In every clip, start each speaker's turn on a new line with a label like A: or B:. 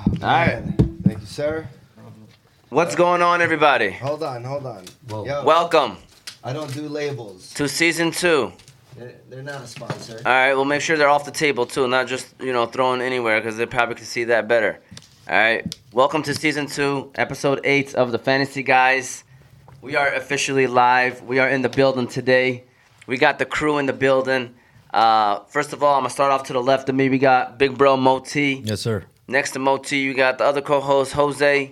A: All right. Thank you, sir.
B: What's going on, everybody?
A: Hold on, hold on.
C: Whoa.
A: Yo,
B: Welcome
A: I don't do labels.
B: to season two.
A: They're, they're not a sponsor.
B: All right, well, make sure they're off the table too, not just you know thrown anywhere because they probably can see that better. All right, welcome to season two, episode eight of the Fantasy Guys. We are officially live. We are in the building today. We got the crew in the building. Uh, first of all, I'm gonna start off to the left of me. We got Big Bro Moti.
C: Yes, sir.
B: Next to Moti, you got the other co-host Jose.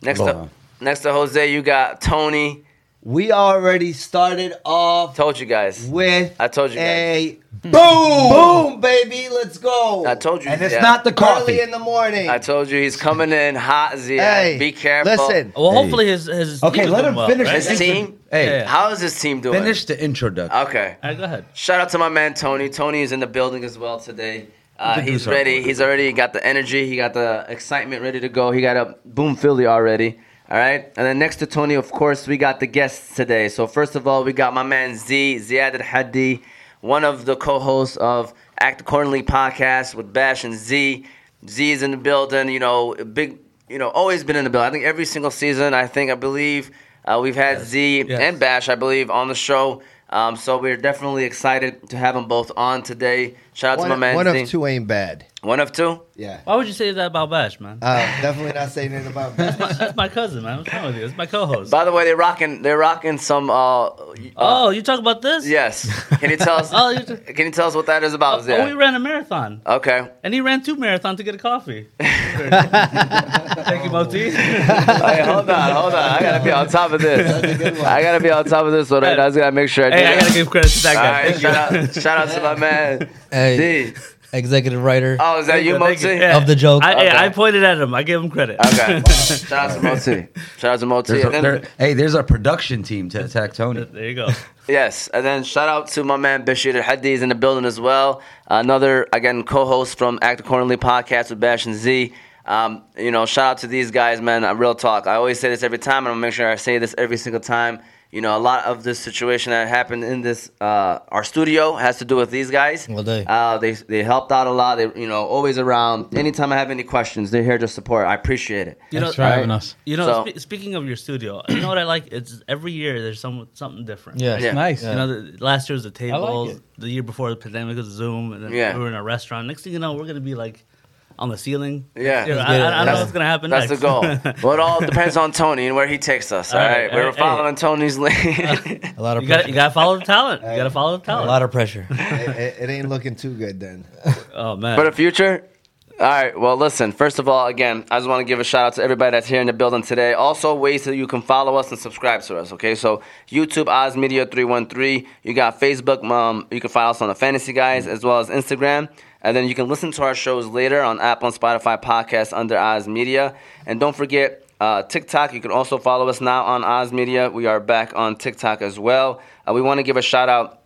B: Next
C: Hello.
B: to next to Jose, you got Tony.
A: We already started off
B: Told you guys.
A: with
B: I told you guys.
A: a Hmm. boom, boom, baby. Let's go.
B: I told you.
C: And it's
B: yeah.
C: not the
A: Early
C: coffee.
A: in the morning.
B: I told you he's coming in hot, Z.
A: Hey,
B: be careful.
A: Listen,
D: Well,
C: Hey.
D: hopefully his his
C: Okay,
D: team is
C: let
D: doing
C: him finish
D: right?
C: this.
B: His team.
C: Hey,
D: Yeah.
B: How is his team doing?
C: finish the introduction.
B: Okay.
D: All right, go ahead.
B: Shout out to my man Tony. Tony is in the building as well today. Uh,
C: Good to do
B: he's
C: something.
B: ready. He's already got the energy. He got the excitement ready to go. He got a boom Philly already. All right. And then next to Tony, of course, we got the guests today. So first of all, we got my man Z Ziad Al Hadi, one of the co-hosts of Act Accordingly podcast with Bash and Z. Z is in the building. You know, a big. You know, always been in the building. I think every single season. I think I believe uh, we've had Z
C: Yes.
B: and Bash, I believe, on the show. Um, so we're definitely excited to have them both on today. Shout out
A: one
B: to my man.
A: one of
B: Z.
A: two ain't bad.
B: One of two.
A: Yeah.
D: Why would you say that about Bash, man?
A: Uh, definitely not saying anything about that.
D: That's my cousin, man. What's wrong with you? It's my co-host.
B: By the way, they're rocking. They're rocking some. Uh, uh,
D: oh, you talk about this?
B: Yes. Can you tell us?
D: Oh, you t-
B: can you tell us what that is about?
D: Oh,
B: Zia?
D: we ran a marathon,
B: okay.
D: and he ran two marathons to get a coffee. Thank you, Moti. hey,
B: Hey, hold on, hold on. I gotta be on top of
A: That's a
B: this.
A: good one.
B: I gotta be on top of this. So right now, I just gotta make sure I do
D: I gotta
B: that.
D: give credit to that
B: All
D: guy.
B: right.
D: Thank
B: Shout
D: you.
B: out, shout out to my man.
E: Hey,
B: Z.
E: executive writer
B: Oh, is that you,
D: Thank
B: Moti?
D: Yeah.
E: of the joke.
D: I, hey,
B: Okay.
D: I pointed at him. I gave him credit.
B: Okay. Shout out to Moti. Shout out to Moti.
C: There's a-
B: And then-
C: there- hey, there's our production team to attack Tony.
D: There you go.
B: Yes, and then shout out to my man Bashir Al Hadi is in the building as well. Another again co-host from Act Accordingly podcast with Bash and Z. Um, you know, shout out to these guys, man. Uh, Real talk. I always say this every time, and I'm gonna make sure I say this every single time. You know, a lot of this situation that happened in this uh, our studio has to do with these guys.
E: Well, they-
B: Uh, they they helped out a lot. They you know always around. Anytime I have any questions, they're here to support. I appreciate it.
D: You know,
E: for having us.
D: You know,
B: So-
D: spe- speaking of your studio, you know what I like? It's every year there's some something different.
E: Yeah, it's
B: Yeah.
E: nice.
D: You know, the, last year was the tables.
E: it.
D: the year before the pandemic was Zoom, and then
B: Yeah.
D: we were in a restaurant. Next thing you know, we're gonna be like on the ceiling.
B: Yeah.
D: You know,
B: Let's
D: I,
E: get it.
D: I, I don't know
E: That's-
D: what's gonna happen.
B: That's the
D: next.
B: goal. well, it all depends on Tony and where he takes us.
D: All
B: all
D: right,
B: right?
D: all
B: we're
D: right, hey. Uh,
B: following Tony's lead.
E: a lot of
D: you
E: pressure.
D: got you gotta follow the talent. You gotta follow the
E: a
D: talent.
E: lot of pressure.
A: it, it- it ain't looking too good then.
D: oh man.
B: But a future? All right. Well, listen. First of all, again, I just want to give a shout out to everybody that's here in the building today. Also, ways that you can follow us and subscribe to us. Okay, so YouTube Oz Media three one three. You got Facebook. Um, you can follow us on the Fantasy Guys as well as Instagram. And then you can listen to our shows later on Apple and Spotify podcasts under Oz Media. And don't forget uh, TikTok. You can also follow us now on Oz Media. We are back on TikTok as well. Uh, we want to give a shout out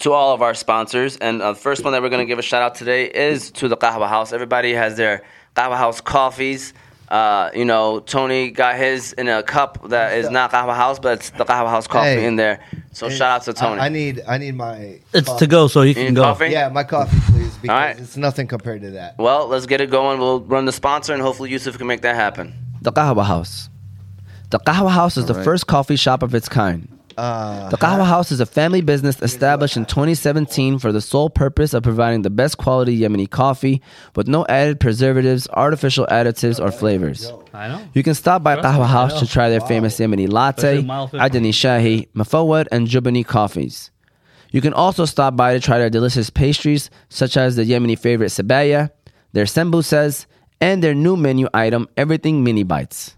B: to all of our sponsors. And uh, the first one that we're going to give a shout out today is to the Qahwa House. Everybody has their Qahwa House coffees. Uh, you know, Tony got his in a cup that is not Qahwa House, but it's the Qahwa House coffee
A: Hey.
B: in there. So shout out to Tony.
A: I, I need I need my
D: it's
A: coffee.
D: to go, so you
B: You
D: can
B: need
D: go.
B: coffee?
A: Yeah, my coffee, please, because
B: right.
A: it's nothing compared to that.
B: Well, let's get it going. We'll run the sponsor, and hopefully Yusuf can make that happen. The Qahwa House. The Qahwa House is the first coffee shop of its kind.
A: Uh,
B: The Kahwa House is a family business established in 2017 for the sole purpose of providing the best quality Yemeni coffee with no added preservatives, artificial additives, or flavors.
D: I know.
B: You can stop by Kahwa House to try their famous Yemeni latte,
D: Especially mild fifty.
B: Adani Shahi, Mafawad, and Jubani coffees. You can also stop by to try their delicious pastries, such as the Yemeni favorite sebaya, their sembusas, and their new menu item, Everything Mini Bites.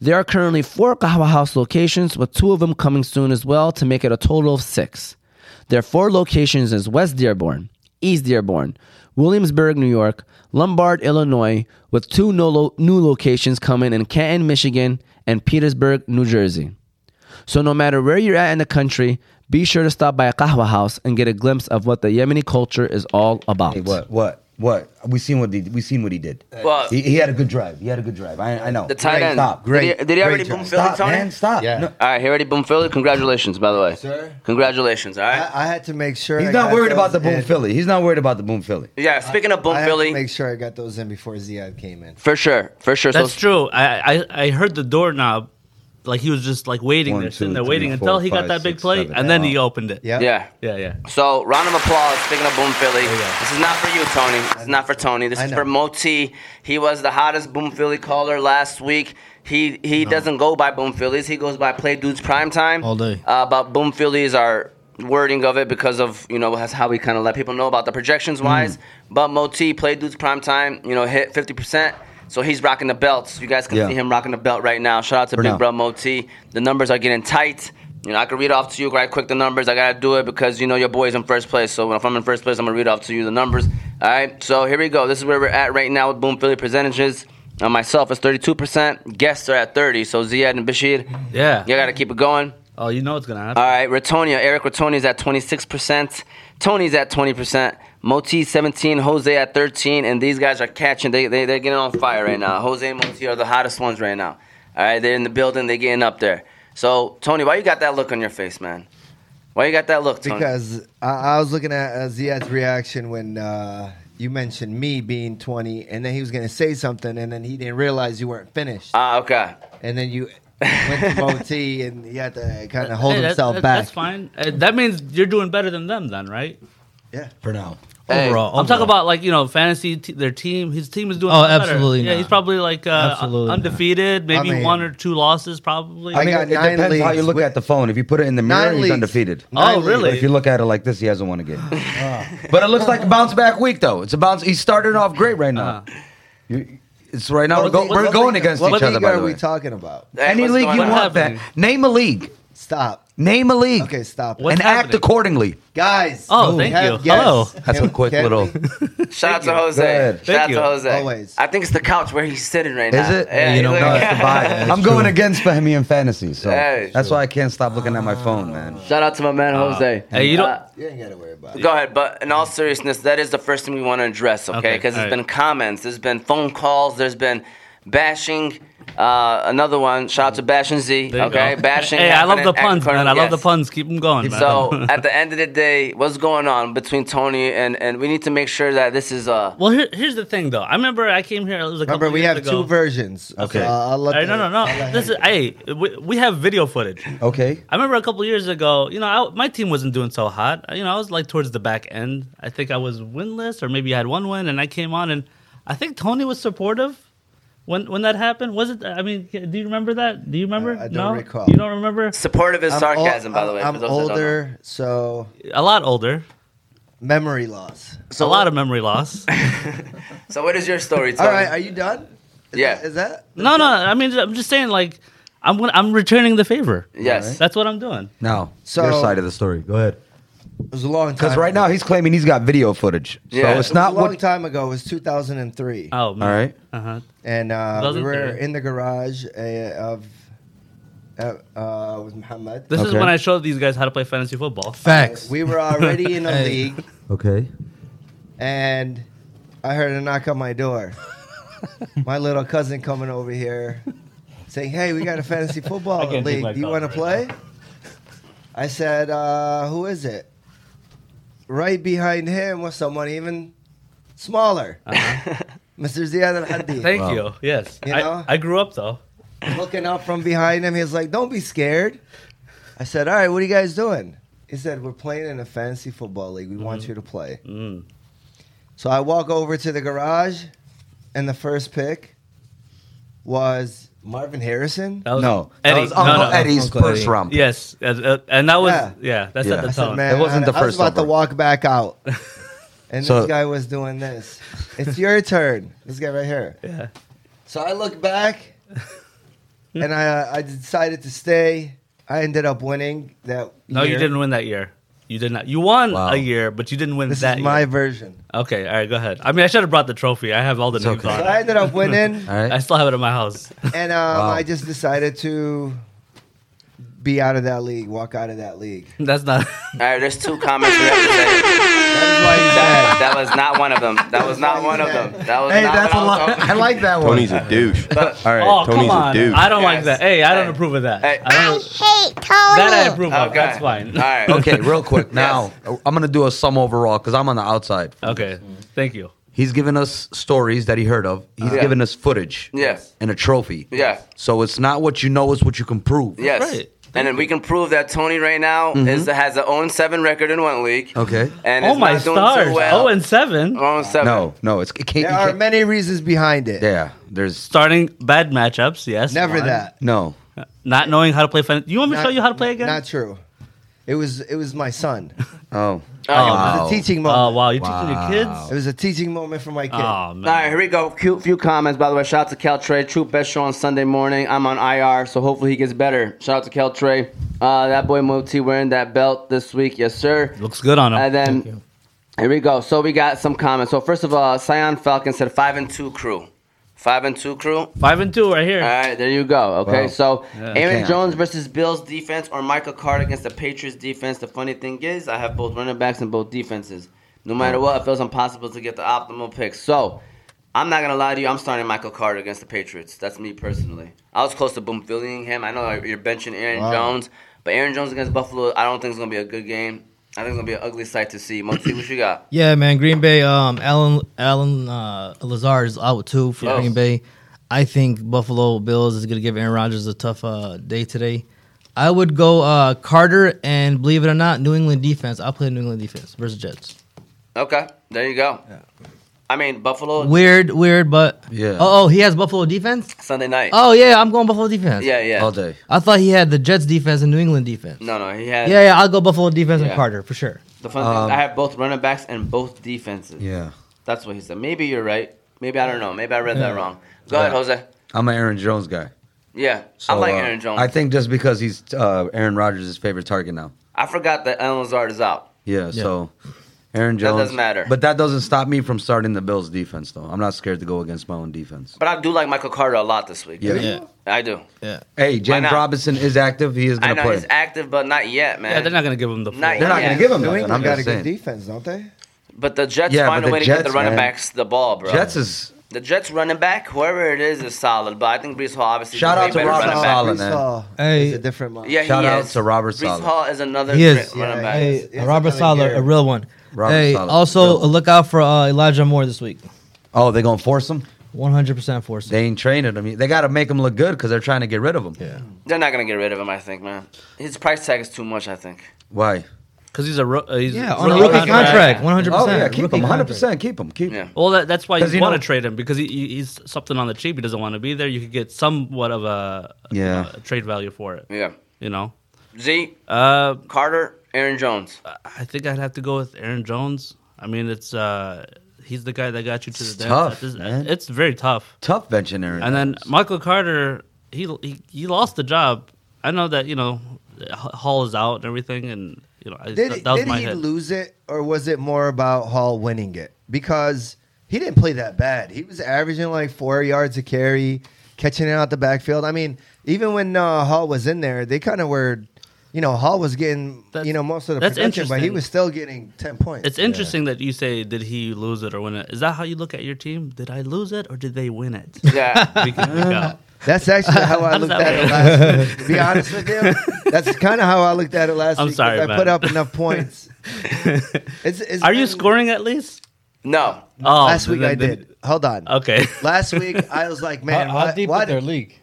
B: There are currently four Kahwa House locations, with two of them coming soon as well to make it a total of six. Their four locations is West Dearborn, East Dearborn, Williamsburg, New York, Lombard, Illinois, with two no lo- new locations coming in Canton, Michigan, and Petersburg, New Jersey. So no matter where you're at in the country, be sure to stop by a kahwa house and get a glimpse of what the Yemeni culture is all about.
C: What? What? What we seen what he we seen what he did.
B: Well, uh,
C: He, he had a good drive. He had a good drive. I, I know.
B: the tight
C: Great.
B: end.
C: Stop.
A: Great.
B: Did he, did he
A: great
B: already
A: job.
B: boom Philly,
C: Stop,
B: Tony?
C: man. Stop.
A: Yeah.
C: No.
B: All right, he already boom Philly. Congratulations, by the way.
A: Sir?
B: Congratulations. All right.
A: I, I had to make sure. I
C: He's not
A: got
C: worried about the
A: those
C: boom
A: in.
C: Philly. He's not worried about the boom Philly.
B: yeah. Speaking of boom
A: I had
B: Philly,
A: to make sure I got those in before Ziad came in.
B: for sure, for sure.
D: That's
B: so,
D: true. I, I I heard the doorknob, like he was just like waiting
C: One,
D: there, sitting
C: two,
D: there
C: three,
D: waiting
C: four,
D: until he
C: five,
D: got that big
C: six,
D: play,
C: seven,
D: and then he
C: wow.
D: opened it.
A: Yeah. Oh,
B: Yeah.
D: yeah, yeah.
B: So round of applause. Speaking of Boom Philly,
D: you go.
B: this is not for you, Tony. This is not for Tony. This
A: I
B: is
A: know.
B: for Moti. He was the hottest Boom Philly caller last week. He he doesn't go by Boom Phillies. He goes by Play Dudes Prime Time.
E: All day.
B: Uh, but Boom Phillies are wording of it because of you know that's how we kind of let people know about the
A: Hmm.
B: projections wise. But Moti Play Dudes Prime Time, you know, hit fifty percent. So he's rocking the belts. You guys can
C: Yeah.
B: see him rocking the belt right now. Shout out to
C: For
B: Big
C: now.
B: Bro Moti. The numbers are getting tight. You know, I can read off to you right quick the numbers. I gotta do it because you know your boy's in first place. So if I'm in first place, I'm gonna read off to you the numbers. All right. So here we go. This is where we're at right now with Boom Philly percentages. Now myself is 32%. Guests are at 30. So Ziad and Bashir,
D: Yeah.
B: you gotta keep it going.
D: Oh, you know what's gonna happen.
B: All right, Ratonia. Eric Ratonia's at 26%. Tony's at 20%. Moti 17, Jose at 13, and these guys are catching. They, they, they're getting on fire right now. Jose and Moti are the hottest ones right now. All right, they're in the building. They're getting up there. So, Tony, why you got that look on your face, man? Why you got that look, Tony?
A: Because I, I was looking at uh, Ziad's reaction when uh, you mentioned me being 20, and then he was going to say something, and then he didn't realize you weren't finished.
C: Uh.
B: Ah, okay.
A: and then you went to OT, and he had to kind of hold
D: Hey, that-
A: himself
D: that-
A: back.
D: That's fine. Uh, that means you're doing better than them, then, right?
A: Yeah.
C: For now.
B: Hey,
E: Overall.
D: I'm talking about like you know fantasy. T- their team, his team is doing.
E: Oh,
D: better.
E: absolutely
D: Yeah,
E: not.
D: he's probably like uh,
E: Absolutely
D: undefeated. Maybe
A: I mean-
D: one or two losses, probably.
A: I
C: I mean,
B: uh,
A: got
C: it, it
A: nine
C: depends how you
A: leagues.
C: look
A: Wait-
C: at the phone. If you put it in the mirror,
A: Nine
C: he's
A: leagues.
C: undefeted.
A: Nine
D: Oh,
A: leagues.
D: really?
C: But if you look at it like this, he hasn't won a game. but it looks like a bounce back week, though. It's a bounce. He's started off great right now. You- it's right now. We're,
A: What
C: go,
A: league-
C: we're
A: what
C: going
A: league-
C: against
A: what
C: each other.
A: league
C: By
A: are
C: the
A: we
C: way,
A: talking about?
B: hey,
C: any
B: what's
C: league
B: going
C: you
B: on?
C: want, man.
D: happening?
C: Name a league.
A: Stop.
C: Name a league.
A: Okay, stop.
D: What-
A: What?
C: and
D: What's
C: act
D: happening?
C: accordingly.
A: Guys.
D: Oh,
A: we
D: thank
A: have
D: you. Hello.
C: That's
A: Can-
C: a quick
A: can
C: little.
A: we-
B: Shout out to Jose.
C: Good.
B: Shout out
D: Thank
B: to
D: you.
B: Jose.
A: Always.
B: I think it's the couch where he's sitting right now.
C: Is it?
B: Yeah,
E: you don't
B: he's
E: know,
B: like-
E: it's the
C: Bye. I'm going against Fahmy and fantasy, so
B: Yeah, it's
C: that's
E: true.
C: why I can't stop looking at my phone, man.
B: Shout out to my man Jose. Uh,
D: Hey, you don't-
A: You ain't got to worry about it.
B: Go ahead, but in all seriousness, that is the first thing we want to address, okay?
D: Okay,
B: Because there's
D: all right.
B: been comments, there's been phone calls, there's been bashing. Uh, another one, shout out to Bashing Z,
D: There you
B: okay?
D: go.
B: Bashing.
D: Hey, I love
B: happening
D: the
B: at
D: puns,
B: Colonel
D: man. I
B: Yes.
D: love the puns. Keep them going, man.
B: So uh, at the end of the day, what's going on between Tony and and we need to make sure that this is uh
D: well, here, here's the thing, though. I remember I came here. It was a couple
A: Remember, we
D: years
A: have
D: ago.
A: two versions.
C: Okay.
A: Uh, I'll let
D: Hey,
A: the-
D: no, no,
A: I'll
D: no.
A: let
D: This
A: him-
D: is hey, we, we have video footage.
C: Okay.
D: I remember a couple years ago, you know, I, my team wasn't doing so hot. You know, I was like towards the back end. I think I was winless, or maybe I had one win, and I came on, and I think Tony was supportive when when that happened. Was it? I mean, do you remember that? Do you remember?
A: I don't
D: no?
A: recall.
D: You don't remember?
B: supportive is
A: I'm ol-
B: sarcasm, by the way.
A: I'm
B: for those that don't know.
A: older, so
D: A lot older.
A: memory loss.
D: So a lot of memory loss.
B: So what is your story,
A: All
B: Tony?
A: right, are you done? Is
B: Yeah.
A: that- Is that?
D: no, no. I mean, I'm just saying, like, I'm gonna- I'm returning the favor.
B: yes.
D: That's what I'm doing.
C: Now,
A: So-
C: your side of the story. Go ahead.
A: It was a long time.
C: Because right
A: ago.
C: now he's claiming he's got video footage.
B: Yeah.
C: So it's
A: It was
C: not
A: a long
C: what.
A: time ago. It was 2003,
D: Oh, man.
C: All right.
D: Uh huh.
A: and uh, we were
D: 2003.
A: in the garage uh, of uh, uh, with Muhammad.
D: This is
C: Okay.
D: when I showed these guys how to play fantasy football.
E: Facts.
A: We were already in a
E: Hey.
A: league,
C: Okay.
A: and I heard a knock on my door. my little cousin coming over here, saying, "Hey, we got a fantasy
D: I
A: football
D: can't take
A: league.
D: my
A: Do you
D: cough
A: want to
D: right
A: play?" I said, uh, "Who is it?" Right behind him was someone even smaller, Mr. Ziad Al Hadi.
D: Uh-huh. Thank
C: Wow.
D: you. Yes.
A: You
D: I,
A: know?
D: I grew up though.
A: looking up from behind him. He's like, "Don't be scared." I said, "All right, what are you guys doing?" He said, "We're playing in a fantasy football league. We want you to play."
D: Mm.
A: So I walk over to the garage, and the first pick was Marvin Harrison.
D: That was
C: No.
D: Eddie.
C: That was Uncle
D: no, no.
C: Eddie's
E: Uncle
C: first
E: Eddie.
C: round. pick.
D: Yes, uh, uh, and that was
A: Yeah.
D: yeah. that's
C: Yeah.
D: at
A: I
D: the
A: said,
D: tone.
A: "Man,
C: It wasn't
A: I-
C: the
A: I was
C: first
A: about to
C: over.
A: walk back out, and
C: So-
A: this guy was doing this. It's your turn. This guy right here.
D: Yeah.
A: So I look back, and I I decided to stay. I ended up winning that.
D: No, you
A: year.
D: didn't win that year. You did not. You won
C: Wow.
D: a year, but you didn't win
A: This is
D: that
A: my
D: year.
A: version.
D: Okay, all right, go ahead. I mean, I should have brought the trophy. I have all the
C: It's
D: names
C: okay.
A: So
D: on.
A: I
D: it.
A: ended up winning,
C: All right.
D: I still have it in my house.
A: and um,
C: Wow.
A: I just decided to be out of that league, walk out of that league.
D: That's not.
B: All right, there's two comments we have to say.
A: That is why he's
B: That,
A: mad.
B: that was not one of them. That was not one of them. That was
C: Hey,
B: not
C: that's a
B: what I was
C: lot.
B: talking-
C: I like that one.
E: Tony's a douche.
C: All right.
D: Oh,
E: Tony's
D: come
E: a
D: on.
E: dude.
D: I don't like
B: Yes.
D: that. Hey, I don't
B: Hey.
D: approve of that.
B: Hey.
D: I don't,
F: hate Tony.
D: that I approve of.
B: Okay.
D: That's fine.
B: All right.
C: Okay, real quick. Now I'm gonna do a sum overall because I'm on the outside.
D: Okay. Thank you.
C: He's given us stories that he heard of. He's
B: Yeah.
C: given us footage.
B: Yes.
C: And a trophy.
B: Yeah.
C: So it's not what you know; it's what you can prove.
B: Yes.
D: Right.
B: And then we can prove that Tony right now is has an 0 7 record in one league.
C: Okay.
B: And
D: oh
B: is
D: my
B: not doing
D: stars.
B: Too well.
D: Oh and seven.
B: 0 7.
C: No, no, it's it
A: There
C: can't. you
A: are
C: can't-
A: many reasons behind it.
C: yeah. There's
D: Starting bad matchups. Yes.
A: Never
D: one.
A: that.
C: no.
D: Not knowing how to play. Fin- you want me to
A: Not-
D: show you how to play again?
A: Not true. It was it was my son. It
B: Oh.
C: Oh.
A: was
C: Wow.
A: a teaching
D: Oh
A: moment.
D: wow, you're
C: Wow.
D: teaching your kids.
A: It was a teaching moment for my kid.
D: Oh
B: All right,
D: man.
B: here we go. Cute few comments, by the way. Shout out to Caltrey. True best show on Sunday morning. I'm on IR, so hopefully he gets better. Shout out to Caltrey. Uh, that boy Mo T wearing that belt this week. Yes, sir.
D: Looks good on him.
B: And then here we go. So we got some comments. So first of all, Scion Falcon said five and two crew. Five and two crew.
D: Five and two right here.
B: All right, there you go. Okay,
C: Wow.
B: so
D: Yeah.
B: Aaron
C: Okay.
B: Jones versus Bills defense or Michael Carter against the Patriots defense. The funny thing is, I have both running backs and both defenses. No matter what, it feels impossible to get the optimal pick. So, I'm not gonna lie to you. I'm starting Michael Carter against the Patriots. That's me personally. I was close to boom filling him. I know you're benching Aaron
A: Wow.
B: Jones, but Aaron Jones against Buffalo, I don't think it's gonna be a good game. I think it's gonna be an ugly sight to see. Monty, what you got?
G: Yeah, man. Green Bay. Um, Alan Alan uh, Lazard is out too for
B: Yes.
G: Green Bay. I think Buffalo Bills is going to give Aaron Rodgers a tough uh, day today. I would go uh, Carter and believe it or not, New England defense. I'll play New England defense versus Jets.
B: Okay, there you go. I mean Buffalo
G: Weird, weird, but
C: Yeah.
G: Oh, oh, he has Buffalo defense.
B: Sunday night.
G: Oh yeah, I'm going Buffalo defense.
B: yeah, yeah.
C: All day.
G: I thought he had the Jets defense and New England defense.
B: No, no, he had
G: Yeah, yeah, I'll go Buffalo defense
B: Yeah.
G: and Carter for sure.
B: The fun thing
C: Um,
B: is I have both running backs and both defenses.
C: Yeah.
B: That's what he said. Maybe you're right. Maybe I don't know. Maybe I read that
G: Yeah.
B: wrong. Go ahead, Jose.
C: I'm an Aaron Jones guy.
B: Yeah,
C: So,
B: I like
C: uh,
B: Aaron Jones. I,
C: I think just because he's uh, Aaron Rodgers' favorite target now.
B: forgot that Alan Lazard is out.
C: Yeah,
G: Yeah.
C: So Aaron Jones.
B: doesn't matter.
C: But that doesn't stop me from starting the Bills' defense, though. I'm not scared to go against my own defense.
B: But I do like Michael Carter a lot this week.
C: Yeah.
G: Yeah,
B: I do.
G: yeah.
C: Hey, James
B: not?
C: Robinson is active. He is
B: I
C: going to
B: know
C: play.
B: he's active, but not yet, man.
D: Yeah, they're not gonna give him the.
B: Not
D: full-
C: They're not
B: Yeah.
C: going to give him
A: New
C: nothing. I'm
A: England got a
C: just
A: good
C: saying.
A: defense, don't they?
B: But the Jets
C: Yeah,
B: find a
C: but the
B: way to get
C: Jets,
B: the running
C: man.
B: backs the ball, bro.
C: Jets is
B: the Jets running back, whoever it is, is solid. But I think Brees Hall obviously is
C: Shout
B: a
C: out
B: way
C: to
B: better
C: Robert
B: running back.
C: Sala. Solid,
A: Brees
C: man.
A: Hall
G: Hey.
A: is a different model.
B: Yeah,
C: Shout
B: he
C: out
B: is.
C: to Robert
B: Brees
C: Saleh.
B: Hall is another
G: He
B: great
G: is.
B: running
A: Yeah,
B: back.
A: he is.
G: Hey,
A: It's
G: Robert
A: another
G: Sala,
A: year.
G: a real one.
C: Robert
G: hey,
C: Saleh,
G: also
C: real.
G: look out for uh, Elijah Moore this week.
C: Oh, they gonna force him?
G: 100% force.
C: They ain't training him. They gotta make him look good because they're trying to get rid of him.
G: yeah.
B: They're not gonna get rid of him, I think, man. His price tag is too much, I think.
C: Why?
D: Cause he's a ro- uh, he's he's
G: Yeah, on a
D: rookie
G: rookie contract, 100%.
C: Oh yeah, keep
G: rookie
C: him. Hundred
G: contract.
C: percent. Keep him. Keep.
B: Yeah.
C: him.
D: Well, that, that's why
C: 'Cause
D: you
C: you
D: want
C: know-
D: to trade him because he, he, he's something on the cheap. He doesn't want to be there. You could get somewhat of a you
C: Yeah.
D: know, a trade value for it.
B: Yeah.
D: You know,
B: Z,
D: uh,
B: Carter, Aaron Jones.
D: I think I'd have to go with Aaron Jones. I mean, it's uh, he's the guy that got you to
C: It's
D: the
C: tough,
D: dance. It's,
C: man.
D: it's very tough.
C: Tough benching Aaron.
D: And then
C: Jones.
D: Michael Carter, he, he he lost the job. I know that you know H- Hall is out and everything, and you know I,
A: Did,
D: that, that was
A: did
D: my
A: he
D: head.
A: lose it, or was it more about Hall winning it? Because he didn't play that bad. He was averaging like four yards a carry, catching it out the backfield. I mean, even when uh, Hall was in there, they kind of were, you know, Hall was getting,
D: That's-
A: you know, most of the
D: that's
A: production, but he
D: interesting.
A: was still getting ten points.
D: It's interesting that you say, "Did he lose it or win it?" Is that how you look at your team? Did I lose it or did they win it?
B: Yeah.
D: We can look out.
A: That's actually how I
D: How does
A: looked
D: that
A: at it
D: work?
A: last week. To be honest with you, that's kind of how I looked at it last
D: I'm
A: week. 'cause
D: sorry,
A: I
D: man.
A: put up enough points. It's, it's
D: Are you
A: been-
D: scoring at least?
B: no.
D: Oh,
A: Last
D: then-
A: week I
D: then-
A: did. Hold on.
D: Okay.
A: Last week I was like, man,
H: how,
A: why,
H: how deep
A: why
H: is their
A: did-
H: league?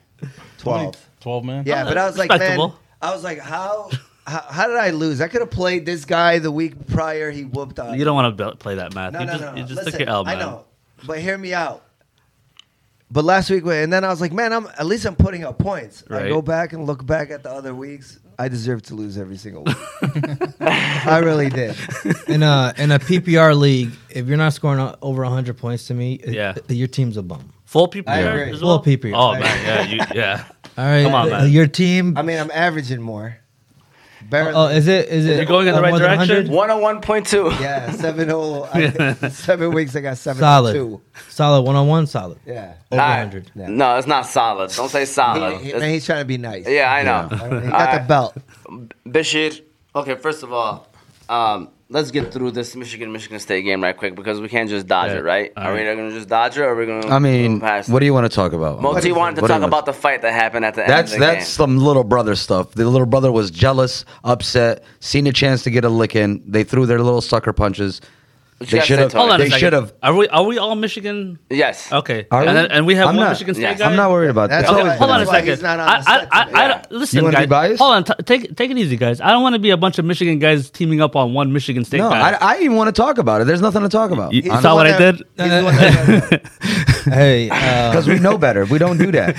A: 12.
H: 12 man?
A: Yeah,
D: Oh,
A: but I was like, man,
D: respectable.
A: I was like, how, how, how did I lose? I could have played this guy the week prior. He whooped up.
D: You don't want to play that math.
A: no,
D: you
A: no,
D: just,
A: no, no.
D: You just
A: Listen,
D: took your L,
A: I
D: man.
A: know, but hear me out. But last week, and then I was like, man, I'm at least I'm putting up points. I
D: Right.
A: go back and look back at the other weeks. I deserve to lose every single week. I really did.
G: in a in a PPR league, if you're not scoring o- over 100 points to me, it-
D: Yeah.
G: it- your team's a bum.
D: Full PPR.
A: I agree.
D: As
G: Full
D: well?
G: PPR.
D: Oh man, yeah, you, yeah.
G: All right,
D: Come on,
G: uh,
D: man.
G: your team.
A: I mean, I'm averaging more. Barely.
G: Oh, is it? Is it?
D: You're going in the
G: uh,
D: right
G: more than
D: direction?
G: 100?
B: 101.2.
A: yeah, seven oh, I, seven weeks. I got seven
G: Solid.
A: two.
G: Solid. One on one. Solid.
A: Yeah,
G: Over
B: All right.
G: 100.
A: Yeah.
B: No, it's not solid. Don't say solid.
A: He- he-
B: It's-
A: man, he's trying to be nice.
B: yeah, I know.
A: I don't- he
B: All
A: got the
B: right.
A: belt.
B: Bashir, okay, first of all, um, let's get through this Michigan Michigan State game right quick because we can't just dodge
D: Yeah.
B: it, right?
D: All
B: Are we
D: right.
B: going to just dodge it or are we going to
C: I mean, what do you want to talk about?
B: Moti wanted to
C: What do
B: talk
C: you want
B: about the fight that happened at the
C: That's
B: end of the
C: that's some little brother stuff. The little brother was jealous, upset, seen a chance to get a lick in. They threw their little sucker punches.
B: What you
C: They
B: gotta
C: should
B: say,
C: have.
B: Tony?
D: Hold on a
C: They
D: second.
C: should have.
D: Are we are we all Michigan?
B: game. Yes.
D: Okay.
C: Are
D: and,
C: we?
D: then- and we have
C: I'm
D: one
C: not-
D: Michigan State
B: Yes.
D: guy.
C: I'm not worried about
A: That's
C: that.
A: all
D: Okay,
A: always
D: hold on a
A: That's why
D: second.
A: he's not on
D: I,
A: the
D: I,
A: set
D: I,
A: today.
D: I don't- listen,
C: You wanna be
D: guys.
C: biased?
D: Hold on, t- take take it easy, guys. I don't want to be a bunch of Michigan guys teaming up on one Michigan State
C: No,
D: guy.
C: I, I didn't want to talk about it. There's nothing to talk about
D: you
A: He's
D: saw
A: the
D: what
A: one
D: I
A: that-
D: did?
A: he's the one that-
G: Hey. Uh,
C: because we know better. We don't do that.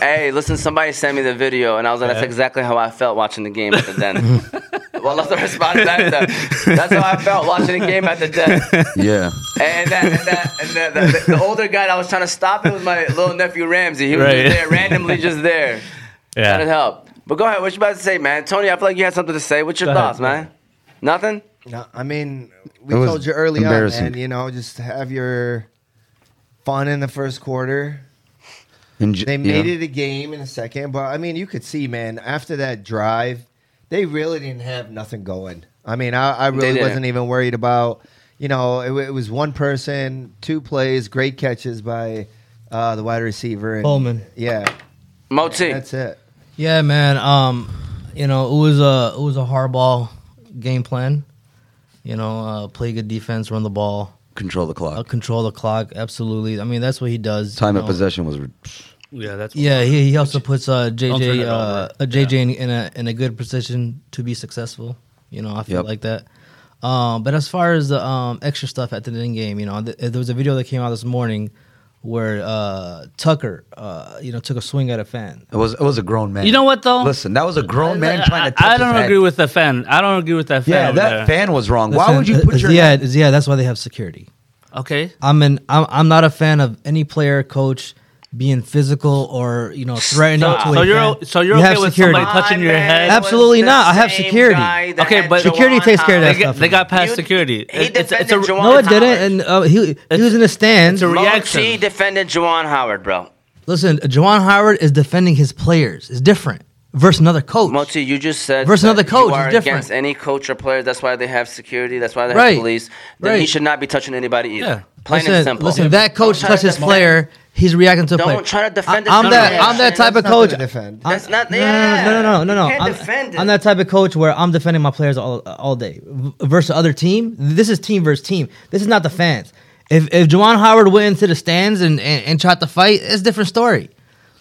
B: hey, listen, somebody sent me the video, and I was like, that's exactly how I felt watching the game at the den. well, that's the response back then. That's how I felt watching the game at the den.
C: yeah.
B: And, that, and, that, and that, the, the older guy that was trying to stop it was my little nephew Ramsey. He was
D: Right.
B: just there, randomly just there. That'd
D: yeah.
B: help. But go ahead. What you about to say, man? Tony, I feel like you had something to say. What's your
D: Go ahead,
B: thoughts,
D: go
B: man?
D: ahead.
B: Nothing?
A: No, I mean, we
C: It was
A: told you early on,
C: embarrassing.
A: man. You know, just have your fun in the first quarter.
C: And j-
A: They made
C: yeah.
A: it a game in a second, but I mean, you could see, man, after that drive, they really didn't have nothing going. I mean, I, I really
B: didn't.
A: wasn't even worried about, you know, it, wa- it was one person, two plays, great catches by uh, the wide receiver. And,
G: Bowman.
A: Yeah,
B: Moti.
A: that's it.
G: yeah, man. Um, you know, it was a it was a hardball game plan. You know, uh, play good defense, run the ball.
C: control the clock.
G: Uh, control the clock, absolutely. I mean, that's what he does.
C: Time
G: you
C: of
G: know.
C: possession was. re-
D: Yeah, that's
G: Yeah, he, he also puts uh,
D: turn
G: JJ
D: it
G: uh,
D: over.
G: a JJ in, in a in a good position to be successful. You know, I feel
C: Yep.
G: like that. Um, but as far as the um, extra stuff at the end game, you know, th- there was a video that came out this morning where uh, Tucker, uh, you know, took a swing at a fan.
C: It was. It was a grown man.
D: You know what, though?
C: Listen, that was a grown man
D: I-
C: trying to. Touch
D: I, I
C: his
D: don't
C: head.
D: agree with the fan. I don't agree with that fan.
C: Yeah,
D: over
C: that
D: there.
C: fan was wrong. Why
G: Listen,
C: would you put
G: it's-
C: your?
G: yeah, it's- yeah? That's why they have security.
D: Okay.
G: I'm an I'm, I'm not a fan of any player coach being physical or you know threatening
D: So-
G: to
D: so
G: a
D: you're
G: fan.
D: o- so you're
G: You
D: okay
G: have
D: with
G: security.
D: somebody touching your head?
G: Absolutely
B: was the
G: not. I have
B: same
G: security.
B: guy that
D: Okay,
B: had
D: but-
G: Security
B: Jawan
G: takes care of
D: They
G: that
B: Howard.
D: got,
G: stuff.
D: they got past
B: You-
D: security.
B: he defended
D: a-
B: Jawan
G: No, it
B: Howard.
G: didn't. And uh, he he was in the stands.
D: it's a re- Reaction.
B: Moti defended Jawan Howard, bro.
G: Listen, Jawan Howard is defending his players. It's different versus another coach.
B: Moti, you just said
G: Versus
B: that
G: another coach
B: You
G: is
B: are
G: different.
B: against any coach or player. That's why they have security. That's why they
G: Right.
B: have police. Then he
G: Right.
B: should not be touching anybody either.
D: Yeah.
B: Plain
G: listen,
B: and simple.
G: listen, that coach
B: Don't try to
G: touched his
B: defend-
G: player. He's reacting to a
B: Don't
G: player.
B: try to defend
G: I, am
B: it.
G: that.
B: No, no,
G: I'm that
A: no,
G: type
A: that's
G: of
A: nothing
G: coach.
A: to defend.
G: I'm-
B: That's not-
G: No,
B: yeah.
G: no, no, no, no, no.
B: You can't
G: I'm,
B: defend it.
G: I'm that type of coach where I'm defending my players all all day V- versus other team. This is team versus team. This is not the fans. If if Jawan Howard went into the stands and and, and tried to fight, it's a different story.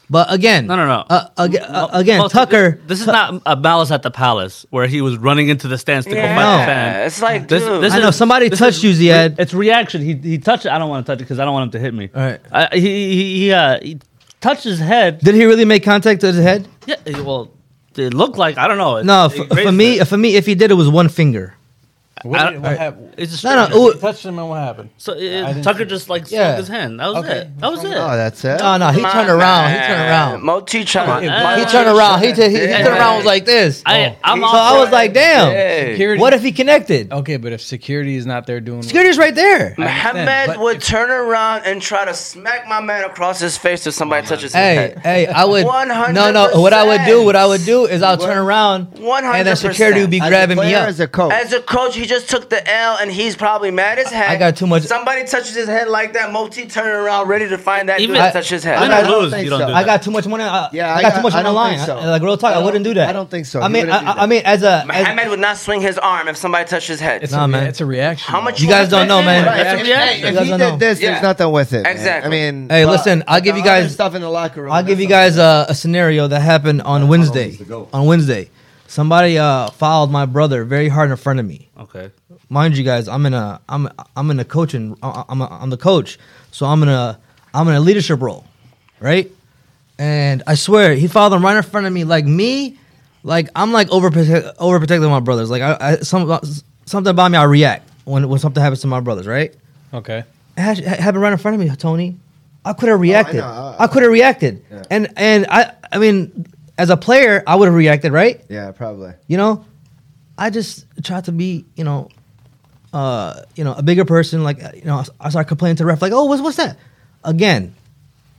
G: But again,
D: No, no, no.
G: Uh, aga- uh, again,
D: Well,
G: Tucker.
D: This is not a malice at the palace where he was running into the stands to go
B: Yeah,
D: fight the fan.
B: it's like
D: This-
B: dude.
D: this
G: I know somebody
D: this
G: touched you, Ziad.
D: It's reaction. He he touched. it. I don't want to touch it because I don't want him to hit me.
G: All right.
D: I, he he he, uh, he touched his head.
G: Did he really make contact with his head?
D: Yeah. Well, it looked like I don't know. It-
G: No,
D: it
G: for,
D: grazed
G: for me,
D: it.
G: for me, if he did, it was one finger.
D: I
E: What,
D: don't-
E: did- what happened?
D: it's just
G: No, no,
E: You
G: it-
E: touched him and what happened?
D: So uh,
E: I didn't
D: Tucker
E: see it.
D: just like
G: Yeah.
D: slung his hand. That was
E: Okay.
D: it. That was it.
A: Oh, that's it.
G: No, no, he
B: My
G: turned around. He
B: man.
G: turned around.
B: Moti tried.
D: Come on.
G: He
D: Uh,
G: turned around. He, t- he, he
B: yeah.
G: turned around. and Was like this.
A: Oh.
D: I, I'm
G: so
D: all
G: I was
D: for it.
G: like, damn.
B: Hey.
E: Security-
G: What if he connected?
E: Okay, but if security is not there
A: Oh.
E: doing
G: Security's right there.
E: I understand,
B: Muhammad
E: but
B: would turn around and try to smack my man across his face if somebody touches his
G: Hey,
B: head.
G: hey, I would. No, no.
B: 100%.
G: What I would do, what I would do is I'll turn around, and then
B: 100%.
G: security would be
A: As a
G: grabbing me
A: player,
G: up.
A: as a coach.
B: As a coach, he just took the L, and he's probably mad as heck.
G: oh. I got too much-
B: Somebody touches his head like that, Moti turning around, ready to find that
D: Even-
B: dude that
D: I-
B: touched his
D: Win
A: I'm
B: head.
A: not- I
D: or
A: don't
D: lose,
A: think
D: you don't
A: so.
D: do that.
G: I got too much money. I,
A: Yeah,
G: I
A: I
G: got
A: got-
G: too much
A: I
G: money
A: don't
G: line.
A: think so.
G: I- like real talk, I,
A: I don't-
G: wouldn't do that.
A: I don't think so.
G: I
A: He
G: mean,
A: wouldn't do
G: I, I
A: that.
G: mean, as a, as,
B: Muhammad would not swing his arm if somebody touched his head.
E: It's,
G: Nah,
E: a,
G: man.
E: man. it's a reaction.
B: How much
G: you guys don't know, man.
B: Right.
A: If,
D: That's a reaction.
A: hey, if
G: You guys
A: he
G: don't
A: did
G: know.
A: this,
B: Yeah.
A: there's nothing with it. man.
B: Exactly.
A: I mean,
G: Hey,
A: but
G: listen, I'll give
A: the
G: you guys-
A: other stuff in the locker room.
G: I'll give
A: that's
G: you
A: all.
G: guys a, a scenario that happened on Wednesday. On Wednesday, somebody uh, fouled my brother very hard in front of me.
D: okay.
G: Mind you, guys, I'm in a I'm I'm in a coaching. I- I'm a, I'm the coach, so I'm in a I'm in a leadership role, right? And I swear he fouled him right in front of me, like me, like I'm like overprotect, overprotecting my brothers. Like I, I some uh, something about me, I react when when something happens to my brothers, right?
E: Okay.
G: It had- it happened right in front of me, Tony. I could have reacted.
A: know. I-
G: I, could have reacted. And and I I mean, as a player, I would have reacted, right?
A: Yeah, probably.
G: You know, I just tried to be, you know, uh, you know, a bigger person. Like, uh, you know, I started complaining to the ref, like, "Oh, what's what's that?" Again,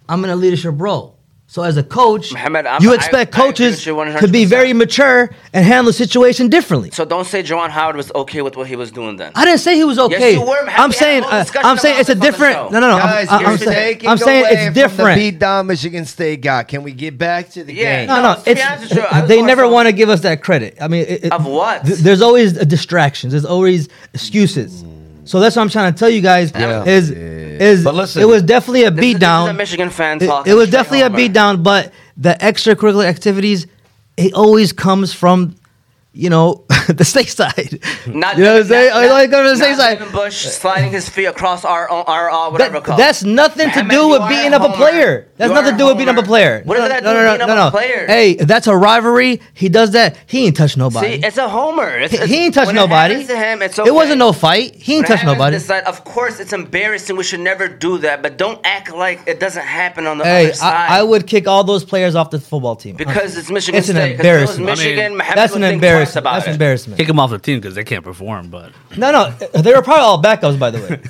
G: I'm in a leadership role, so as a coach,
B: Mohammed, I'm-
G: you
B: I-
G: expect
B: I agree
G: coaches
B: with you 100%.
G: to be very mature and handle the situation differently.
B: So don't say Jawan Howard was okay with what he was doing then.
G: I didn't say he was okay.
B: you were. Have
G: I'm
B: we had
G: saying
B: a whole
G: uh,
B: discussion
G: I'm saying
B: about
G: it's a
B: this on the
G: different.
B: show?
G: No, no, no.
A: Guys,
G: I'm, I'm,
A: you're
G: I'm saying,
A: taking
G: I'm saying
A: away
G: it's different.
A: From the beat down Michigan State got. Can we get back to the
B: Yeah.
A: game?
G: No,
B: No,
G: no,
B: to be honest
G: it's
B: with you, I was
G: they
B: more
G: never
B: so-
G: want to give us that credit. I mean, it, it-
B: Of what?
G: th- there's always uh, distractions. There's always excuses. So that's what I'm trying to tell you guys.
B: Yeah.
G: Is is
C: But listen-
G: it was definitely a
B: This is- This is a
G: beatdown.
B: Michigan fan
G: It,
B: talking.
G: it was
B: straight
G: definitely a
B: over.
G: beatdown, but the extracurricular activities, it always comes from, you know, the state side.
B: Not
G: you know what
B: Devin-
G: I'm saying?
B: not-
G: It always comes from
B: not
G: the state side.
B: Devin Bush sliding his feet across our own, our uh, whatever.
G: That-
B: called.
G: that's nothing to
B: Mohammed,
G: do
B: you
G: with
B: are
G: beating up a
B: homer.
G: player. That's
B: You
G: nothing
B: are
G: to do with beating up a
B: homer.
G: player.
B: What does that do
G: no,
B: with
G: no,
B: beating
G: no,
B: up
G: no.
B: a player?
G: Hey, that's a rivalry. He does that. He ain't touch nobody.
B: See, it's a homer. It's,
G: he ain't touch
B: when
G: nobody.
B: It, happens to him, it's
G: It
B: okay.
G: wasn't no fight. He ain't
B: When it
G: touch
B: happens to
G: nobody.
B: this side, of course, it's embarrassing. We should never do that. But don't act like it doesn't happen on the
G: Hey,
B: other side.
G: I, I would kick all those players off the football team.
B: because it's Michigan
G: It's an
B: State. 'Cause if it was
G: embarrassment. I
B: Michigan,
D: mean,
B: Mohammed
G: that's
B: would
G: an
B: think twice
G: embarrassment.
B: about
G: That's
B: it.
G: embarrassment.
D: Kick him off the team because they can't perform. But
G: No, no, they were probably all backups. By the way,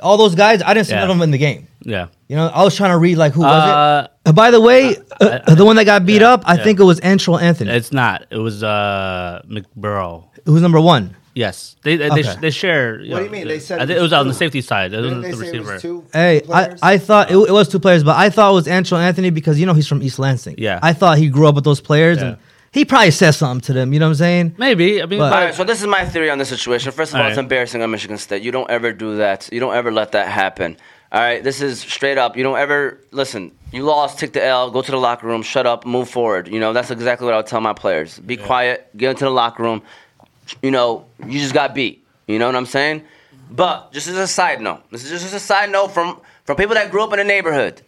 G: all those guys, I didn't see
D: Yeah.
G: none of them in the game.
D: yeah,
G: You know, I was trying to read like who was
D: Uh,
G: it. Uh, by the way, uh, the one that got beat
D: yeah,
G: up, I
D: yeah.
G: think it was Antrell Anthony,
D: it's not. It was uh McBurrow.
G: who's number one.
D: Yes, they they,
G: Okay.
D: they, they share. you
A: What do
D: know,
A: you mean? They said
D: I
A: it
D: think it
A: was
D: was on
A: two.
D: the safety side. It
A: Didn't
D: wasn't
A: they
D: the
A: say it
D: receiver.
A: was two
G: Hey, I,
A: players?
G: I thought it, it was two players, but I thought it was Ancho Anthony because you know he's from East Lansing.
D: Yeah.
G: I thought he grew up with those players, and
D: Yeah.
G: he probably said something to them. You know what I'm saying?
D: Maybe I mean,
G: But-
B: All right, so this is my theory on the situation. First of all,
D: All
B: it's
D: right.
B: embarrassing on Michigan State. You don't ever do that. You don't ever let that happen. All right, this is straight up. You don't ever listen. You lost, take the L, go to the locker room, shut up, move forward. You know that's exactly what I would tell my players. Be quiet, get into the locker room. You know, you just got beat. You know what I'm saying? But just as a side note, this is just as a side note from from people that grew up in the neighborhood.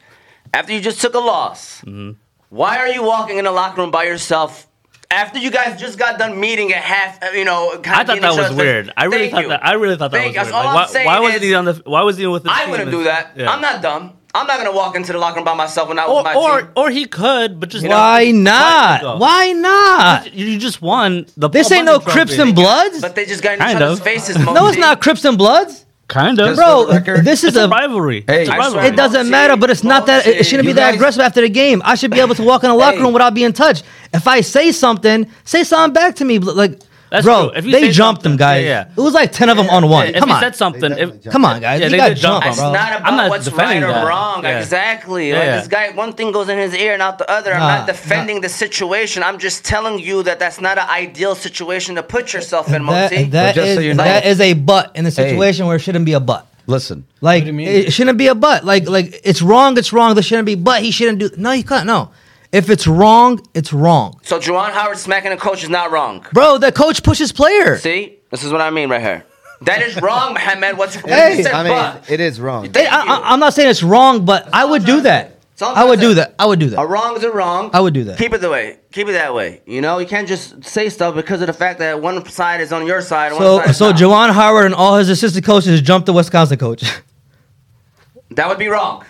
B: After you just took a loss,
D: Mm-hmm.
B: why are you walking in the locker room by yourself after you guys just got done meeting at half? uh, You know,
D: I thought that was weird. I really thought that. I really thought that
B: Thank you. That's
D: was weird.
B: all I'm
D: Like, why,
B: saying
D: why wasn't
B: is-
D: he on the? Why wasn't he with the?
B: I
D: team?
B: wouldn't
D: It's-
B: do that.
D: yeah.
B: I'm not dumb. I'm not gonna walk into the locker room by myself when I was
D: Or,
B: my
D: or
B: team.
D: or he could, but just
G: Why
D: though?
G: not? Why not?
D: You you just won the.
G: This
D: Paul
G: ain't no
D: Bunyan
G: Crips
D: Trophy.
G: and Bloods.
B: But they just got in each
D: Kind
B: other's
D: of.
B: faces.
G: No, it's
B: Mosey.
G: not Crips and Bloods,
D: Kind of,
G: bro.
C: for the record-
G: This is
D: It's a
G: a.
D: rivalry.
C: Hey,
D: it's a
C: I
D: rivalry.
B: swear
G: It doesn't
B: Bullshit.
G: matter, but it's not that. It
B: Bullshit.
G: shouldn't be
C: You
G: that
C: guys-
G: aggressive after the game. I should be able to walk in the locker room without being touched. If I say something, say something back to me. Like,
D: That's
G: bro,
D: true. If you
G: they
D: say
G: jumped
D: something-
G: them, guys.
D: yeah, yeah.
G: It was like ten of them on one.
D: If
G: Come
D: he
G: on,
D: said something,
A: They
D: if,
A: definitely
G: come on, guys.
D: Yeah,
G: You
D: they
G: got
D: did jump
G: jumped on,
B: It's
D: him.
G: bro.
B: not about
D: I'm not
B: what's right
D: defending
B: or
D: that.
B: wrong.
D: Yeah.
B: Exactly.
D: Yeah,
B: Like
D: yeah.
B: this guy, one thing goes in his ear and out the other. I'm
G: Nah,
B: not defending the situation. I'm just telling you that that's not an ideal situation to put yourself in,
G: That-
B: Monty.
G: that,
C: But just
G: is,
C: so you know-
G: that is a butt in a situation where it shouldn't be a butt.
C: Listen.
G: Like
E: do you mean?
G: it shouldn't be a butt. Like like it's wrong. It's wrong. There shouldn't be. But he shouldn't do. No, you can't. No, if it's wrong, it's wrong,
B: So Juwan Howard smacking a coach is not wrong.
G: bro. The coach pushes player.
B: See, this is what I mean right here. That is wrong, Mohammed. What's what
G: Hey,
B: you said,
A: I mean,
B: but
A: it is wrong.
G: Hey, I, I, I'm not saying it's wrong, but I would do that.
B: all I'm
G: I
B: trying
G: would
B: to say.
G: do that. I would do
B: a
G: that.
B: wrong is a wrong.
G: I would do that.
B: Keep it the way. Keep it that way. You know, you can't just say stuff because of the fact that one side is on your side. and one
G: So
B: side is
G: so
B: not.
G: Jawan Howard and all his assistant coaches jumped the Wisconsin coach.
B: that would be wrong.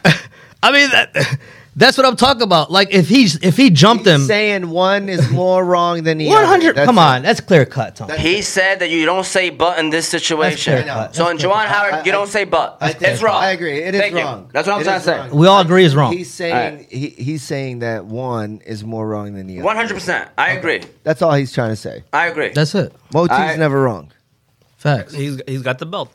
G: I mean that. That's what I'm talking about. Like if he's if he jumped
A: He's
G: him,
A: saying one is more wrong than the other.
G: one hundred.
A: That's
G: Come
A: it.
G: on, that's clear cut, Tom.
B: He said that you don't say but in this situation.
G: That's fair. I know.
B: So in
G: That's fair.
B: Jawan Howard,
A: I- I-
B: you don't say but.
A: I think-
B: it's wrong.
A: I agree. It is
B: Thank you.
A: wrong.
B: That's what I'm
A: It
B: trying
A: is
B: to say.
A: wrong.
G: We all agree is wrong.
A: He's saying he, he's saying that one is more wrong than the other.
B: One hundred percent. I agree.
A: That's all he's trying to say.
B: I agree.
G: That's it.
A: Moti's
B: I-
A: never wrong.
G: Facts.
D: He's he's got the belt.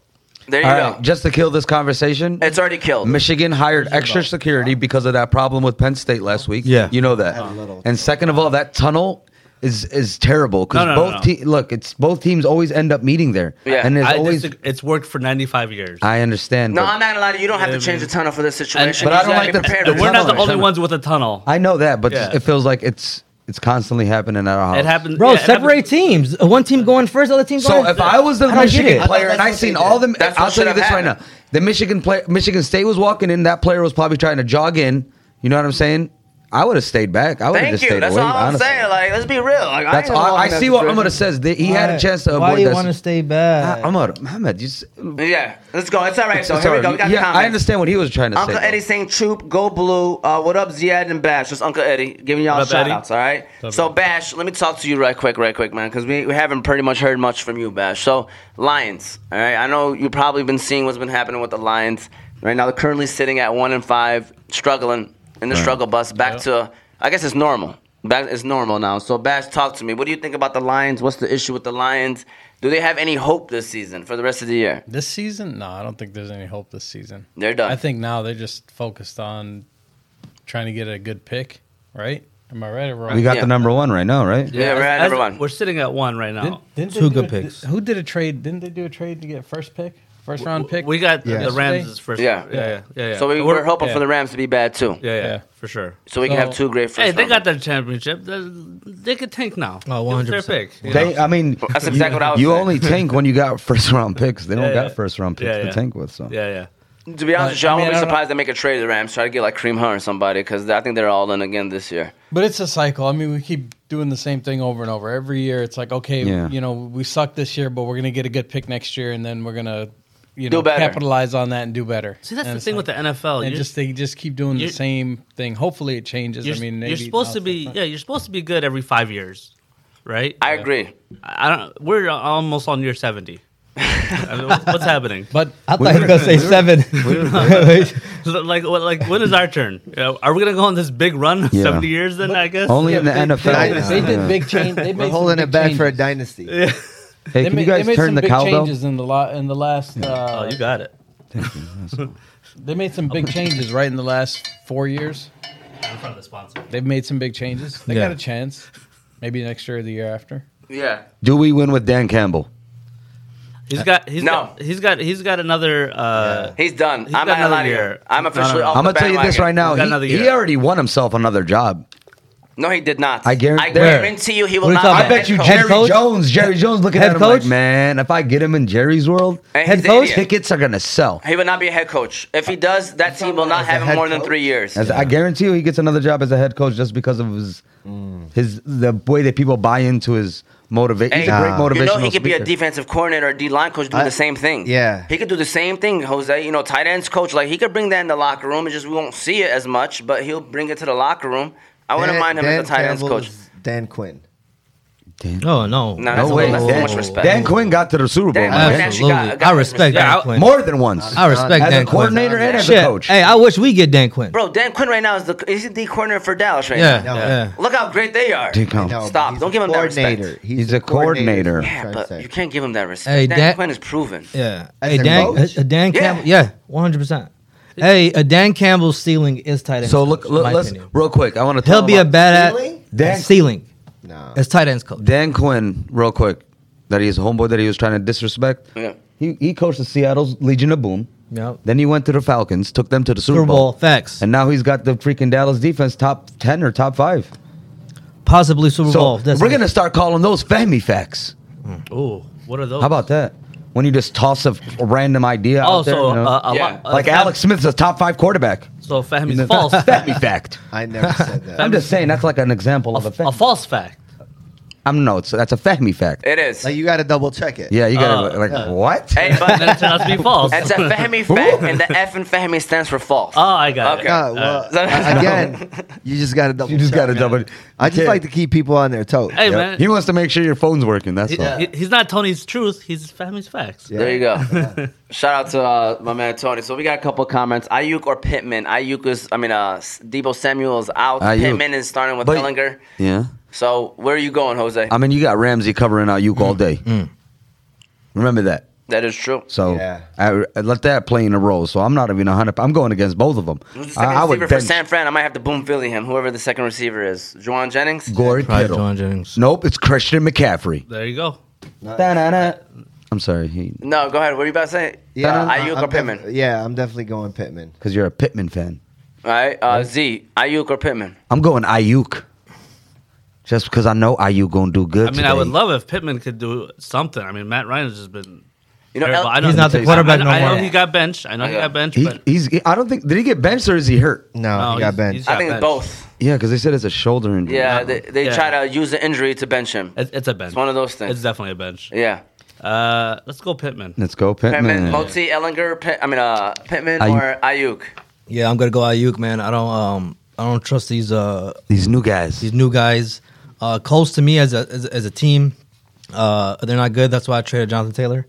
B: there you
C: All
B: go.
C: right, just to kill this conversation,
B: it's already killed.
C: Michigan hired extra security because of that problem with Penn State last week.
G: Yeah.
C: you know that. And second of all, that tunnel is is terrible because
D: No, no, no,
C: both
D: no.
C: te- look, it's both teams always end up meeting there.
B: Yeah.
C: and there's
D: I
C: always
D: disagree- it's worked for 95 years.
C: I understand.
B: no,
C: but-
B: I'm not gonna lie to you. You don't have to change the tunnel for this situation.
C: But I
B: You
C: don't
B: gotta
C: like
B: be
C: the-
B: prepared
C: the
B: for
C: word-
D: We're
B: something.
D: not the
C: tunnel,
D: only
C: tunnel.
D: ones with a tunnel.
C: I know that, but
D: Yeah.
C: it feels like it's it's constantly happening at our house.
D: It happens,
G: Bro,
D: yeah, it happens-
G: separate teams. One team going first, the other team going.
C: So if I was the
G: I don't get
C: Michigan
G: it.
C: player and I seen all them,
B: That's
C: I'll
B: what
C: tell you
B: should've
C: this right
B: happened.
C: now: the Michigan player, Michigan State was walking in. That player was probably trying to jog in. You know what I'm saying? I would have stayed back. I would have
B: Thank
C: just
B: you.
C: stayed
B: That's
C: away.
B: all I'm
C: honestly.
B: saying. Like, let's be real. Like, I,
C: That's
B: ain't
C: all.
B: alone
C: I
B: in that
C: see what
B: situation.
C: Amada says. That he had a chance to
G: Why
C: avoid
G: do you
C: that.
G: want to stay
C: Ah,
G: back?
C: Amada, Muhammad, you just. it's
B: Yeah, let's go. It's all right. So
C: all
B: here we
C: right.
B: go. We got
C: yeah,
B: the
C: I
B: comments.
C: understand what he was trying to
B: Uncle
C: say. though.
B: Eddie saying troop, go blue. Uh, what up, Ziad and Bash? It's Uncle Eddie giving y'all
D: What up,
B: shout
D: Eddie?
B: outs, all right?
D: up,
B: so,
D: Eddie?
B: Bash, let me talk to you right quick, right quick, man, because we, we haven't pretty much heard much from you, Bash. So, Lions, all right? I know you've probably been seeing what's been happening with the Lions. Right now, they're currently sitting at one and five, struggling in the struggle bus back to, I guess it's normal. Back, it's normal now. So, Bash, talk to me. What do you think about the Lions? What's the issue with the Lions? Do they have any hope this season for the rest of the year?
E: This season? No, I don't think there's any hope this season.
B: They're done.
E: I think now they're just focused on trying to get a good pick, right? Am I right or wrong?
C: we got
B: Yeah.
C: the number one right now, right?
B: Yeah, we're at
D: As-
B: number one.
D: We're sitting at one right now.
E: Didn't- didn't they
G: Two
E: do
G: good
E: a-
G: picks.
E: Who did a trade? Didn't they do a trade to get first pick, first round pick?
D: We got the-
A: Yeah.
D: the Rams' first.
B: Yeah.
D: yeah, yeah, yeah. yeah.
B: So we, we're,
D: We're-
B: hoping
E: yeah.
B: for the Rams to be bad too,
D: Yeah, yeah,
E: Yeah.
D: for sure.
B: so we can
E: So-
B: have two great first.
D: Hey, they
B: round
D: got that championship. They- They could tank now.
G: Oh,
D: It was their
G: 100%.
D: pick, you know?
C: They, I mean,
B: That's exactly
C: you,
B: what I was
C: You
B: saying.
C: only tank when you got first round picks. They don't
D: Yeah,
C: got
D: yeah.
C: first round picks
D: Yeah, yeah.
C: to tank with. So
D: Yeah, yeah.
B: rounds. To be honest with you, I
E: I mean,
B: won't be
E: I don't
B: surprised they make a trade to the Rams. Try to get like Cream Hunt or somebody because I think they're all in again this year.
E: But it's a cycle. I mean, we keep doing the same thing over and over. Every year, it's like, okay,
C: Yeah.
E: you know, we suck this year, but we're gonna get a good pick next year, and then we're gonna, you
B: Do
E: know,
B: better.
E: capitalize on that and do better.
D: See, that's
E: And
D: the
E: it's
D: thing with
E: like-
D: the NFL.
E: and
D: You're-
E: just they just keep doing the
D: you're-
E: same thing. Hopefully, it changes.
D: you're,
E: I mean,
D: you're
E: maybe
D: supposed to
E: now's
D: be
E: the time.
D: yeah, you're supposed to be good every five years, right?
B: I agree.
D: I don't. We're almost on year seventy. I mean, what's, what's happening?
E: But
G: I thought he was gonna say seven. Wait.
D: So, like, what, like, when is our turn? You know, are we gonna go on this big run of
C: Yeah.
D: seventy years? Then I guess
C: only in the
E: they-
C: NFL.
E: they-
A: Dynasty.
E: they did big change. They made
A: We're
E: some
A: holding
E: big
A: it back for a
E: changes.
A: dynasty.
C: hey,
E: They
C: can
E: made,
C: you
E: they
C: guys
E: made
C: turn
E: some
C: the
E: big
C: cowbell?
E: changes in the lot in the last.
D: Oh,
E: Uh,
D: you got it.
E: they made some big changes right in the last four years.
D: In front of the sponsor.
E: They've made some big changes. They
C: Yeah.
E: got a chance. Maybe next year or the year after.
B: Yeah,
C: Do we win with Dan Campbell?
D: He's got. He's
B: No.
D: got. He's got. He's got another. Uh,
B: he's done.
D: He's
B: I'm
D: got
B: not
D: another
B: allowed here.
D: year.
B: I'm
D: He's
B: officially.
D: done.
B: off
C: I'm
B: the
C: gonna tell you this
B: bandwagon.
C: right now.
D: We've got another
C: He, he
D: year.
C: already won himself another job.
B: No, he did not.
C: I guarantee-
B: I guarantee you, he will
G: What are you
B: not.
G: talking
B: be
G: about?
C: I bet you
B: head
G: coach.
C: Jerry
G: Head coach?
C: Jones. Jerry Jones looking
G: Head
C: at him
G: coach?
C: like, man, if I get him in Jerry's world,
B: And he's
C: head
B: the
C: coach
B: idiot.
C: tickets are gonna sell.
B: He will not be a head coach. If he does, that team will not
A: as a
B: have him
A: head
B: more than
A: coach?
B: three years.
C: As I guarantee you, he gets another job as a head coach just because of his his the way that people buy into his motivation. He's a
B: Hey,
C: great motivational
B: You know he could be a
C: speaker.
B: defensive coordinator or D line coach doing
A: I-
B: the same thing.
A: yeah.
B: He could do the same thing, Jose. You know, tight ends coach. Like he could bring that in the locker room. It's just we won't see it as much, but he'll bring it to the locker room. I wouldn't mind him as a tight ends coach.
A: Campbell's Dan Quinn.
G: No, no,
B: No,
C: No
B: That's a
C: way.
B: little- that's too much
C: Dan-
B: respect.
C: Dan Quinn got to the Super Bowl.
B: Dan
C: man.
B: Quinn actually
G: Absolutely,
B: got- got
G: I respect
B: respect.
G: Dan Quinn.
C: More than once.
G: I respect
C: as
G: Dan
C: a coordinator
G: Quinn.
C: and as
G: Shit.
C: a coach.
G: Hey, I wish we get Dan Quinn.
B: Bro, Dan Quinn right now is the he's the coordinator for Dallas right
G: yeah,
B: now.
A: No.
G: yeah.
B: Look how great they are.
C: Dude, come.
A: No,
B: Stop.
A: but he's
B: Don't
A: a
B: give him that respect.
A: coordinator.
C: He's a coordinator.
A: is what
B: Yeah,
A: I'm trying
B: but
A: to
B: you
A: say.
B: can't give him that respect.
G: Hey,
B: Dan,
G: Dan-
B: Quinn is proven.
G: Yeah.
A: As
G: Hey,
A: a
G: Dan,
A: coach?
G: a, a Dan
B: Yeah.
G: Campbell. Yeah, one hundred percent. Hey, a Dan Campbell stealing is tight end.
C: So look, look let's real quick. I want to tell
G: he'll be a
C: him about
G: bad
A: Stealing?
G: at
C: Dan-
G: stealing
A: Nah.
G: as tight ends coach.
C: Dan Quinn real quick. That he's a homeboy that he was trying to disrespect.
B: Yeah.
C: He he coached the Seattle's Legion of Boom.
G: Yep.
C: Then he went to the Falcons, took them to the Super
G: Super Bowl
C: Bowl,
G: facts,
C: and now he's got the freaking Dallas defense top ten or top five.
G: possibly Super
C: So
G: Bowl. That's
C: we're
G: it.
C: gonna start calling those family facts.
D: Ooh, what are those?
C: How about that? When you just toss a, f- a random idea out there,
D: Also,
C: you know?
D: uh, a
B: Yeah.
D: lot- uh,
C: like
D: Fam-
C: Alex Smith's a top five quarterback.
D: So Fahmi's false.
C: Family fact.
A: I never said
C: I'm
A: that.
C: just saying that's like an example of a fact.
D: a false fact.
C: I'm no, it's, that's a Fahmy fact.
B: It is.
A: like you got to double check it.
C: yeah, you gotta
D: Uh,
C: like what?
B: hey,
D: And then it
B: but
D: turned out to be false.
B: it's a Fahmy fact, and the F in Fahmy stands for false.
D: oh, I got
B: Okay.
D: it.
A: Nah, well,
B: Uh,
A: uh, again, you just got to double.
C: you just
A: check.
C: gotta double.
A: I just like to keep people on their toes.
D: Hey
C: Yep.
D: man,
C: He wants to make sure your phone's working. That's
D: He-
C: all.
D: he- he's not Tony's truth. He's Fahmi's facts.
A: Yeah.
B: There you go. Shout out to uh, my man Tony. So we got a couple of comments. Ayuk or Pittman? Ayuk is, I mean, uh, Debo Samuel's out.
C: Ayuk.
B: Pittman is starting with
C: But-
B: Ellinger.
C: Yeah.
B: So where are you going, Jose?
C: I mean, you got Ramsey covering out Uke all day. Remember that.
B: that is true.
C: So
A: Yeah.
C: I, I let that play in a role. So I'm not even 100. I'm going against both of them.
B: Who's the
C: I,
B: second
C: I would
B: receiver for
C: bench
B: San Fran? I might have to boom Philly him, whoever the second receiver is. Juwan Jennings?
C: Corey
G: Probably
C: Kittle.
G: John Jennings.
C: Nope, it's Christian McCaffrey.
D: There you go.
C: I'm sorry, he
B: No, go ahead. What are you about to say?
A: Yeah,
B: Uh,
A: I-
B: Ayuk
A: I'm
B: or
A: def-
B: Pittman?
A: yeah, I'm definitely going Pittman.
C: because you're a Pittman fan.
B: All right. Uh, Z, Ayuk or Pittman?
C: I'm going Ayuk. Just because I know Ayuk gonna do good.
D: I mean, I would
C: today.
D: love if Pittman could do something. I mean, Matt Ryan has just been.
B: You know,
D: terrible.
B: El-
D: I know-
G: He's not the
D: I-
G: quarterback
D: I,
G: no
D: I know
G: more.
D: he got benched. I know he
B: Yeah.
D: got benched,
C: He,
D: but
C: he's. I don't think. Did he get benched or is he hurt?
A: No,
D: No,
A: he got
D: he's-
A: benched.
D: he's-
B: I think
D: bench.
B: both.
C: Yeah, because they said it's a shoulder injury.
B: Yeah, they, they
D: Yeah.
B: try to use the injury to bench him.
D: It's, it's a bench.
B: It's one of those things.
D: It's definitely a bench.
B: yeah.
D: Uh, let's go Pittman.
C: Let's go, Pittman.
B: Pittman, Motzi, Ellinger, Pitt, I mean, uh, Pittman
C: Ayuk.
B: or Ayuk.
G: Yeah, I'm gonna go Ayuk, man. I don't um I don't trust these uh
C: These new guys.
G: these new guys. Uh, Colts to me as a as, a- as a team, uh, they're not good. That's why I traded Jonathan Taylor.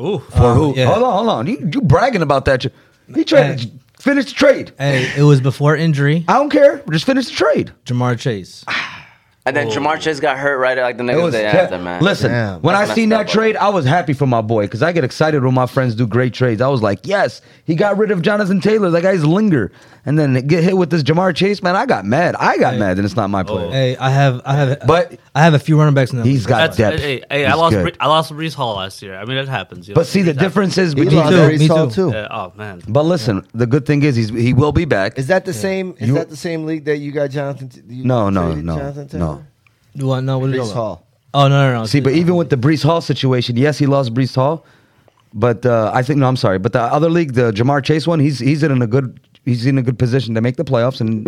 D: Ooh,
C: For who?
G: yeah.
C: Hold on, hold on. You, you bragging about that? He tried to finish the trade.
G: Hey, it was before injury.
C: I don't care. Just finish the trade.
G: Jamar Chase.
B: And then Jamar Chase got hurt right like the
C: It
B: next
C: was-
B: day after, man.
C: Listen,
A: Damn.
C: when
B: That's
C: I seen
B: messed
C: that
B: up, bro.
C: trade, I was happy for my boy because I get excited when my friends do great trades. I was like, yes, he got rid of Jonathan Taylor. That guy's linger. And then get hit with this Jamar Chase, man. I got mad. I got mad, and it's not my play.
G: Hey, I have I have
C: But-
G: I have a few running backs in the
C: He's got
D: that's,
C: depth.
D: hey, hey, I
C: He's
D: lost,
C: good.
D: Bre- I lost Brees Hall last year. I mean, it happens. you know,
C: But see, the
D: things happen.
C: difference is
A: He
C: with
A: lost
C: these-
A: Brees
G: me
A: Hall,
G: too.
A: too.
D: Uh, oh man,
C: But listen, the good thing is he's he will be back.
A: Is that the same? Is
C: You-
A: that the same league that you got Jonathan? T- you
C: No, no,
A: traded
C: no,
A: Jonathan Taylor?
C: no.
G: You want no? What are you
A: Brees
G: talking about?
A: Hall.
G: Oh no no no.
C: See, but even with the Brees Hall situation, yes, he lost Brees Hall, but uh, I think no, I'm sorry, but the other league, the Jamar Chase one, he's he's in a good he's in a good position to make the playoffs and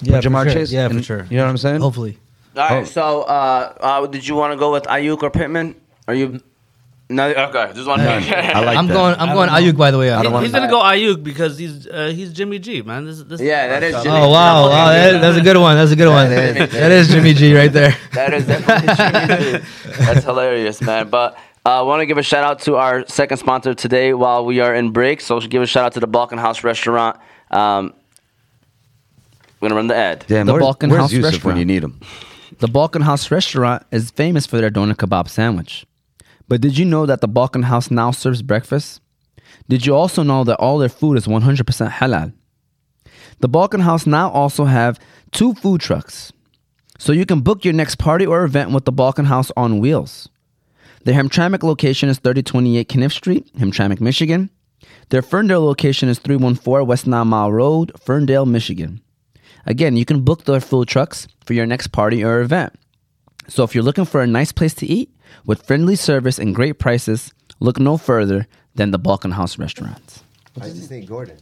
G: Yeah,
C: put
G: for
C: Jamar
G: sure.
C: Chase,
G: Yeah, for
C: and-
G: sure.
C: You know what I'm saying?
G: hopefully.
B: All right,
C: Oh.
B: so uh, uh, did you want to go with Ayuk or Pittman? Are you? No, okay, just one.
C: I like
G: I'm
C: that.
G: going I'm
D: I
G: going
D: don't know.
G: Ayuk by the way.
D: He-
C: don't wanna-
D: he's gonna go Ayuk because he's uh, he's Jimmy G, man. This, this
B: Yeah, that is. Jimmy
G: Oh wow, wow, that- that's a good one. That's a good one.
A: that
B: is-
G: That is Jimmy G right there.
B: That is definitely Jimmy G. That's hilarious, man. But uh, I want to give a shout out to our second sponsor today while we are in break. So give a shout out to the Balkan House Restaurant. Um, we're gonna run the ad.
C: Damn,
F: The
C: where's,
F: Balkan
C: where's
F: House
C: Yusuf
F: restaurant.
C: when you need him?
F: The Balkan House restaurant is famous for their doner kebab sandwich. But did you know that the Balkan House now serves breakfast? Did you also know that all their food is 100% halal? The Balkan House now also have two food trucks. So you can book your next party or event with the Balkan House on wheels. Their Hamtramck location is 3028 Kniff Street, Hamtramck, Michigan. Their Ferndale location is 314 West Nine Mile Road, Ferndale, Michigan. Again, you can book their food trucks for your next party or event. So if you're looking for a nice place to eat with friendly service and great prices, look no further than the Balkan House restaurants.
A: I just think Gordon.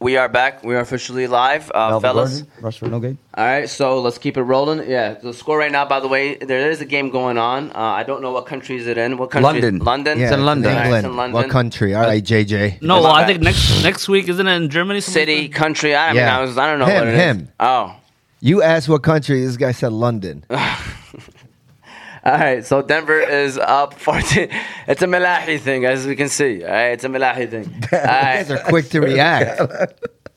B: We are back. We are officially live, uh, fellas.
C: Restaurant, no gate.
B: All right, so let's keep it rolling. Yeah, the score right now, by the way, there is a game going on. Uh, I don't know what country is it in. What country?
C: London.
B: London.
A: Yeah,
B: All right,
A: England.
B: it's in London.
A: What country? All right, JJ.
D: No,
B: It's
D: well,
B: not
D: I think
B: bad.
D: next next week isn't it in Germany?
B: City, country. I mean,
A: Yeah.
B: I was. I don't know
A: Him,
B: what it is.
A: him.
B: Oh,
A: You asked what country? This guy said London.
B: all right. So Denver is up 14. It's a Malahi thing, as we can see. All right, it's a Malahi thing. All
A: You guys are
B: right,
A: quick to react.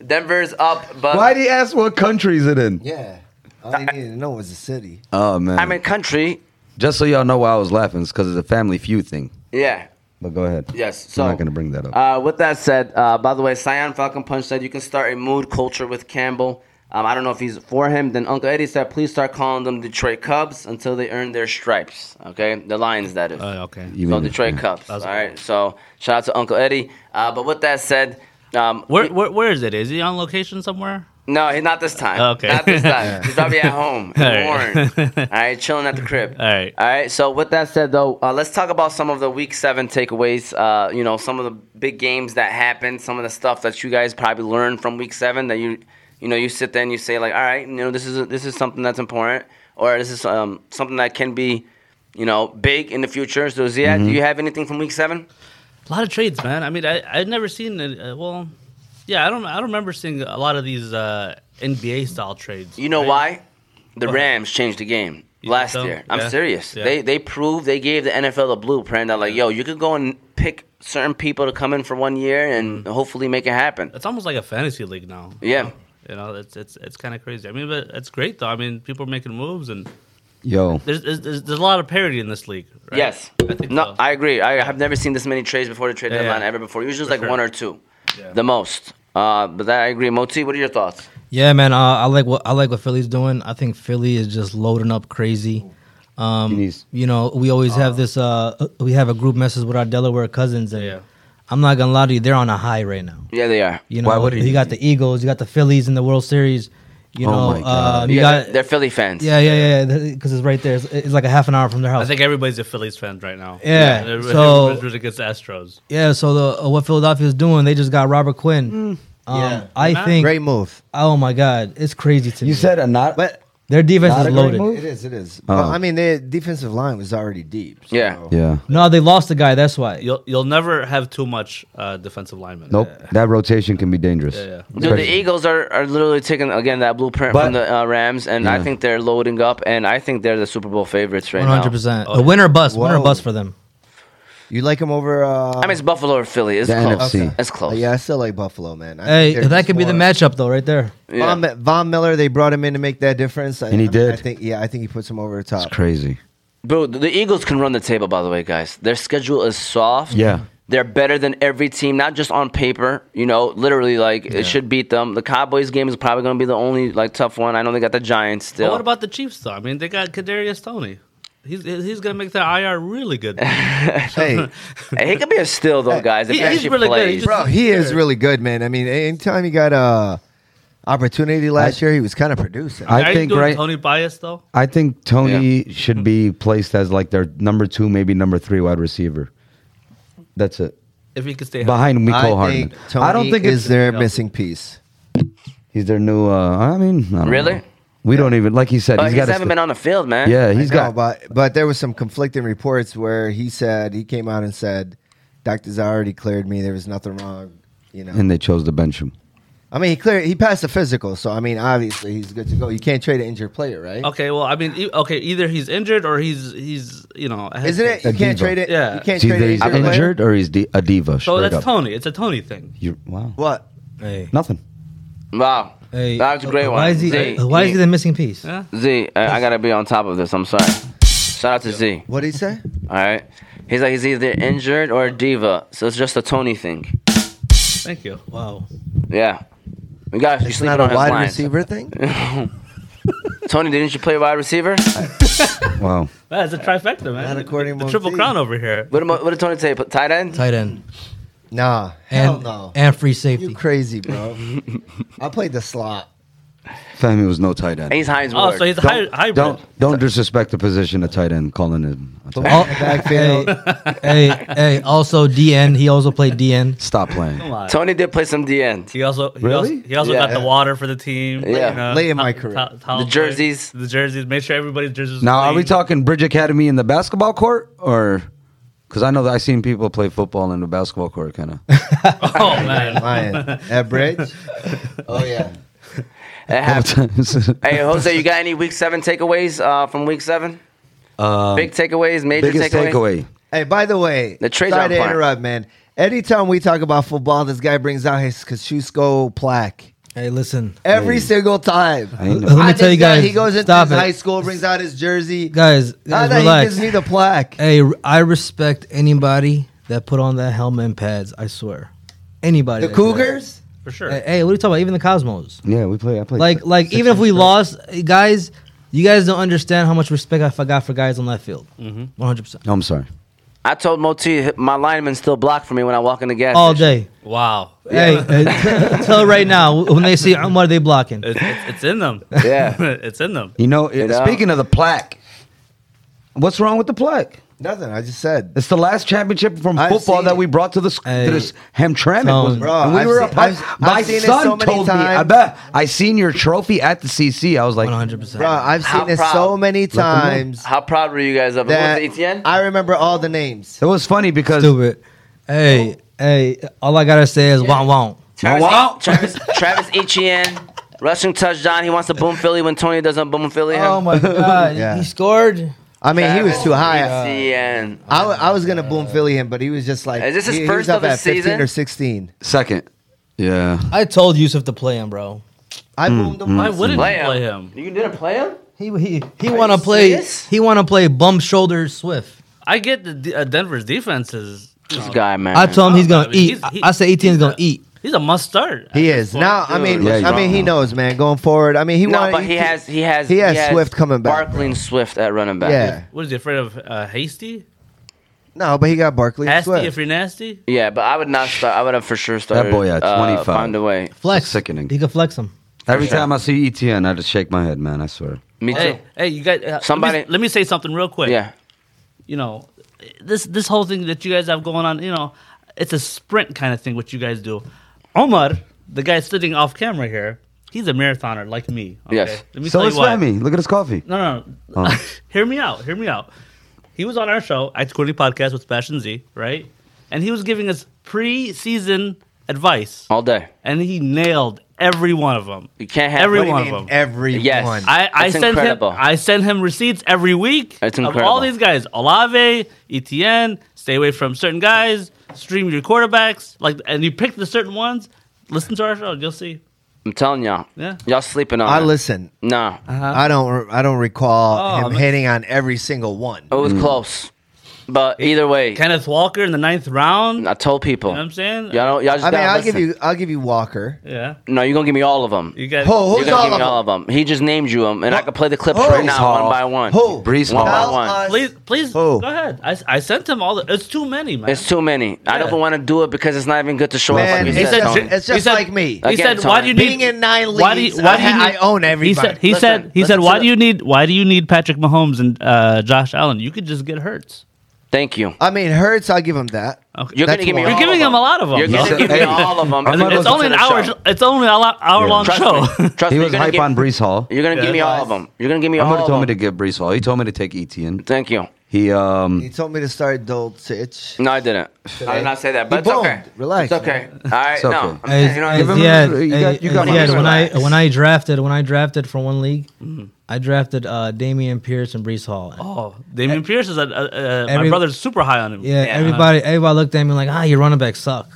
B: Denver's up, but
C: Why do you ask what country is it in?
A: yeah. All you needed to know was the city.
C: Oh man!
B: I mean country.
C: just so y'all know why I was laughing, it's because it's a family feud thing.
B: Yeah.
C: But go ahead.
B: Yes. So
C: I'm not gonna bring that up.
B: Uh, with that said, uh, by the way, Cyan Falcon Punch said you can start a mood culture with Campbell. Um, I don't know if he's for him. Then Uncle Eddie said, please start calling them Detroit Cubs until they earn their stripes. Okay, the Lions that is.
D: Uh, okay.
C: You
B: so
C: mean-
B: Detroit
C: yeah.
B: Cubs. All right. So shout out to Uncle Eddie. Uh, but with that said, um,
D: Where, where where is it? Is he on location somewhere?
B: no, he's not this time.
D: Okay.
B: Not this time. He's probably at home in
D: All right.
B: Warren. All right, chilling at the crib.
D: All right.
B: All right. So with that said, though, uh, let's talk about some of the Week Seven takeaways. Uh, you know, some of the big games that happened, some of the stuff that you guys probably learned from Week Seven that you, you know, you sit there and you say like, all right, you know, this is this is something that's important, or this is um, something that can be, you know, big in the future. So Ziad, do you have anything from Week Seven?
D: A lot of trades, man. I mean, I I've never seen it. Uh, well, yeah, I don't I don't remember seeing a lot of these uh, NBA style trades.
B: You know
D: right?
B: why? The
D: What?
B: Rams changed the game
D: You
B: last
D: think so?
B: year. I'm
D: Yeah.
B: serious.
D: Yeah.
B: They they proved they gave the NFL a blueprint. That like, yo, you could go and pick certain people to come in for one year and
D: Mm-hmm.
B: hopefully make it happen.
D: It's almost like a fantasy league now.
B: Yeah.
D: You know, it's it's it's kind of crazy. I mean, but it's great though. I mean, people are making moves, and
C: Yo,
D: there's there's, there's, there's a lot of parity in this league. Right?
B: Yes.
D: I think
B: no,
D: so.
B: I agree. I have never seen this many trades before the trade
D: Yeah,
B: deadline
D: yeah.
B: ever before. Usually it's
D: For
B: like
D: sure.
B: one or two,
D: Yeah.
B: the most. Uh, but that I agree. Moti, what are your thoughts?
G: Yeah, man. Uh, I like what I like what Philly's doing. I think Philly is just loading up crazy. Um,
C: He needs-
G: you know, we always have this. Uh, we have a group message with our Delaware cousins, and
D: Yeah.
G: I'm not gonna lie to you, they're on a high right now.
B: Yeah, they are.
G: You know,
C: Why would he?
G: you got the Eagles, you got the Phillies in the World Series. You
C: Oh
G: know,
C: my God.
G: um,
B: Yeah,
G: you
B: they're,
G: got
B: they're Philly fans.
G: yeah, yeah, yeah, because it's right there. It's, it's like a half an hour from their
D: I
G: house.
D: think everybody's a Phillies fan right now.
G: Yeah,
D: Everybody-
G: so-
D: everybody's against the Astros.
G: yeah. So the, uh, what Philadelphia is doing, they just got Robert Quinn. Um,
A: Yeah.
G: I think.
A: Great move.
G: Oh my God, it's crazy to me.
C: You said a not.
A: But
G: their defense
C: Not
G: is
C: a great
G: loaded.
C: move?
A: it is, it is. But,
C: Oh.
A: I mean, the defensive line was already deep. so-
B: Yeah.
C: yeah.
G: No, they lost the guy. That's why.
D: You'll you'll never have too much uh, defensive linemen.
C: Nope. That rotation can be dangerous.
D: Yeah, yeah.
B: Dude, the
C: Especially-
B: Eagles are, are literally taking again that blueprint
C: But-
B: from the uh, Rams, and I
C: Yeah.
B: think they're loading up, and I think they're the Super Bowl favorites right
G: One hundred
B: now.
G: percent. A winner bus. Winner
A: Whoa.
G: bus for them.
A: You like him over? Uh,
B: I mean, it's Buffalo or Philly. It's
C: The
B: close.
C: NFC.
B: It's close.
A: yeah, I still like Buffalo, man. I
G: Hey,
A: think they're
G: that could be the
A: more-
G: matchup though, right there.
B: Yeah.
A: Von, Von Miller, they brought him in to make that difference, I-
C: And he
A: I mean, I
C: did.
A: think, yeah, I think he puts him over the top.
C: It's crazy.
B: Bro, the Eagles can run the table, by the way, guys. Their schedule is soft.
C: Yeah.
B: They're better than every team, not just on paper. You know, literally, like, it should beat them. The Cowboys game is probably going to be the only, like, tough one. I know they got the Giants still.
D: But what about the Chiefs though? I mean, they got Kadarius Tony. He's he's gonna make that IR really good.
A: Hey,
B: Hey, he could be a steal, though, guys, if
D: He-
B: he,
D: he's
B: actually
D: really good. He
B: plays.
D: just-
A: bro, he is really good, man. I mean, anytime he got a opportunity last year, he was kind of producing.
C: I
D: Are
C: think
D: you doing
C: right.
D: Tony bias though?
C: I think Tony should be placed as like their number two, maybe number three wide receiver. That's it.
D: If he could stay healthy.
C: Behind Miko
A: I
C: Hardman.
A: think Tony
C: I don't think
A: is
C: it's
A: their missing piece.
C: he's their new. Uh, I mean, I don't
B: Really?
C: know. We don't even like he said.
B: Uh,
C: he's
B: he's
C: got.
B: haven't been on the field, man.
C: Yeah,
A: I
C: he's
A: know,
C: got.
A: but but there was some conflicting reports where he said he came out and said, "Doctors already cleared me. There was nothing wrong." You know,
C: and they chose to bench him.
A: I mean, he cleared. He passed the physical, so I mean, obviously he's good to go. You can't trade an injured player, right?
B: Oh,
D: Okay, well, I mean, e- okay, either he's injured or he's he's you know. a head
A: Isn't
D: case.
A: it? You
C: A
A: can't
C: diva.
A: trade it.
D: Yeah.
A: You can't
C: It's either
A: trade an
C: he's
A: injured, player?
C: injured or he's di- a diva.
D: So
C: straight
D: that's
C: up.
D: Tony. It's a Tony thing.
C: You- wow.
A: What?
G: Hey,
C: Nothing.
B: Wow.
G: hey,
B: That was a great
G: why
B: one.
G: Is he, uh,
B: Z,
G: why is he
B: you-
G: the missing piece?
D: Yeah.
B: Z, I, I got to be on top of this. I'm sorry. Shout out to Z.
A: What did he say?
B: All right. He's like, he's either injured or a diva. So it's just a Tony thing.
D: Thank you.
G: Wow.
B: Yeah. We got you
A: It's
B: sleeping
A: not a
B: on his
A: wide
B: lines.
A: receiver thing.
B: Tony, didn't you play wide receiver?
C: Wow.
D: That's a trifecta, man.
A: Not according
D: the
A: to
D: triple
A: Monty.
D: crown over here.
B: What, did Mo- what did Tony say? Put Tight end?
G: Tight end
A: Nah, hell
G: and
A: no.
G: and free
A: You
G: safety.
A: crazy, bro? I played the slot.
C: Fam, he was no tight end.
B: And he's Heinz
D: Oh,
B: Ward.
D: so he's a
C: Don't-
D: hy- hybrid.
C: Don't don't disrespect the position of tight end. Calling it. A tight end.
G: All, hey,
A: backfield.
G: hey, hey, also DN. He also played DN.
C: Stop playing.
D: Come on.
B: Tony did play some D end.
D: He also he
C: Really?
D: also, he also
B: Yeah.
D: got the water for the team.
B: Yeah.
A: Late in my
D: top-
A: career.
D: top- top
B: The
D: player.
B: jerseys.
D: the jerseys. Make sure everybody's jerseys.
C: Now, are we
D: clean.
C: talking Bridge Academy in the basketball court, or because I know that I seen people play football in the basketball court, kind of.
D: Oh man,
A: Lion at bridge. Oh yeah.
B: That happened.
C: Oh,
B: hey, Jose, you got any week seven takeaways uh, from week seven? Big takeaways, major
C: Uh, Um, biggest
B: takeaways?
C: takeaway.
A: Hey, by the way,
B: The trades
A: sorry
B: aren't
A: to
B: playing.
A: interrupt, man. Anytime we talk about football, this guy brings out his Kosciusko plaque
G: Hey, listen,
A: every single time.
C: I ain't
G: Let
C: know.
G: me
A: I
G: tell
A: just
G: you
A: thought
G: guys,
A: he goes into
G: stop
A: his
G: it.
A: high school, brings out his jersey.
G: guys,
A: Now
G: guys
A: that he
G: relax.
A: gives me the plaque.
G: Hey, I respect anybody that put on that helmet and pads. I swear, anybody.
A: The
G: that did that.
A: Cougars?
D: for sure.
G: Hey, hey, what are you talking about? Even the Cosmos.
C: Yeah, we play. I play.
G: Like, like even if we lost, guys, you guys don't understand how much respect I forgot for guys on that field.
D: Mm-hmm.
G: One hundred percent.
C: I'm sorry.
B: I told Moti my lineman still blocked for me when I walk in the gas.
G: All
B: station.
G: day.
D: Wow,
G: Hey, uh, tell right now when they see Umar, they blocking.
D: it's, it's, it's in them.
B: Yeah.
D: it's in them.
C: You know, it- uh,
B: You know.
C: speaking of the plaque, what's wrong with the plaque?
A: Nothing. I just said.
C: It's the last championship from
A: I've
C: football
A: seen
C: that
A: it.
C: we brought to this
G: Hey.
C: to this Hamtramck.
G: Tone.
C: was-
A: Bro,
C: and we
A: I've
C: were
A: seen-
C: up high-
A: I've- I've
C: my
A: seen it
C: son
A: so many
C: told me. I
A: times.
C: bet I seen your trophy at the CC. I was like,
G: One hundred percent.
A: Bro, I've seen
B: How
A: this
B: proud-
A: so many
C: know.
A: times
B: How proud were you guys of it?
A: that
B: What was E it, Etienne?
A: I remember all the names.
C: it was funny because
G: Stupid. Hey, hey, all I gotta say is wow, wow.
B: Travis, E-
C: Wow.
B: Travis, Travis Etienne, rushing touchdown. He wants to boom Philly when Tony doesn't boom Philly. Him.
G: Oh my god,
A: Yeah.
G: he scored.
A: I mean, he was too
B: E
A: high.
B: Etienne.
A: I, wa- I was gonna boom Philly him, but he was just like
B: Is this his
A: he, he was
B: first
A: up
B: of his
A: at 15
B: season?
A: or sixteen.
C: second, yeah,
G: I told Yusuf to play him, bro.
A: I boomed him.
D: Why wouldn't
B: Play
D: you
B: him.
D: play him?
B: You didn't play him?
G: He he he
B: Are
G: want to
B: you
G: play.
B: serious?
G: He want to play bump shoulders Swift.
D: I get the D- uh, Denver's defense is. you
B: This
D: know,
B: guy, man.
G: I told him he's gonna
D: I mean,
G: eat.
D: he's- he-
G: I I said Etienne's gonna eat.
D: He's a must start.
A: He is now. I mean,
C: Yeah, you're
A: I mean, he
C: wrong.
A: knows, man. Going forward, I mean, he
B: no,
A: wanted- E
B: but he has he has
A: he has Swift coming back,
B: Barkley and Swift at running back.
A: Yeah,
D: What is he afraid of? Uh, hasty,
A: no, but he got Barkley. and
D: nasty.
A: Swift.
D: If you're nasty,
B: Yeah, but I would not start. I would have for sure started.
C: boy at
B: uh,
C: 25.
B: Find a way.
G: Flex.
C: sickening.
G: He could flex him.
C: Every
B: sure.
C: time I see ETN, I just shake my head, man. I swear.
B: Me too.
D: hey, hey, you guys. uh, let me-
B: Somebody-
D: Let me, say something real quick.
B: Yeah.
D: you know, this this whole thing that you guys have going on, you know, it's a sprint kind of thing. What you guys do, Omar the guy sitting off camera here, he's a marathoner like me. Okay?
B: Yes.
D: Let me
C: so
D: tell
C: is
D: you why.
C: Femi. Look at his coffee.
D: No, no. no. hear me out. Hear me out. He was on our show, Act Quarterly Podcast with Sebastian Z, right? And he was giving us pre-season advice,
B: all day.
D: and he nailed every one of them.
B: You can't have
D: Every
B: like-
D: one of
A: mean
D: them.
A: every
B: Yes.
A: one.
D: I, I
B: It's
D: send
B: incredible.
D: him I send him receipts every week
B: It's
D: of all
B: incredible.
D: these guys. Olave, ETN, stay away from certain guys, stream your quarterbacks, like and you pick the certain ones, listen to our show, you'll see.
B: I'm telling y'all.
D: Yeah.
B: Y'all sleeping on
A: I
B: it.
A: listen.
B: Nah.
A: I don't. I don't recall
D: Oh,
A: him
D: man.
A: hitting on every single one.
B: It was close. But either way,
D: Kenneth Walker in the ninth round.
B: I told people.
D: You know what I'm saying?
B: Y'all, don't- y'all just
A: I mean,
B: gotta
A: I'll give
B: listen.
A: you. I'll give you Walker.
D: Yeah.
B: No, you're gonna give me all of them.
D: You got
A: Who?
B: you're
A: Who's
B: gonna give
A: all
B: me all
A: of
B: of them. He just named you them, and I
A: Who?
B: can play the clips
A: Who?
B: right now,
C: Hall.
B: one by one.
A: them? Who?
C: Brees
B: One by
A: Tell
B: one.
A: us-
D: please please
C: Who?
D: go ahead. I, I sent him all the it's too many, man.
B: It's too many. I
D: Yeah.
B: don't want to do it because it's not even good to show
A: Man,
B: up. Like you
A: it's,
B: said,
A: just,
B: Tony.
A: it's
D: He
A: just
D: said-
A: like me.
D: He said,
B: Again,
D: "Why do you need
A: Being in nine
D: why do you-
A: leagues,
D: why
A: I
D: do you
A: ha- I
D: need-
A: own
D: He
A: everybody.
D: said. He
B: Listen,
D: said. He said.
B: listen
D: Why
B: to
D: do you need? Why do you need Patrick Mahomes and uh, Josh Allen? You could just get Hurts.
B: Thank you.
A: I mean, Hurts. I'll give him that.
D: Okay.
B: You're
A: That's
B: gonna give me.
A: why.
B: all
D: You're giving
B: of
D: him a lot of them.
B: You're gonna
D: Hey,
B: give me all of them.
C: I'm not
D: it's only an hour. It's only an hour long
B: Trust
D: show.
B: me. Trust
C: He
B: me.
C: was
B: you're gonna
C: hype
B: give-
C: on Brees Hall.
B: You're gonna give me all of them. You're gonna give me
C: Ahmed
B: all
C: told me
B: of
C: to
B: them.
C: give Brees Hall. He told me to take Etienne.
B: Thank you.
C: He
A: He
C: um
A: told me to start Dolcich.
B: No, I didn't. I did not say that. But
A: He
B: it's okay.
A: boned. Relax,
B: It's okay. All right.
C: It's
B: No.
C: okay.
B: I'm-
G: As-
B: you know,
G: as
B: give him-
G: yet,
C: another- you
G: as-
C: got- you
G: as
C: got
G: yet,
C: another
G: when I
B: relax.
G: when I drafted when I drafted for one league, I drafted uh, Damian Pierce and Brees Hall.
D: Mm-hmm. Oh, Damian
B: Eh,
D: Pierce is a, a, a, my
G: Every-
D: brother's super high on him.
G: Yeah, everybody everybody looked at me like, ah, your running backs suck.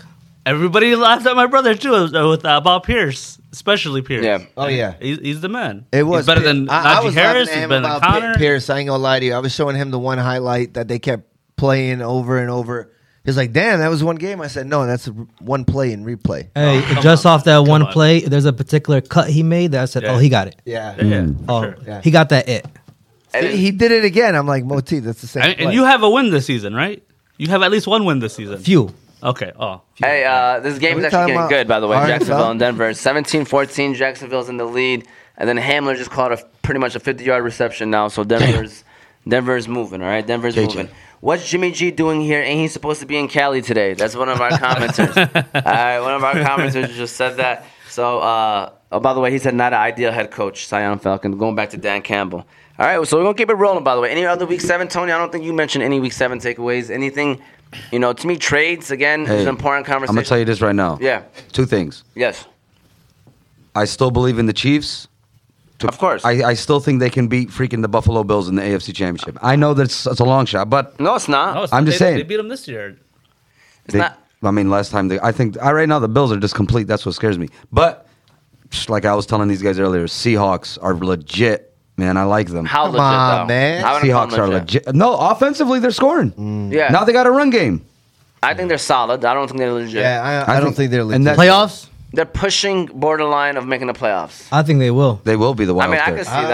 D: Everybody laughed at my brother too uh, with uh, about Pierce, especially Pierce.
B: Yeah.
A: Oh yeah.
D: He's, he's the man.
A: It was
D: he's better
A: Pi-
D: than
A: I,
D: Najee
A: I was laughing
D: Harris.
A: at
D: He's
A: him
D: better than
A: about Pi-
D: Connor.
A: Pierce. I ain't gonna lie to you. I was showing him the one highlight that they kept playing over and over. He's like, "Damn, that was one game." I said, "No, that's one play and replay."
G: Hey,
D: Oh, come
G: just
D: on,
G: off that
D: come
G: one
D: on.
G: play, there's a particular cut he made that I said,
D: Yeah.
G: oh, he got it.
A: Yeah,
D: Yeah, yeah, for
G: Oh,
D: sure.
A: Yeah.
G: he got that it.
B: And
A: He, he did it again. I'm like, "Moti, that's the same."
D: And, and
A: play."
D: you have a win this season, right? You have at least one win this season.
G: Few.
D: Okay. Oh. few.
B: Hey, uh, this game is
A: we
B: actually
A: talking
B: getting
A: about
B: good, by the way.
A: RSL?
B: Jacksonville and Denver. 17-14, Jacksonville's in the lead. And then Hamler just caught a pretty much a 50-yard reception now. So Denver's Denver's moving, all right? Denver's moving. What's Jimmy G doing here? Ain't he supposed to be in Cali today? That's one of our commenters. all right, one of our commenters just said that. So, uh, oh, by the way, he said not an ideal head coach, Sion Falcon, going back to Dan Campbell. All right, so we're going to keep it rolling, by the way. Any other week seven, Tony? I don't think you mentioned any week seven takeaways. Anything, you know, to me, trades, again, is
C: hey,
B: an important
C: I'm
B: conversation.
C: gonna tell you this right now.
B: Yeah.
C: Two things.
B: Yes.
C: I still believe in the Chiefs. To-
B: Of course.
C: I, I still think they can beat freaking the Buffalo Bills in the AFC Championship. I know that it's, it's a long shot, but
B: No, it's not.
D: No, it's-
C: I'm just
D: they-
C: saying.
D: they beat him this year.
B: it's
C: they-
B: not.
C: I mean, last time they, I think I, right now the Bills are just complete. That's what scares me. But just like I was telling these guys earlier, Seahawks are legit, man. I like them.
B: How
A: Come
B: legit,
A: on,
B: though?
A: man.
B: I wouldn't call
C: Seahawks
B: them
C: are legit. No, offensively they're scoring.
B: Mm. Yeah.
C: Now they got a run game.
B: I think they're solid. I don't think they're legit.
A: yeah, I, I,
C: I
A: don't think,
C: think-
A: they're
C: and
A: legit.
C: that-
G: Playoffs?
B: They're pushing borderline of making the playoffs.
G: I think they will.
C: They will be the
B: I
C: wild
B: mean, I
C: card.
B: can see
A: Uh,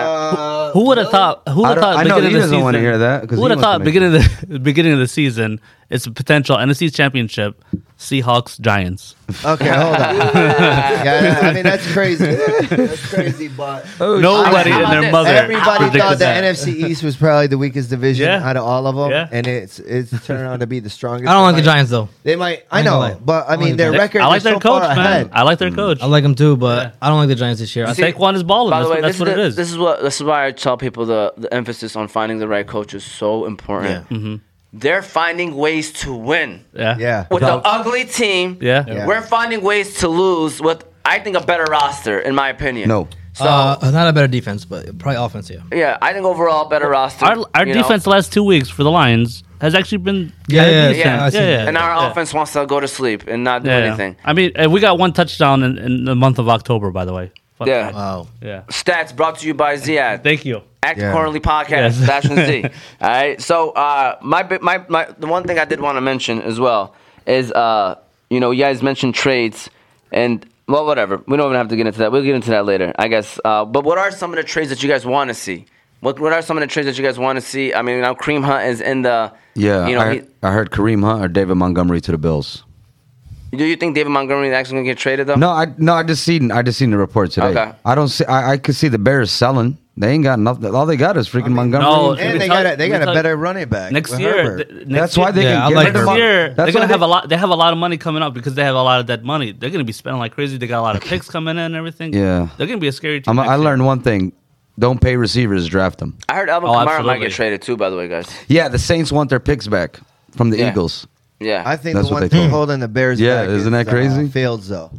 B: that.
D: Who would have thought? Who would
C: I
D: have
C: don't-
D: thought?
C: I know
D: beginning
C: he
D: of the
C: doesn't
D: season,
C: wanna hear that, 'cause
D: Who
C: he
D: would have
C: wants to
D: thought
C: make
D: beginning of the beginning of the season? It's a potential NFC Championship, Seahawks Giants.
A: okay, hold on. yeah, I mean, that's crazy. That's crazy, but
D: Nobody
B: how
D: and
B: about
D: their
B: this?
D: mother.
A: everybody
D: predicted
A: thought the
D: that.
A: NFC East was probably the weakest division
D: Yeah.
A: out of all of them,
D: Yeah.
A: and it's it's turned out to be the strongest.
G: I don't like
A: They
G: the
A: might-
G: Giants, though.
A: They might. I
G: I know.
A: know, but I
G: I
A: mean,
G: like
A: their
G: that.
A: record.
D: I like
A: is
D: their
A: so
D: coach,
A: far
D: man.
A: ahead.
D: I like their coach.
G: I like them too, but
D: Yeah.
G: I don't like the Giants this year. I
D: See,
G: think
D: Saquon is balling.
B: By the
D: That's,
B: way,
D: that's
B: this
D: what
B: is
D: it
B: the-
D: is.
B: This is what this is why I tell people the the emphasis on finding the right coach is so important.
C: Mm-hmm.
B: They're finding ways to win
D: yeah.
A: Yeah.
B: with
D: Without-
B: the ugly team.
D: Yeah.
A: Yeah.
B: we're finding ways to lose with I think a better roster, in my opinion.
C: No.
B: so
G: uh, not a better defense, but probably offense, yeah.
B: yeah, I think overall better roster.
D: Our our
B: you know.
D: defense the last two weeks for the Lions has actually been
G: Yeah,
D: kinda
G: yeah,
D: decent.
B: yeah, I
D: yeah,
G: see that.
D: yeah.
B: and our
D: Yeah.
B: offense wants to go to sleep and not do
D: Yeah, yeah.
B: anything.
D: I mean, uh, we got one touchdown in, in the month of October, by the way. Fun
B: Yeah.
D: fact.
G: Wow.
D: yeah.
B: Stats brought to you by Ziad.
D: Thank you.
B: Act
A: Yeah.
B: Quarterly Podcast,
D: Yes.
B: Fashion Z. All right. So uh, my, bi- my my the one thing I did want to mention as well is uh, you know you guys mentioned trades and well whatever we don't even have to get into that. We'll get into that later, I guess. Uh, but what are some of the trades that you guys want to see? What what are some of the trades that you guys want to see? I mean, now Cream Hunt is in the
C: Yeah,
B: You know,
C: I,
B: he-
C: I heard Kareem Hunt or David Montgomery to the Bills.
B: do you think David Montgomery is actually gonna get traded though?
C: No, I no, I just seen I just seen the report today.
B: Okay.
C: I don't see. I, I could see the Bears selling. They ain't got nothing. All they got is freaking
A: mean,
C: Montgomery. and
D: no, Let me
A: And they
D: tell
A: got
D: you-
A: a, they
D: let me
A: got a
D: tell you-
A: better running back
D: next
A: with
D: year.
A: Herbert.
D: th- next
C: That's why they
E: Yeah,
C: can
E: I
C: get
E: like
C: rid of
D: next
E: Herbert.
C: Mon-
D: year
C: That's
D: they're gonna
C: why
D: have
C: they-
D: a lot. They have a lot of money coming up because they have a lot of that money. They're gonna be spending like crazy. They got a lot of picks coming in and everything.
C: Yeah.
D: they're gonna be a scary team.
C: I'm,
D: next
C: I
D: year.
C: learned one thing: don't pay receivers, draft them.
B: I heard Alvin
D: Oh,
B: Kamara might
D: absolutely.
B: get traded too. By the way, guys.
C: Yeah, the Saints want their picks back from the
B: Yeah.
C: Eagles.
B: Yeah.
A: I think
C: That's
A: the one
C: what they
A: thing
C: told-
A: holding the Bears
C: Yeah,
A: back
C: isn't that
A: is, uh,
C: crazy?
A: Fields though.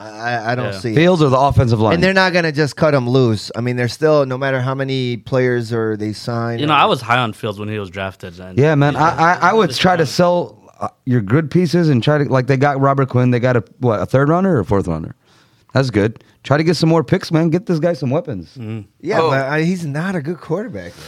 A: I, I don't
D: Yeah.
A: see it.
C: Fields or the offensive line.
A: And they're not going to just cut him loose. I mean, they're still no matter how many players or they sign.
D: You know,
A: or-
D: I was high on Fields when he was drafted. And
C: yeah, man. I, I, I would
D: This
C: try to
D: round.
C: sell uh, your good pieces and try to like they got Robert Quinn. They got a what a third runner or a fourth runner. That's good. Try to get some more picks, man. Get this guy some weapons.
A: Yeah,
B: Oh.
A: but I, he's not a good quarterback. man.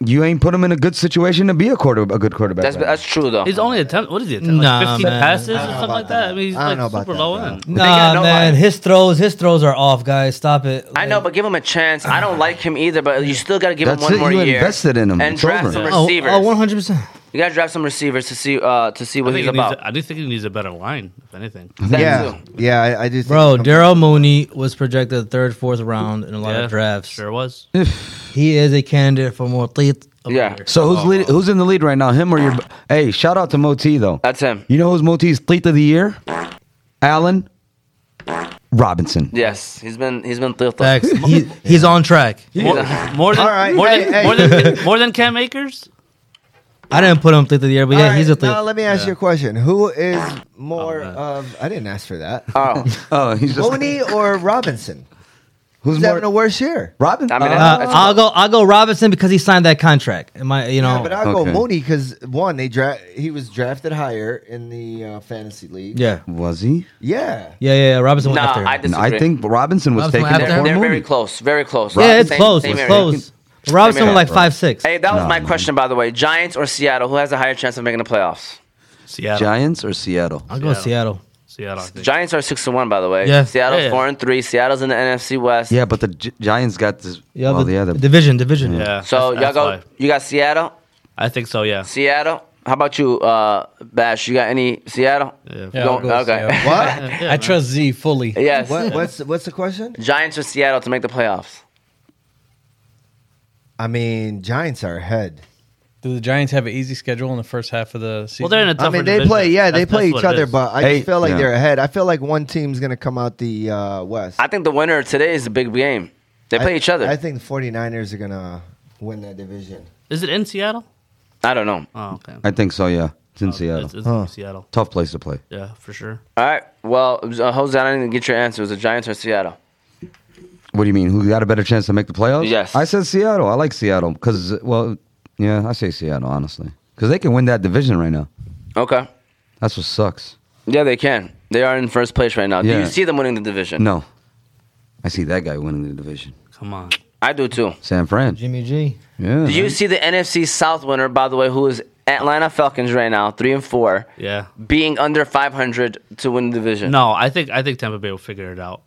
C: You ain't put him in a good situation to be a quarter a good quarterback.
B: that's
C: right
B: that's true though.
D: He's only attempt. What is he attempt?
G: Nah,
D: Like fifteen
G: man.
D: passes
A: I
D: or
A: don't know
D: something
A: about
D: like that.
A: that.
D: I mean, he's
A: I don't
D: like
A: know about
D: super
A: that,
D: low
A: bro.
D: end.
B: They got
G: Nah,
B: no
G: man,
B: eye.
G: his throws, his throws are off, guys. Stop it.
B: I know, but give him a chance. I don't like him either, but you still got to give
C: Ah. That's
B: him one
C: it,
B: more
C: you
B: year.
C: invested in him.
B: and
C: It's
B: draft
C: over.
B: some
D: Oh,
G: Oh,
B: receivers.
G: oh, 100. percent
B: You got to draft some receivers to see uh, to see
D: I
B: what
D: think,
B: he's
D: he needs,
B: about.
D: a- I do think he needs a better line, if anything.
B: That
A: Yeah,
B: too.
A: yeah, I, I do. Think
G: Bro,
A: he's-
G: Daryl Mooney was projected third, fourth round in a lot
D: Yeah,
G: of drafts.
D: Sure was.
G: He is a candidate for more elite. of the
B: Yeah.
G: year.
C: So who's lead, who's in the lead right now? Him or your? Hey, shout out to Moti though.
B: That's him.
C: You know who's Moti's fleet of the year? Allen Robinson.
B: Yes, he's been he's been thrilled.
G: Facts. He, he's on track.
D: More, more than
A: All right,
D: more,
A: hey,
D: than,
A: hey.
D: more than more than Cam Akers.
G: I didn't put him elite of the year, but
A: All
G: yeah,
A: right,
G: he's a elite.
A: Now let me ask you a question: Who is more
D: man.
A: of? I didn't ask for that.
B: Oh,
C: Oh, he's just
A: Mooney or Robinson?
C: who's
A: Who's
C: more
A: having a worse year?
C: Robinson.
B: I mean,
C: Uh,
G: Uh,
B: That's-
G: I'll go. I'll go Robinson because he signed that contract. Am I? You know,
A: Yeah, but I'll
C: Okay.
A: go Mooney because one, they dra- he was drafted higher in the uh, fantasy league.
G: yeah,
C: was he?
A: yeah.
G: yeah, yeah, yeah. Robinson went
B: Nah,
G: after him.
B: I disagree.
C: And I think Robinson was
G: Robinson
C: taken
G: after
B: they're,
C: before
G: him.
B: they're very
C: Mooney.
B: close. Very close.
G: yeah, it's
B: Same-
G: close.
B: same
G: It's
B: area.
G: close. Robinson
B: area.
G: was like five six.
B: Hey, that was
C: No,
B: my
C: no.
B: question, by the way. Giants or Seattle? Who has a higher chance of making the playoffs?
D: Seattle.
C: Giants or Seattle?
G: I'll go Seattle.
D: Seattle. I think.
B: Giants are six to one, by the way.
G: Yeah.
B: Seattle's
D: Yeah, yeah.
B: four and three. Seattle's in the NFC West.
C: Yeah, but the Gi- Giants got this.
G: Yeah,
C: well,
G: the,
C: yeah, the,
G: division, division.
D: Yeah.
B: So
D: that's-
B: y'all go.
D: that's why.
B: You got Seattle.
D: I think so. Yeah.
B: Seattle. How about you, uh, Bash? You got any Seattle?
D: Yeah.
E: Yeah, I'll
B: Don't-
E: go
B: okay.
E: Seattle.
A: What?
D: Yeah,
E: I
D: man.
E: trust Z fully.
B: Yes.
A: what? What's what's the question?
B: Giants or Seattle to make the playoffs?
A: I mean, Giants are ahead.
E: Do the Giants have an easy schedule in the first half of the season?
D: Well, they're in a tougher
A: I mean, they
D: division.
A: play. Yeah, they
D: That's-
A: play
D: that's what
A: each
D: it
A: other,
D: is.
A: but I
C: Hey,
A: just feel like
C: yeah.
A: they're ahead. I feel like one team's going to come out the uh, West.
B: I think the winner of today is a big game. They play
A: I-
B: each other.
A: I
B: I,
A: think the 49ers are going to win that division.
D: is it in Seattle?
B: don't know.
D: Oh, okay.
C: I think so. Yeah, it's in
D: Oh,
C: Seattle.
D: It's, it's
A: Huh.
D: Seattle.
C: Tough place to play.
D: Yeah, for sure.
B: All right. Well, uh, Jose, I didn't get your answer. Was it Giants or Seattle?
C: What do you mean? Who got a better chance to make the playoffs?
B: Yes.
C: I said Seattle. I like Seattle because, well, yeah, I say Seattle honestly because they can win that division right now.
B: Okay.
C: That's what sucks.
B: Yeah, they can. They are in first place right now. Do
C: Yeah.
B: you see them winning the division?
C: No, I see that guy winning the division.
D: Come on.
B: I do too.
C: San Fran.
G: Jimmy G.
C: Yeah.
B: Do you
C: man.
B: see the NFC South winner, by the way, who is Atlanta Falcons right now, three and four,
D: Yeah.
B: being under 500 to win the division?
D: No, I think I think Tampa Bay will figure it out.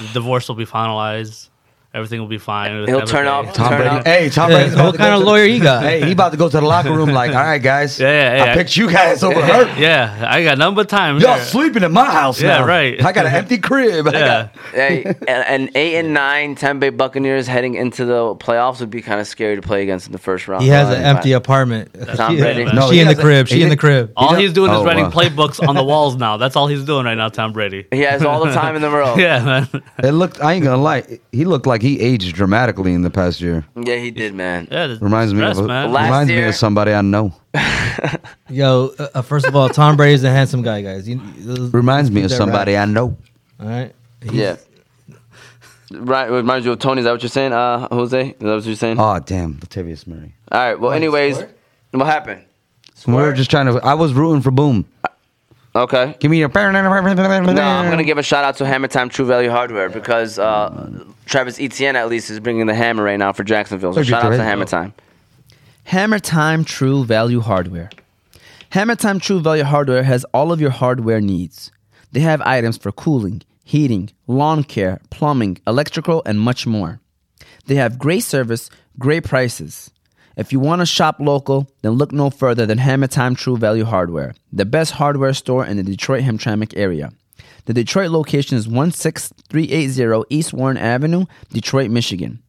D: The divorce will be finalized. Everything will be fine. with
B: He'll
D: Tampa
B: turn
D: Bay.
B: up-
C: Tom
B: Turn
C: Brady.
B: up.
C: Hey, Tom Brady's about
G: What
C: to
G: kind
C: go
G: of
C: to-
G: lawyer he got?
C: Hey, he about to go to the locker room like, all right, guys.
D: Yeah, yeah,
C: I
D: yeah.
C: picked you guys over her.
D: Yeah, I got number time.
C: Y'all
D: here.
C: sleeping in my house
D: Yeah,
C: now.
D: right.
C: I got an empty crib. I
D: Yeah.
C: got-
B: Hey, an- an eight and nine Tampa Bay Buccaneers heading into the playoffs would be kind of scary to play against in the first round.
G: He has an
B: Right.
G: empty apartment.
B: Tom
G: She-
B: Brady.
D: No,
G: she
C: he
G: in the
C: has a-
G: crib. She
C: he
G: in the
C: did-
G: crib.
D: All
C: don't-
D: he's doing is
C: Oh,
D: writing
C: wow.
D: playbooks on the walls now. That's all he's doing right now, Tom Brady.
B: He has all the time in the world.
D: Yeah, man.
C: It looked. I ain't gonna lie. He looked like he aged dramatically in the past year.
B: Yeah, he did, man.
D: Yeah, the
C: Reminds
D: stress,
C: me of
D: man.
B: Last
C: reminds me
B: year-
C: of somebody I know.
G: Yo, uh, uh, first of all, Tom Brady's a handsome guy, guys. You, uh,
C: Reminds me of
G: that
C: somebody I know.
G: All right.
B: Yeah. Right, reminds you of Tony. Is that what you're saying, uh, Jose? Is that what you're
G: Uh,
B: saying?
C: Oh damn, Latavius Murray.
B: All right. Well, anyways, what happened?
C: We were just trying to. I was rooting for Boom.
B: Okay.
C: Give me your.
B: No, I'm gonna give a shout out to Hammer Time True Value Hardware because uh, Travis Etienne at least is bringing the hammer right now for Jacksonville. So
C: Look at
B: shout out
C: the
B: to
C: radio.
B: Hammer Time.
F: Hammer Time True Value Hardware. Hammer Time True Value Hardware has all of your hardware needs. They have items for cooling, heating, lawn care, plumbing, electrical, and much more. They have great service, great prices. If you want to shop local, then look no further than Hammer Time True Value Hardware, the best hardware store in the Detroit Hamtramck area. The Detroit location is 16380 East Warren Avenue, Detroit, Michigan.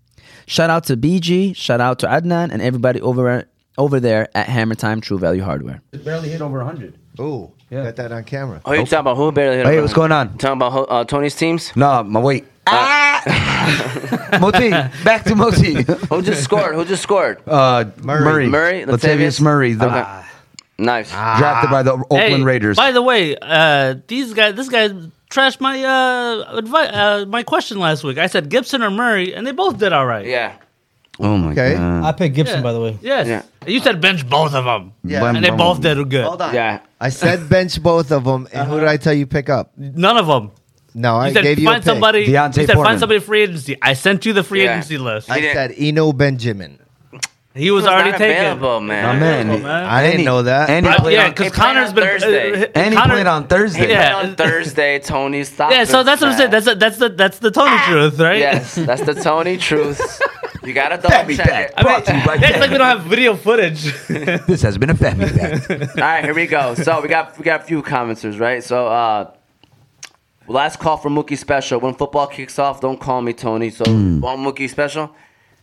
F: Shout out to BG, shout out to Adnan, and everybody over over there at Hammer Time True Value Hardware.
C: barely hit over 100.
A: Ooh,
C: Yeah.
A: got that on camera.
B: Oh, you talking about who barely hit
C: Hey,
B: a-
C: what's going on?
B: Talking about uh, Tony's teams?
C: No, my wait. Ah! Moti, back to Moti.
B: Who just scored? Who just scored?
C: Uh, Murray.
B: Murray,
C: Latavius
B: Latavius?
C: Murray, the, Ah.
B: Okay. Nice.
C: drafted by the Oakland
D: Hey,
C: Raiders.
D: By the way, uh, these guys, this guy trashed my uh, advi- uh, my question last week. I said Gibson or Murray, and they both did all right.
B: Yeah.
F: Oh my
A: Okay.
F: god.
G: I picked Gibson,
D: Yeah.
G: by the way.
D: Yes.
B: Yeah.
D: And You said bench both of them.
A: Yeah.
C: Bum,
D: And they
C: bum,
D: both
C: bum.
D: did good.
A: Hold on.
B: Yeah.
A: I said bench both of them, and who did I tell you pick up?
D: None of them.
A: No,
D: You
A: I
D: said
A: gave you a
D: find
A: pick.
D: somebody. You
C: Deontay
D: said
C: Foreman.
D: find somebody free agency. I sent you the free
B: Yeah.
D: agency list.
A: I
B: didn't-
A: said Eno Benjamin.
D: he was, already
B: not
D: taken.
B: available,
C: My
B: man.
C: man.
D: Available, man.
A: I didn't
C: he-
A: know that.
C: And he
D: Right,
C: played
D: yeah,
C: on-
D: because
B: he played on
D: Connor's been. uh,
B: Thursday.
C: and he played on
B: He
C: Thursday.
B: played
D: Yeah.
B: on Thursday. Tony stopped.
D: Yeah, so
B: him.
D: that's what I'm saying. That's the that's the that's the Tony truth, right?
B: yes, that's the Tony truth. You gotta double
C: Family
B: check
C: pack.
B: it.
D: I mean,
C: Brought to you by
D: it's like we
C: Family
D: don't have video footage.
C: Pack. This has been a family pack.
B: All right, here we go. So we got we got a few commenters, right? So uh last call for Mookie special. When football kicks off, don't call me Tony. So
A: Mm.
B: on Mookie special.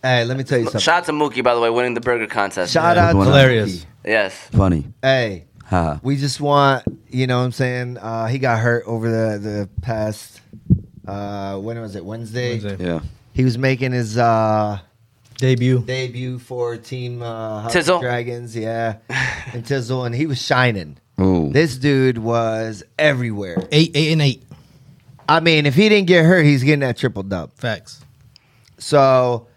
A: Hey, let me tell you something.
B: Shout out to Mookie by the way, winning the burger contest.
A: Shout out to
G: Hilarious.
A: Mookie.
B: Yes.
C: Funny.
A: Hey,
C: Ha.
A: we just want you know what I'm saying. Uh, he got hurt over the the past. Uh, when was it? Wednesday.
E: Wednesday.
C: Yeah.
A: He was making his uh,
G: Debut.
A: debut for Team uh, House
B: Tizzle.
A: of Dragons. Yeah, and Tizzle, and he was shining.
C: Ooh.
A: This dude was everywhere.
G: Eight, eight, and eight.
A: I mean, if he didn't get hurt, he's getting that triple dub.
G: Facts.
A: So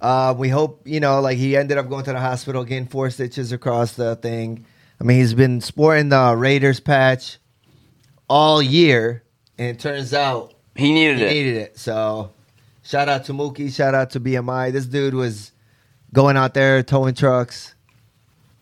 A: uh, we hope you know, like he ended up going to the hospital, getting four stitches across the thing. I mean, he's been sporting the Raiders patch all year, and it turns out
B: He needed
A: he
B: it.
A: needed it. So shout out to Mookie, shout out to BMI. This dude was going out there towing trucks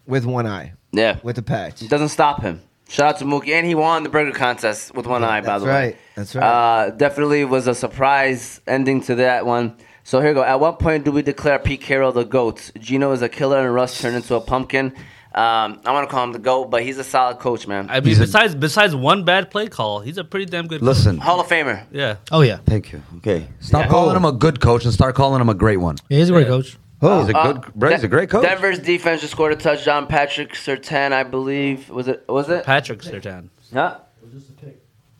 A: with one eye,
B: Yeah.
A: with a patch.
B: It doesn't stop him. Shout out to Mookie, and he won the burger contest with one eye. By
A: That's
B: the
A: right.
B: way,
A: That's right.
B: Uh, definitely was a surprise ending to that one. So here we go. At what point do we declare Pete Carroll the goat? Gino is a killer, and Russ turned into a pumpkin. Um, I want to call him the goat, but he's a solid coach, man.
D: I mean, besides besides one bad play call, he's a pretty damn good.
C: Listen.
B: Hall of Famer.
D: Yeah.
G: Oh, yeah.
C: Thank you. Okay. Stop calling him a good coach and start calling him a great one.
G: Yeah, he's a great coach.
C: Oh, he's a
B: Uh,
C: good. bro, he's a great coach.
B: Denver's defense just scored a touchdown. Patrick Sertan, I believe, was it? Was it?
D: Patrick Sertan.
B: Huh?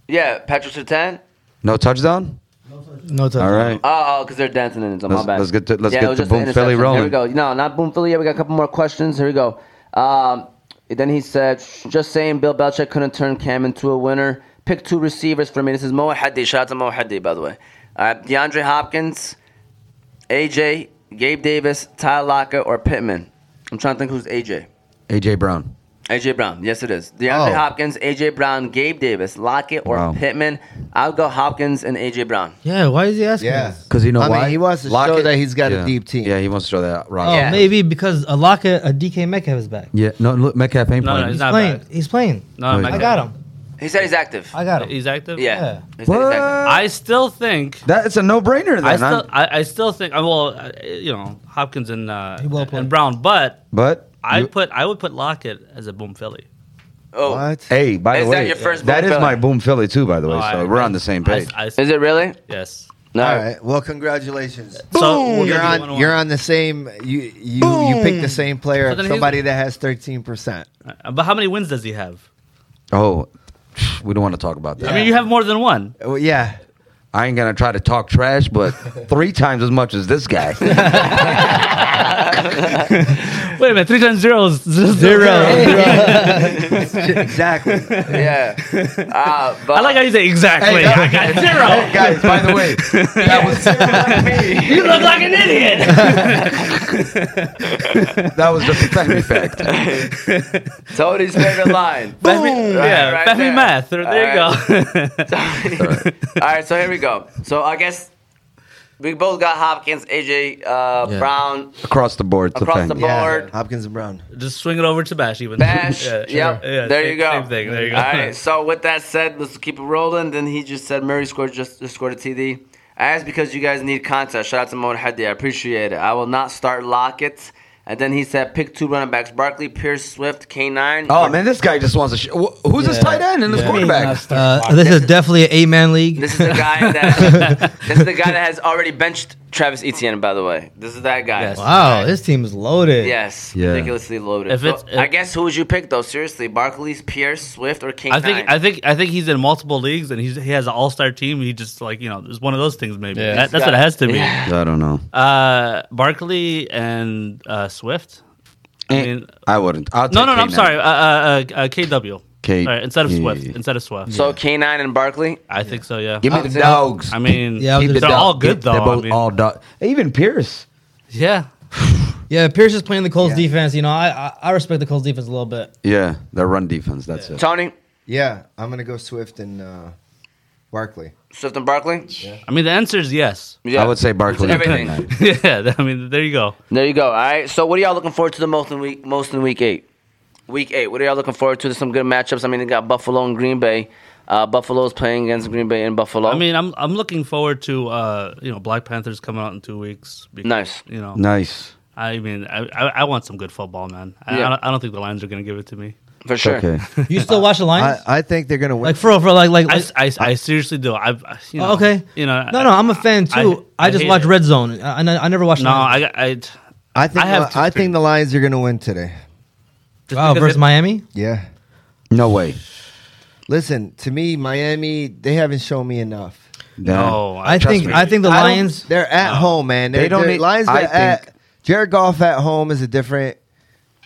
B: Yeah, Patrick Sertan.
C: No touchdown. Uh-huh.
G: No touch.
C: All right.
B: Oh, because they're dancing in it. So my
C: Let's-
B: bad.
C: let's get to- let's
B: it
C: get
B: was
C: to
B: just an
C: Boom Philly
B: interception.
C: rolling.
B: Here we go. No, not Boom Philly. yet. We got a couple more questions. Here we go. Um, then he said, just saying Bill Belichick couldn't turn Cam into a winner. Pick two receivers for me. This is Moa Hadi. Shout out to Moa Hadi, by the way. Uh, DeAndre Hopkins, AJ, Gabe Davis, Ty Lockett, or Pittman. I'm trying to think who's AJ.
C: AJ Brown.
B: AJ Brown, yes it is. DeAndre
A: Oh.
B: Hopkins, AJ Brown, Gabe Davis, Lockett, or
C: Wow.
B: Pittman. I'll go Hopkins and AJ Brown.
G: Yeah, why is he asking?
A: yeah.
G: us?
C: Because you know
A: I mean,
C: why
A: he wants to show that he's got a
C: Yeah.
A: deep team.
C: Yeah, he wants to show that.
G: Oh,
C: Rocket.
B: Yeah.
G: maybe because a Alaka, a DK Metcalf is back.
C: Yeah, no, look, Metcalf ain't
D: No,
C: playing.
D: no, he's not
G: Playing.
D: back.
G: He's playing.
D: No,
C: Wait.
D: Metcalf.
G: I got him.
B: He said he's active.
G: I got him.
D: He's active.
B: Yeah.
G: Yeah.
B: He said he's active.
D: I still think.
C: That's a no-brainer then.
D: I
C: I'm-
D: still, I, I still think. uh, Well, uh, you know, Hopkins and uh,
G: He will play.
D: and Brown, but
C: but
D: I
C: you-
D: put I would put Lockett as a boom Philly.
B: Oh,
A: What?
C: hey, by
B: Is
C: the
B: that
C: way,
B: your first
C: that
B: boom
C: is
B: Philly?
C: my boom Philly too. By the way,
D: Oh,
C: so
D: I-
C: we're on the same
D: I-
C: page.
D: I-
B: is it really?
D: yes.
B: No.
A: All right. Well, congratulations.
D: So
A: You're on. You're on the same. You you you pick the same player.
D: So then he's-
A: somebody that has thirteen percent.
D: on. Uh, But how many wins does he have?
C: oh, we don't want to talk about that.
D: I mean, you have more than one.
A: Well, yeah.
C: I ain't gonna try to talk trash, but three times as much as this guy.
D: Wait a minute, three times zero is zero.
A: exactly.
B: Yeah. Uh, but,
D: I like how you say exactly. I got zero.
C: Guys, by the way, that was
D: You look like an idiot.
C: that was just a family fact.
B: Tony's favorite line.
D: Femi,
B: Right,
D: yeah,
B: right
D: Femi
B: there.
D: math. There, there
B: All
D: you go.
B: All right, so here we go. So I guess we both got Hopkins, AJ uh, Brown
C: Across the board, it's a
B: across the
C: thing.
A: Yeah.
B: board.
A: Hopkins and Brown.
D: Just swing it over to Bash even.
B: Bash.
D: Yeah,
B: Yep.
D: yeah,
B: there
D: same-
B: you go.
D: Same thing. There you go.
B: All right. So with that said, let's keep it rolling. Then he just said Murray scored just, just scored a TD. I asked because you guys need content. Shout out to Mon Hadi. I appreciate it. I will not start Lockett. And then he said pick two running backs: Barkley, Pierce, Swift, K9.
C: Oh man, this guy just wants to. Sh- wh- who's this tight end and this quarterback?
G: Uh, this is definitely an eight man league.
B: This is the guy that this is the guy that has already benched Travis Etienne, by the way. This is that guy.
D: Yes.
G: Wow, this team is loaded.
B: Yes,
C: Yeah.
B: ridiculously loaded.
D: If
B: So
D: it's-
B: I guess who would you pick though? Seriously, Barclays, Pierce, Swift, or King?
D: I think
B: Nine?
D: I think I think he's in multiple leagues and he's he has an all star team. He just like you know, it's one of those things maybe.
E: Yeah.
D: That- that's what it has to be.
B: Yeah.
C: I don't know.
D: Uh, Barkley and uh, Swift. I
C: Eh,
D: mean,
C: I wouldn't. I'll
D: no,
C: take
D: no, no. I'm
C: K9.
D: sorry. Uh, uh, uh, uh, KW.
C: K-
D: Sorry, instead of
C: yeah,
D: Swift.
C: yeah, yeah.
D: Instead of Swift.
B: so. K nine and Barkley.
D: I think so. Yeah.
C: Give me
B: I'll
C: the
B: take-
C: dogs.
D: I mean,
G: Yeah, I was
C: Keep the
G: gonna
D: they're
G: say-
D: all
C: dog.
D: good though.
C: They're both
D: I mean,
C: all dog. Even Pierce.
D: yeah.
G: Yeah, Pierce is playing the Colts
A: Yeah.
G: defense. You know, I, I I respect the Colts defense a little bit.
C: Yeah, their run defense. That's it.
B: Tony,
A: Yeah, I'm gonna go Swift and uh, Barkley.
B: Swift and Barkley.
D: I mean, the answer is yes.
B: Yeah.
C: I would say Barkley.
B: It's everything.
D: yeah. I mean, there you go.
B: there you go. All right. So what are y'all looking forward to the most in week most in week eight? Week eight. What are y'all looking forward to? There's some good matchups. I mean, they got Buffalo and Green Bay. Uh, Buffalo's playing against Green Bay in Buffalo.
D: I mean, I'm I'm looking forward to uh, you know Black Panthers coming out in two weeks. because,
B: Nice.
D: You know,
C: Nice.
D: I mean, I, I I want some good football, man. I,
B: Yeah.
D: I, don't, I don't think the Lions are going to give it to me.
B: for sure.
C: Okay.
G: You still watch the
A: I,
G: Lions?
A: I think they're gonna win.
G: like for real, for real, like like.
D: I,
G: like
D: s- I s- I seriously do. I've you know,
G: okay.
D: You know,
G: no, no, I'm a fan too. I, just
D: hate
G: watch
D: it.
G: Red Zone. I, I, I never watched.
D: No,
G: Lions.
D: I I just
A: I think
D: I have
A: the-
D: to
A: I think the Lions are gonna win today.
G: wow,
D: because
G: Oh, versus
D: it- Oh,
G: Miami.
A: Yeah.
C: No way.
A: Listen to me, Miami. They haven't shown me enough.
D: No,
G: I
D: trust
G: think
D: me.
G: I think the
A: I don't-
G: Lions.
A: They're at home, man. They're,
C: They
A: they
C: don't
A: are
C: need-
A: Lions.
C: I
A: They're at,
C: think-
A: Jared Goff at home is a different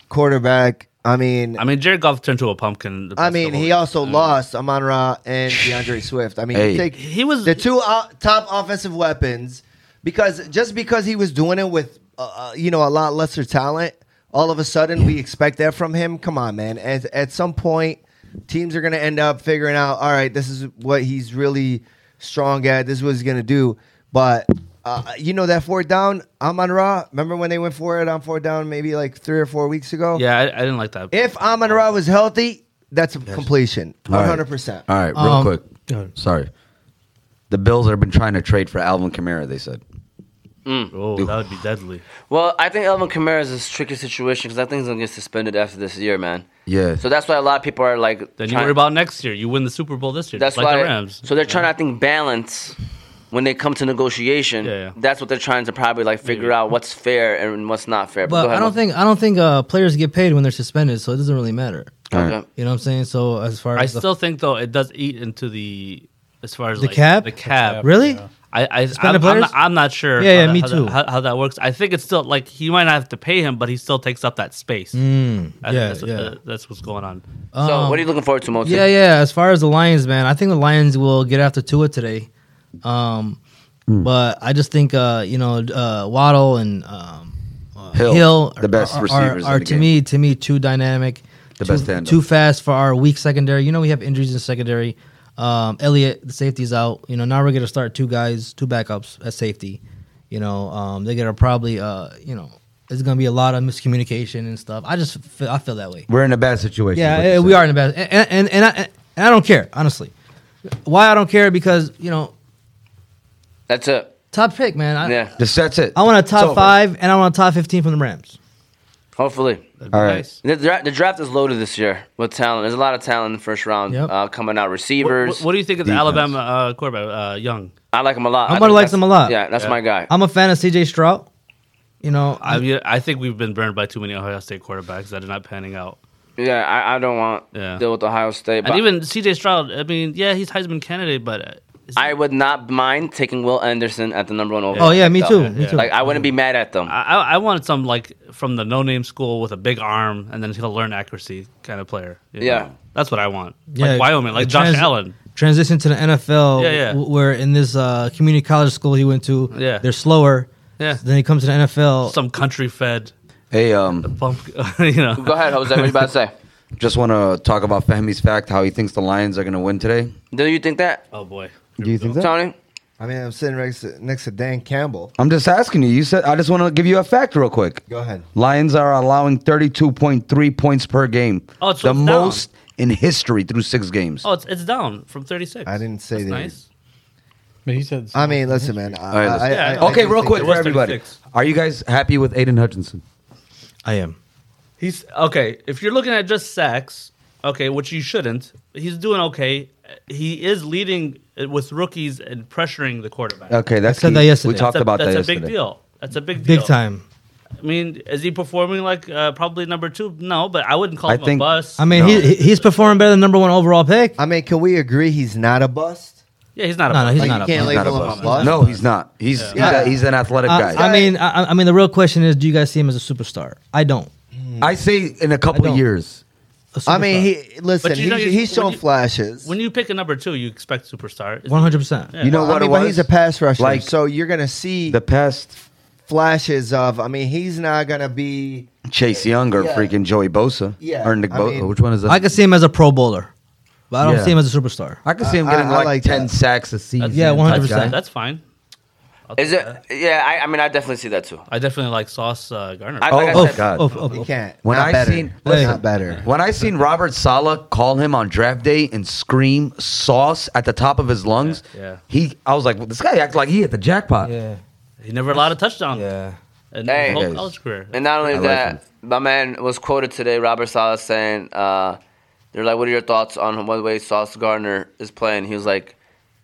A: quarterback. I mean,
D: I mean, Jared Goff turned to a pumpkin. the
A: I
D: past
A: mean,
D: couple
A: he
D: weeks.
A: also lost Amon Ra and DeAndre Swift. I mean,
C: Hey.
A: you take
D: He was-
A: the two o- top offensive weapons because just because he was doing it with uh, uh, you know a lot lesser talent, all of a sudden we expect that from him. Come on, man. At at some point, teams are going to end up figuring out. All right, this is what he's really strong at. This is what he's going to do. But uh, you know that fourth down, Amon Ra. Remember when they went for it on fourth down, maybe like three or four weeks ago.
D: Yeah, I, I didn't like that.
A: If Amon Ra was healthy, that's a completion.
C: All right.
A: 100%.
C: All right, real
G: Um,
C: quick.
G: go.
C: Sorry. The Bills have been trying to trade for Alvin Kamara, they said.
D: oh, that would be deadly.
B: Well, I think Elvin Kamara is a tricky situation because I think he's gonna get suspended after this year, man.
C: Yeah.
B: So that's why a lot of people are like.
D: Then you
B: trying-
D: worry about next year. You win the Super Bowl this year.
B: That's
D: That's like
B: why.
D: the Rams.
B: So they're trying to, I think, balance when they come to negotiation.
D: Yeah, yeah.
B: That's what they're trying to probably like figure out what's fair and what's not fair.
G: But
B: go ahead,
G: I don't
B: Mo.
G: think I don't think uh, players get paid when they're suspended, so it doesn't really matter.
B: Okay.
G: You know what I'm saying? So as far
D: I
G: as the-
D: still think though it does eat into the as far as
G: The
D: like,
G: cap?
D: The cap.
G: really,
D: I, I I'm,
G: Suspended
D: I'm, not,
G: players?
D: I'm not sure.
G: Yeah,
D: how
G: yeah,
D: that-
G: me
D: how
G: too.
D: That, how, how that works. I think it's still like he might not have to pay him, but he still takes up that space. I think
G: Mm, Hmm. yeah,
D: that's,
G: yeah.
D: uh, that's what's going on.
B: So what are you looking forward to most?
G: Um, yeah, yeah. As far as the Lions, man, I think the Lions will get after Tua today. Um,
C: Hmm.
G: but I just think uh, you know uh, Waddle and um, uh,
C: Hill,
G: Hill,
C: the best receivers in
G: are
C: the
G: to
C: game.
G: me to me too dynamic,
C: The
G: too,
C: best tandem.
G: too fast for our weak secondary. You know we have injuries in secondary. Um, Elliott, the safety's out. You know now we're gonna start two guys, two backups at safety. You know um, they're gonna probably uh, you know there's gonna be a lot of miscommunication and stuff. I just feel, I feel that way.
C: We're in a bad situation.
G: Yeah,
C: is what you
G: eh, we
C: said.
G: are in a bad. And and and I, and I don't care honestly. Why I don't care because you know
B: That's it.
G: top pick man. I,
B: Yeah.
C: Just that's it.
G: I want a
C: It's
G: top
C: over.
G: five and I want a top fifteen from the Rams.
B: Hopefully.
D: That'd be
C: All right.
D: nice.
B: The draft, the draft is loaded this year with talent. There's a lot of talent in the first round
G: Yep.
B: uh, coming out.
D: What,
B: Receivers.
D: what- what do you think of the
C: Defense.
D: Alabama uh, quarterback, uh, Young?
B: I like him a lot. I
G: Nobody
B: think
G: likes
B: that's-
G: him a lot.
B: Yeah, that's my guy.
G: I'm a fan of C.J. Stroud. You know,
D: I mean, I think we've been burned by too many Ohio State quarterbacks that are not panning out.
B: yeah, I, I don't want
D: Yeah.
B: to deal with Ohio State.
D: And
B: But
D: even C.J. Stroud. I mean, yeah, he's Heisman candidate, but uh, is-
B: I would not mind taking Will Anderson at the number one overall.
G: oh yeah, me
B: though.
G: too, me too.
B: Like I wouldn't be mad at them.
D: I, I I wanted some like from the no name school with a big arm, and then he'll learn accuracy kind of player. you
B: Yeah.
D: that's what I want.
G: Yeah,
D: like Wyoming, like
G: the
D: Josh
G: trans-
D: Allen.
G: Transition to the NFL.
D: Yeah, yeah.
G: w- Where in this uh, community college school he went to,
D: Yeah.
G: they're slower.
D: Yeah.
G: Then he comes to the NFL.
D: some country fed
C: Hey, um,
D: bump. you know,
B: Go ahead, Jose. What you about to say?
C: just want to talk about Fahmi's fact how he thinks the Lions are going to win today.
B: Do you think that,
D: oh boy,
A: Do you think that?
B: Tony?
A: I mean, I'm sitting next to, next to Dan Campbell.
C: I'm just asking you. You said I just want to give you a fact real quick.
A: Go ahead.
C: Lions are allowing 32.3 points per game.
D: Oh, so
C: the
D: it's down.
C: most in history through 6 games.
D: oh, it's, it's down from thirty six.
A: I didn't say
D: That's
A: that.
D: Nice.
E: But he said.
A: I mean, listen, man. I,
C: All right, let's-
A: I- I-
D: Yeah,
A: I
C: okay,
A: just
C: real
A: think
C: quick
D: it
C: for
D: was
C: everybody.
D: 36.
C: Are you guys happy with Aiden Hutchinson?
G: I am.
D: He's okay. If you're looking at just sacks, okay, which you shouldn't. He's doing okay. He is leading it- with rookies and pressuring the quarterback.
C: Okay, that's
G: said
C: key.
G: that yesterday.
C: We talked
D: that's a,
C: about
D: that's
C: that
D: a
C: yesterday.
D: big deal. That's a big deal.
G: Big time.
D: I mean, is he performing like uh, probably number two? No, but I wouldn't call
C: I
D: him
C: think-
D: a bust.
G: I mean,
C: No.
G: he, he's performing better than number one overall pick.
A: I mean, can we agree he's not a bust?
D: yeah, he's not a
G: No, no,
D: bust.
G: he's
A: Like,
G: not
A: you
G: a
A: can't
G: bust.
C: He's not a
A: label him
C: bust.
A: a bust.
C: No, he's not. He's he's,
A: Yeah.
C: a- he's an athletic
G: Uh,
C: guy.
G: I mean, I, I mean, the real question is, do you guys see him as a superstar? I don't.
C: I say in a couple
G: I don't.
C: years.
G: A
A: I mean, he listen.
D: But you
A: he,
D: know, you-
A: he's shown
D: when you-
A: flashes.
D: When you pick a number two, you expect superstar. It's-
G: one hundred percent.
D: Yeah.
C: You know
A: Well,
C: what
A: I mean,
C: it was?
A: But he's a pass rusher,
C: Like-
A: so you're gonna see
C: The past
A: flashes of. I mean, he's not gonna be.
C: Chase Young or
A: Yeah.
C: freaking Joey Bosa.
A: Yeah,
C: Or Nick
A: I
C: Bosa.
A: mean-
C: Which one is that?
G: I could see him as a Pro Bowler, but I don't
C: Yeah.
G: see him as a superstar.
C: I could see him
A: I-
C: getting
A: I
C: like,
A: like
C: ten
A: that.
C: sacks a season.
G: Yeah,
C: type
G: 100%.
C: guy.
D: That's fine. I'll
B: Is
D: take
B: it?
D: that.
B: Yeah, I, I mean, I definitely see that too.
D: I definitely like Sauce uh, Garner.
B: I-
C: Oh,
B: Like
C: oh
B: said-
C: God.
G: Oh, oh,
A: He
G: oh.
A: can't.
C: When
A: not
C: I
A: better.
C: seen-
A: not
C: listen.
A: better.
C: When I seen Robert Sala call him on draft day and scream sauce at the top of his lungs,
D: Yeah, yeah.
C: he I was like, well, this guy acts like he hit the jackpot.
G: Yeah,
D: he never allowed a touchdown
G: yeah.
D: in
B: Hey.
D: his whole
C: Yes.
D: college career.
B: And not only
C: I like
B: that,
C: him.
B: my man was quoted today, Robert Sala, saying, uh, they're like, what are your thoughts on what way Sauce Gardner is playing? He was like,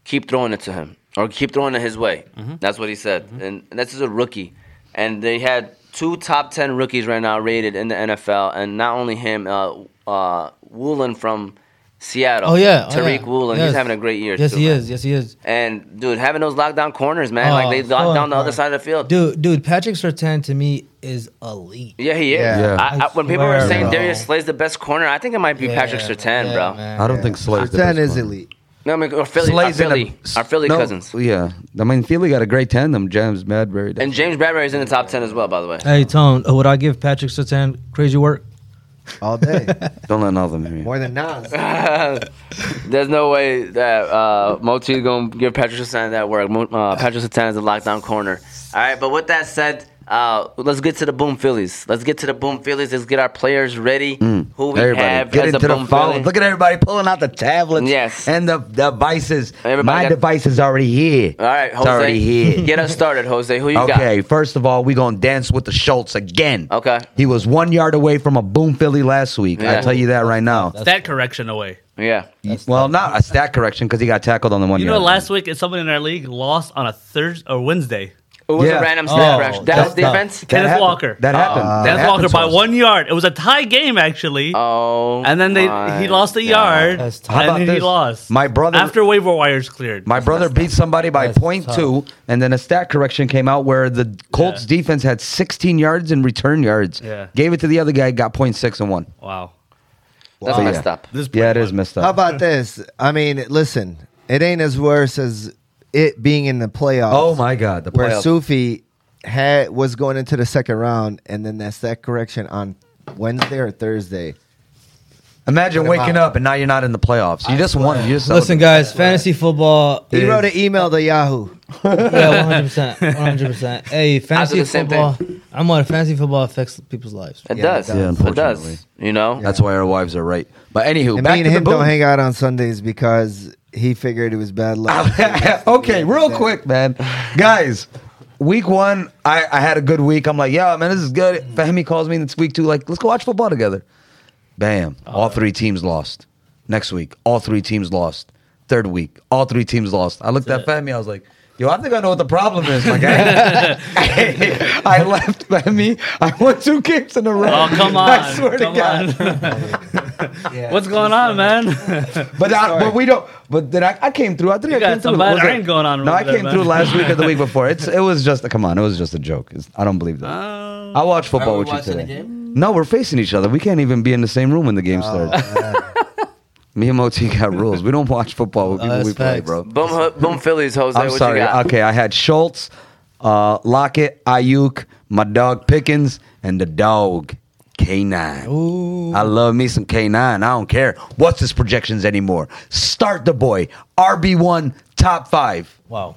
B: keep throwing it to him or keep throwing it his way.
G: Mm-hmm.
B: That's what he said. And, and this is a rookie. And they had two top 10 rookies right now rated in the NFL. And not only him, uh, uh, Woolen from Seattle.
G: Oh yeah, oh,
B: Tariq
G: yeah.
B: Woolen.
G: Yes.
B: He's having a great year.
G: Yes,
B: too,
G: he
B: man.
G: is. Yes, he is.
B: And dude, having those lockdown corners, man, like
G: Oh,
B: they locked
G: fuck,
B: down the other
G: man.
B: side of the field.
G: Dude, dude, Patrick Sertan to me is elite.
B: Yeah, he is.
A: Yeah.
B: I, I,
G: I
B: when people were
G: swear,
B: saying
G: bro.
B: Darius Slay's the best corner, I think it might be Patrick Sertan,
G: yeah,
B: bro.
G: man.
C: I don't think Slay's the
A: Sertan
C: best
A: is
C: one.
A: elite.
B: No, I mean, or Philly, our
C: Slay's in
B: Philly,
C: a-
B: our Philly
C: no, Oh,
B: cousins.
C: Yeah, I mean Philly got a great tandem. James Madbury. does.
B: And James Bradbury's in the top ten as well, by the way.
G: Hey Tone, uh, would I give Patrick Sertan crazy work?
A: all day,
C: don't let nothing hear you.
A: more than Nas.
B: There's no way that uh, Moti's gonna give Patrick Sertan that work. Mo- Uh, Patrick Sertan is a lockdown corner. All right, but with that said, uh, let's get to the Boom Phillies. Let's get to the Boom Phillies. Let's get our players ready. Who we
C: Mm. Hmm. everybody,
B: have
C: get
B: as
C: into
B: a
C: the
B: Boom
C: phone.
B: Philly.
C: Look at everybody pulling out the tablets.
B: Yes.
C: and the, the devices.
B: Everybody
C: My
B: got-
C: device is already here.
B: All right,
C: it's already
B: Jose,
C: here.
B: get us started, Jose. Who you
C: okay, first of all, we gonna dance with the Schultz again.
B: got? Okay.
C: He was one yard away from a boom Philly last week.
B: Yeah.
C: I tell you that right now.
D: That correction away.
B: Yeah.
C: well, not a stat correction because he got tackled on the one.
D: You know,
C: yard line.
D: last week, someone in our league lost on a Thursday or Wednesday.
B: It was
C: Yeah.
B: a random
G: Oh,
B: snap correction. That
G: that's
B: was
G: tough.
B: defense.
C: That
D: Kenneth
C: happened.
D: Walker.
B: Oh.
C: That happened. That
D: Dennis Walker
C: happens
D: by
C: to us.
D: one yard. It was a tie game actually,
B: Oh.
D: and then they
B: my
D: he lost a
B: God.
D: yard,
G: That's tough.
C: How
D: and
C: about
D: then he
C: this?
D: lost.
C: My brother-
D: after waiver wires cleared.
C: My brother beat somebody by
G: That's
C: point
G: tough.
C: two, and then a stat correction came out where the Colts defense had 16 yards in return yards.
D: Yeah.
C: Gave it to the other guy, got point six and one.
D: wow,
B: That's
A: Oh,
C: So,
B: messed
C: yeah.
B: up.
D: this is
C: Yeah, it
D: pretty
C: is
D: wild.
C: messed
A: How
C: up.
A: about this? I mean, listen, it ain't as worse as it being in the playoffs.
C: Oh my God, the
A: Where
C: playoffs.
A: Sufi had was going into the second round, and then that's that correction on Wednesday or Thursday.
C: Imagine
A: What about-
C: waking up and now you're not in the playoffs. You just won. You just
G: Listen, guys, fantasy football.
A: He
G: is-
A: wrote an email to Yahoo.
G: Yeah, one hundred percent, one hundred percent. Hey, fantasy
B: the same
G: football. I'm on fantasy football affects people's lives.
B: It
A: Yeah,
B: does.
A: it does. Yeah,
B: it
C: unfortunately.
B: does. You know?
C: That's why our wives are right. But anywho,
A: And
C: back
A: me and
C: to
A: him
C: the
A: don't
C: boom.
A: hang out on Sundays because he figured it was bad luck.
C: okay, real quick, man. Guys, week one, I, I had a good week. I'm like, yeah, man, this is good. Fahmy calls me it's week two, like, let's go watch football together. Bam.
D: Oh,
C: all three teams lost. Next week, all three teams lost. Third week, all three teams lost. I looked at Fahmy, I was like, Yo, I think I know what the problem is, my guy. I left Fahmy. I won two games in a row.
D: Oh come on!
C: I swear
D: come
C: to God.
D: on. What's going on, man?
C: But I, but we don't. But then I, I came through. I think I
D: got
C: came
D: some
C: through.
D: bad
C: Was it-
D: iron going on
C: No,
D: over
C: I
D: there,
C: came
D: man.
C: through last week or the week before. It's it was just come on. It was just a joke. It's, I don't believe that.
D: Uh,
C: I watch football with you today. No, we're facing each other. We can't even be in the same room when the game
G: Oh,
C: starts. Me and Moti got rules. We don't watch football with people
G: that's
C: we play,
G: facts.
C: bro.
B: Boom, Ho- boom Phillies, Jose.
C: I'm
B: what
C: sorry.
B: you got?
C: Okay, I had Schultz, uh, Lockett, Ayuk, my dog Pickens, and the dog K9. I love me some K9. I don't care what's his projections anymore. Start the boy. RB1, top five.
G: Wow.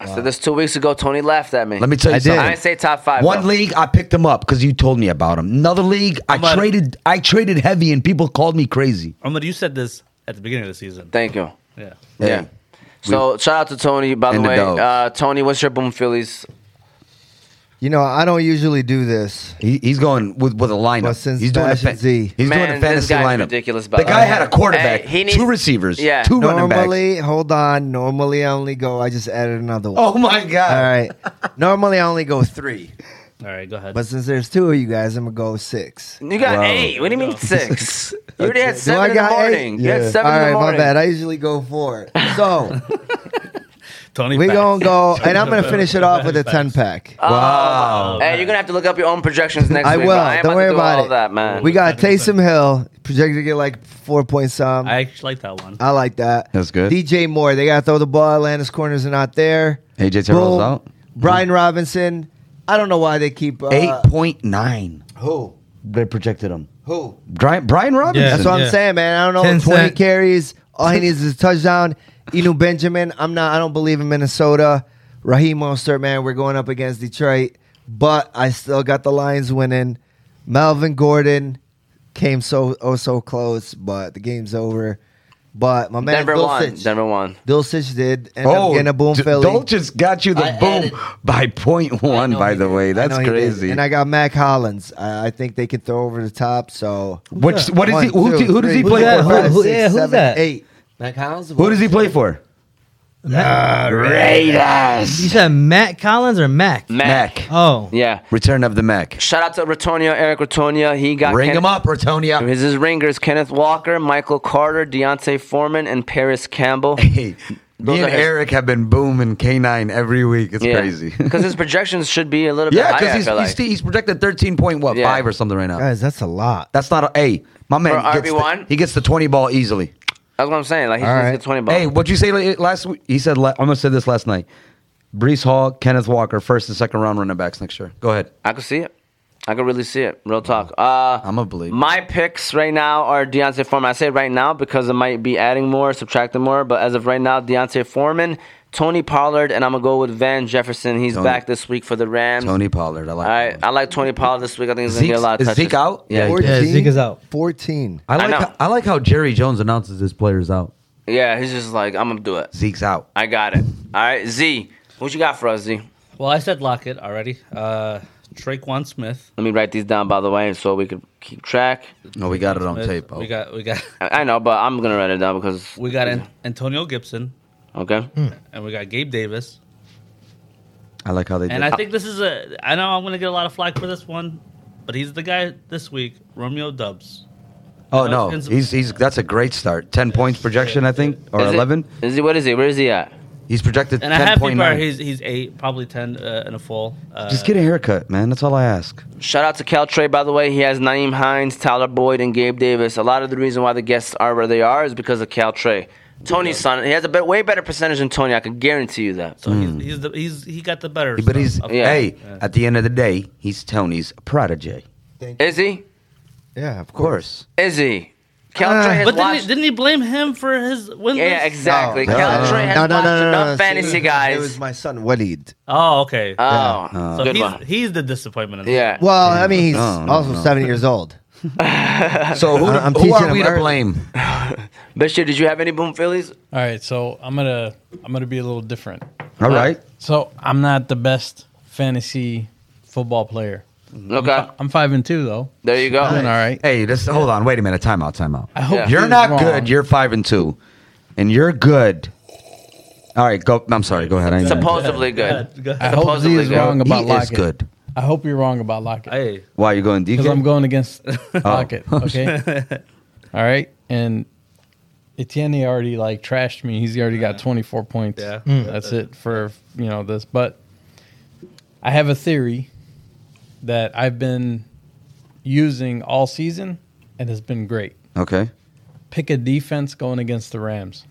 B: I said this two weeks ago. Tony laughed at me.
C: Let me tell you
A: I did.
C: something.
B: I didn't say top five.
C: One
B: though.
C: league, I picked him up because you told me about him. Another league, I
D: I'm on-
C: traded. I traded heavy, and people called me crazy.
D: I'm gonna. You said this at the beginning of the season.
B: Thank you.
D: Yeah.
B: Yeah. So shout out to Tony, by the
C: And the
B: way.
C: dogs.
B: uh, Tony, what's your boom Phillies?
A: You know, I don't usually do this.
C: He, he's going with with a lineup.
A: But since
C: he's doing a
A: Bash and Z.
C: he's
B: Man,
C: doing a
B: this
C: fantasy
B: guy's
C: lineup.
B: ridiculous,
C: the
B: but-
C: guy had a quarterback,
B: Hey, he needs-
C: two receivers,
B: yeah.
C: two running backs.
A: Normally, hold on. Normally, I only go. I just added another one.
C: Oh my god!
A: All right. Normally, I only go three,
D: All right, go ahead.
A: but since there's two of you guys, I'm gonna go six.
B: You got
C: Wow.
B: eight. What do you mean six? you already had
A: Do
B: seven
A: I
B: in the
A: got eight?
B: morning. You had seven
A: All
B: in the
A: right,
B: morning.
A: my bad. I usually go four. So
D: Tony,
A: we
D: facts.
A: gonna go, and I'm gonna
D: Facts.
A: finish it off with a
D: Facts.
A: ten pack.
B: Wow.
D: Wow.
B: Oh, Hey, you're gonna have to look up your own projections next
A: I
B: week.
A: will.
B: but I ain't
A: Don't
B: about to
A: worry
B: do
A: about
B: all
A: it.
B: That man.
A: We got
D: 100%.
A: Taysom Hill projected to get like four points. Some
D: I
A: I,
D: actually like that one.
A: like that.
C: That's good.
A: DJ Moore, they gotta throw the ball. Atlanta's corners are not there.
C: AJ Terrell's
A: Boom.
C: out.
A: Brian Robinson. I don't know why they keep uh,
C: Eight point nine.
A: Who?
C: They projected him.
A: Who?
C: Brian, Brian Robinson.
E: Yeah.
A: That's what I'm saying, man. I don't know.
G: 10
A: Twenty
G: cent.
A: carries. All he needs is a touchdown. Inu Benjamin. I'm not. I don't believe in Minnesota. Raheem Mostert, man. We're going up against Detroit, but I still got the Lions winning. Melvin Gordon came so oh so close, but the game's over. But my man
B: Denver won.
A: Dulcich,
B: Denver won.
A: Dulcich did end up
C: Oh,
A: getting a boom
C: D-
A: Philly.
C: Dolchich got you the
B: I
C: boom
B: added-
C: by point one.
B: know
C: By
B: he
C: the
B: did.
C: way,
A: I
C: that's
A: know he did.
C: crazy.
A: And I got Mac Hollins. I, I think they can throw over the top. So
C: Which what is
A: One,
C: he? Who,
A: two,
C: do- who does he
A: three,
C: play
A: four,
C: for?
A: five,
G: Who- who-
A: six,
G: yeah, who's
A: seven,
G: that?
A: Eight.
B: Mac
C: Who does he play for?
G: You
C: Raiders.
G: said Matt Collins or Mac?
B: Mac.
C: Mac.
G: Oh,
B: Yeah.
C: Return of the Mac.
B: Shout out to Ratonia, Eric Ratonia. He got
C: Ring
B: Ken-
C: him up, Rotonia.
B: Um, His, his ringers: Kenneth Walker, Michael Carter, Deontay Foreman, and Paris Campbell.
C: Hey,
B: Those
C: me
B: are
C: and
B: his-
C: Eric have been booming K9 every week. It's crazy.
B: Because his projections should be a little bit
C: yeah,
B: higher. I
C: because he's,
B: feel
C: he's,
B: like.
C: he's projected 13 point, what,
B: Yeah.
C: 5 or something right now.
A: Guys, that's a lot.
C: That's not a. Hey, my man.
B: For
C: gets the-
B: RB1?
C: he gets the 20 ball easily.
B: That's what I'm saying. Like he's
A: All
B: just
A: right.
B: hit 20 bucks.
C: Hey, what'd you say la- last week? He said, la- I almost said this last night. Brees Hall, Kenneth Walker, first and second round running backs next year. Go ahead.
B: I could see it. I could really see it.
C: Oh.
B: Real talk. Uh,
C: I'm a believer.
B: My picks right now are Deontay Foreman. I say right now because it might be adding more, subtracting more, but as of right now, Deontay Foreman, Tony Pollard, and I'm gonna go with Van Jefferson. He's
C: Tony-
B: back this week for the Rams.
C: Tony Pollard. I
B: All
C: like
B: right,
C: that
B: I
C: one.
B: like Tony Pollard this week. I think he's gonna get a
C: Zeke's-
B: lot of
C: is
B: touches.
C: Zeke out?
B: Yeah, he-
A: 14,
G: Yeah, Zeke is out.
A: 14.
C: I
B: I
C: like,
B: know.
C: how, I like how Jerry Jones announces his players out.
B: yeah. He's just like I'm gonna do it.
C: Zeke's out.
B: I got it. All right, Z, what you got for us, Z?
D: Well, I said Lockett already. Uh, Traquan Smith.
B: Let me write these down by the way, so we could keep track.
C: No, we got it on
D: Smith.
C: tape. Oh.
D: We got we got
B: I, I know, but I'm gonna write it down because
D: we got An- Antonio Gibson
B: okay.
D: and we got Gabe Davis.
C: I like how they did
D: And I
C: it.
D: think this is a. I know I'm gonna get a lot of flack for this one, but he's the guy this week, Romeo Dubs.
C: Oh
D: I
C: no,
D: was cons-
C: he's he's that's a great start. Ten points projection, I think, or
B: Is it-
C: eleven.
B: Is he? What is he? Where is he at?
C: He's projected
D: And I have
C: ten point
D: people are
C: nine.
D: he's he's eight, probably ten uh, in a fall. Uh,
C: Just get a haircut, man. That's all I ask.
B: Shout out to Caltrey, by the way. He has Naeem Hines, Tyler Boyd, and Gabe Davis. A lot of the reason why the guests are where they are is because of Caltrey. Tony's son, he has a bit, way better percentage than Tony. I can guarantee you that.
D: So he's he's, the, he's he got the better.
C: But
D: stuff.
C: he's
D: Okay.
B: Hmm. Yeah.
C: hey. At the end of the day, he's Tony's protege.
B: Is he?
A: Yeah, of
C: Of course.
B: Is he? Caltrey has
D: But didn't
B: watched.
D: he, didn't he blame him for his win?
B: yeah, yeah, exactly.
A: No, no,
B: Caltrey
A: no,
B: has
A: no, no,
B: watched
A: no, no,
B: enough
A: no.
B: fantasy guys.
A: It was my son Walid.
D: Oh, okay.
B: oh,
D: so
B: good
D: he's,
B: one.
D: he's the disappointment. Of the-
B: Yeah.
A: Well, I mean, he's
C: No, no,
A: also
C: no.
A: seven years old.
C: So who,
A: I- I'm
C: who
A: teaching
C: are
A: him
C: we to
A: early.
C: blame?
B: Bishop, did you have any boom Phillies?
E: All right, so I'm gonna I'm gonna be a little different.
C: All right.
E: So I'm not the best fantasy football player.
B: Okay,
E: I'm five and two though.
B: there you go.
E: Doing all right.
C: Hey, just hold on. Wait a minute. Timeout. Timeout.
E: I hope
B: Yeah.
C: You're
E: he's
C: not
E: wrong.
C: good. You're five and two, and you're good. All right. Go. I'm sorry. Go ahead. I ain't gonna-
B: Supposedly good.
D: Go ahead.
E: I hope Z
B: Supposedly
E: is
B: good.
E: wrong about
C: he is
E: Lockett.
C: good.
E: I hope you're wrong about Lockett.
D: Hey,
C: Why are you Oh. going DK?
E: Because I'm going against Lockett. Okay. All right. And Etienne already like trashed me. He's already got 24 points.
D: Yeah.
E: That's it for you know this. But I have a theory that I've been using all season and has been great.
C: okay.
E: Pick a defense going against the Rams.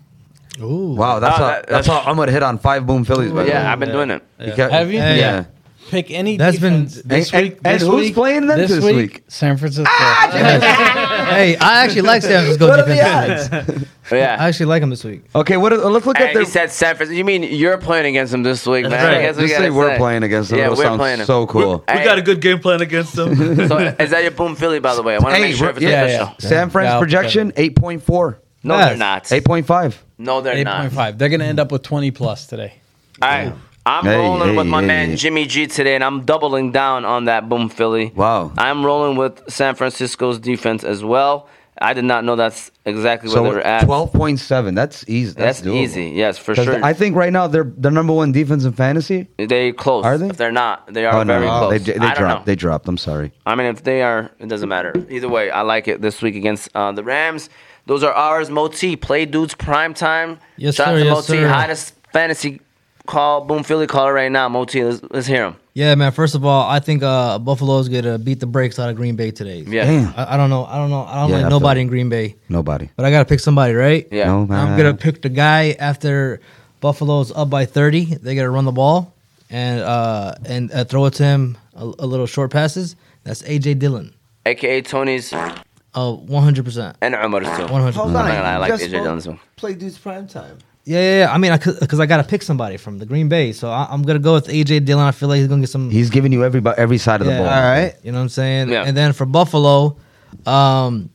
C: Wow. That's
B: Oh,
C: all.
B: that-
C: that's all. I'm gonna hit on five boom Phillies. By the way.
B: Yeah, I've been doing it.
C: You got-
E: Have you?
C: Yeah.
E: Yeah. Pick any
G: That's been-
E: defense this
C: And-
E: week.
C: and- and
E: this
C: who's
E: week,
C: playing them this week?
E: San Francisco.
B: Ah,
G: hey, I actually like San Francisco
C: are the
G: defense. this week.
B: Yeah.
G: I actually like him this week.
C: Okay. What? Are, let's look
B: Hey,
C: at
B: he
C: their.
B: said San Francisco. You mean you're playing against him this week, man?
D: That's
B: I
D: right.
B: guess we
C: Just say
B: gotta
C: we're playing against them.
B: Yeah,
C: That'll
B: we're
C: sound
B: playing him.
C: so cool.
D: we got a good game plan against them.
B: So is that your boom Philly? By the way, I want to make sure if it's
C: yeah,
B: official.
C: yeah. San Fran's
E: Yeah.
C: projection eight point four.
B: No,
G: Yes.
B: they're not.
C: 8.5.
B: No, they're not.
E: 8.5. They're going to end up with 20 plus today.
B: All right. I'm
C: Hey,
B: rolling
C: hey,
B: with my
C: hey,
B: man
C: hey.
B: Jimmy G today, and I'm doubling down on that boom Philly.
C: Wow.
B: I'm rolling with San Francisco's defense as well. I did not know that's exactly where they were at.
C: twelve point seven. That's easy.
B: that's
C: That's, doable.
B: easy. Yes, for
C: 'Cause
B: sure.
C: I think right now they're the number one defense in fantasy.
B: they close.
C: Are they? Oh,
B: If they're not, they are very close.
C: they, they
B: I don't
C: dropped.
B: know.
C: They dropped. I'm sorry.
B: I mean, if they are, it doesn't matter. Either way, I like it this week against uh, the Rams. Those are ours. Moti play dudes prime time.
G: Yes,
B: Shout out
G: sir,
B: to
G: yes,
B: Moti,
G: sir.
B: hottest fantasy call, boom Philly caller right now. Moti, let's, let's hear him.
G: Yeah, man. First of all, I think uh, Buffalo's gonna beat the brakes out of Green Bay today.
B: Yeah,
C: Damn.
G: I, I don't know. I don't know. I don't
C: Yeah, I
G: like
C: feel
G: nobody
C: it.
G: in Green Bay,
C: Nobody.
G: but I gotta pick somebody, right?
B: yeah.
C: No man.
G: I'm gonna pick the guy after Buffalo's up by 30. They gotta run the ball and uh, and uh, throw it to him a, a little short passes. That's AJ Dillon.
B: AKA Tony's and
G: Uh, 100. percent
B: Umar's too.
G: 100.
A: Hold on.
G: percent
B: I like- I like
A: Just
B: AJ Dillon's one.
A: Play dudes prime time.
G: Yeah, yeah, yeah. I mean, because I, gotta pick somebody from the Green Bay, so I, I'm gonna go with AJ Dillon. I feel like he's gonna get some.
C: He's giving you every every side of the
G: Yeah,
C: ball.
G: All right. You know what I'm saying?
B: Yeah.
G: And then for Buffalo, um,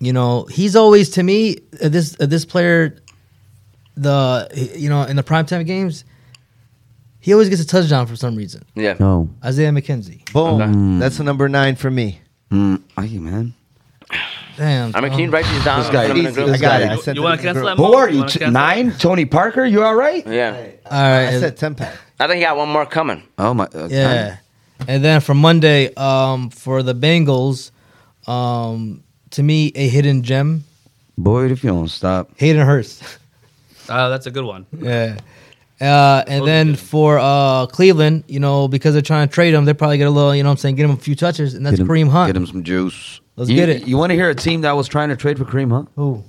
G: you know, he's always to me uh, this uh, this player the you know, in the primetime games, he always gets a touchdown for some reason.
B: Yeah.
C: No.
G: Isaiah McKenzie.
A: Boom. That's a number nine for me.
C: Mm, are you man?
G: Damn. Um,
B: I mean, can you write these down?
C: This guy-
B: Put them in a group?
A: I got
C: guy-
A: it. I sent
D: You
A: it
D: want to
A: to the group.
D: cancel that?
C: Who
D: Mo?
C: are you?
D: wanna
C: T-
D: cancel that?
C: nine? Tony Parker? You all right?
B: Yeah.
G: All right.
A: I
G: and-
A: said ten pack.
B: I think he got one more coming.
C: Oh my. uh,
G: yeah. And then for Monday, um, for the Bengals, um, to me a hidden gem,
C: Boyd, if you don't stop.
G: Hayden Hurst.
D: Oh, that's a good one.
G: Yeah. Uh, and then for uh, Cleveland, you know, because they're trying to trade him, they probably get a little, you know what I'm saying, get him a few touches, and that's
C: Get him-
G: Kareem Hunt.
C: Get him some juice.
G: Let's
C: You-
G: get it.
C: You want to hear a team that was trying to trade for Kareem Hunt?
G: Who?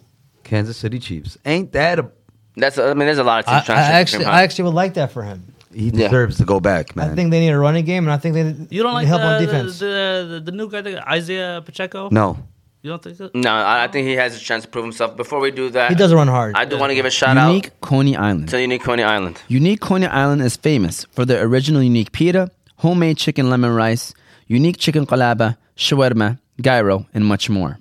C: Kansas City Chiefs. Ain't that a?
B: That's. uh, I mean, there's a lot of
G: I,
B: teams
G: I
B: trying to shake
G: actually
B: him
G: I
B: out.
G: actually would like that for him.
C: He
B: Yeah.
C: deserves to go back, man.
G: I think they need a running game, and I think they
D: You don't
G: need
D: like
G: help
D: the,
G: on defense.
D: The, the, the new guy, the, Isaiah Pacheco?
C: no.
D: You don't think so?
B: No, I I think he has a chance to prove himself. Before we do that,
G: he doesn't run hard.
B: I do want to give a shout
F: Unique
B: out
F: Coney Island.
B: to Unique Coney Island.
F: Unique Coney Island is famous for their original unique pita, homemade chicken lemon rice, unique chicken qalaba, shawarma, gyro, and much more.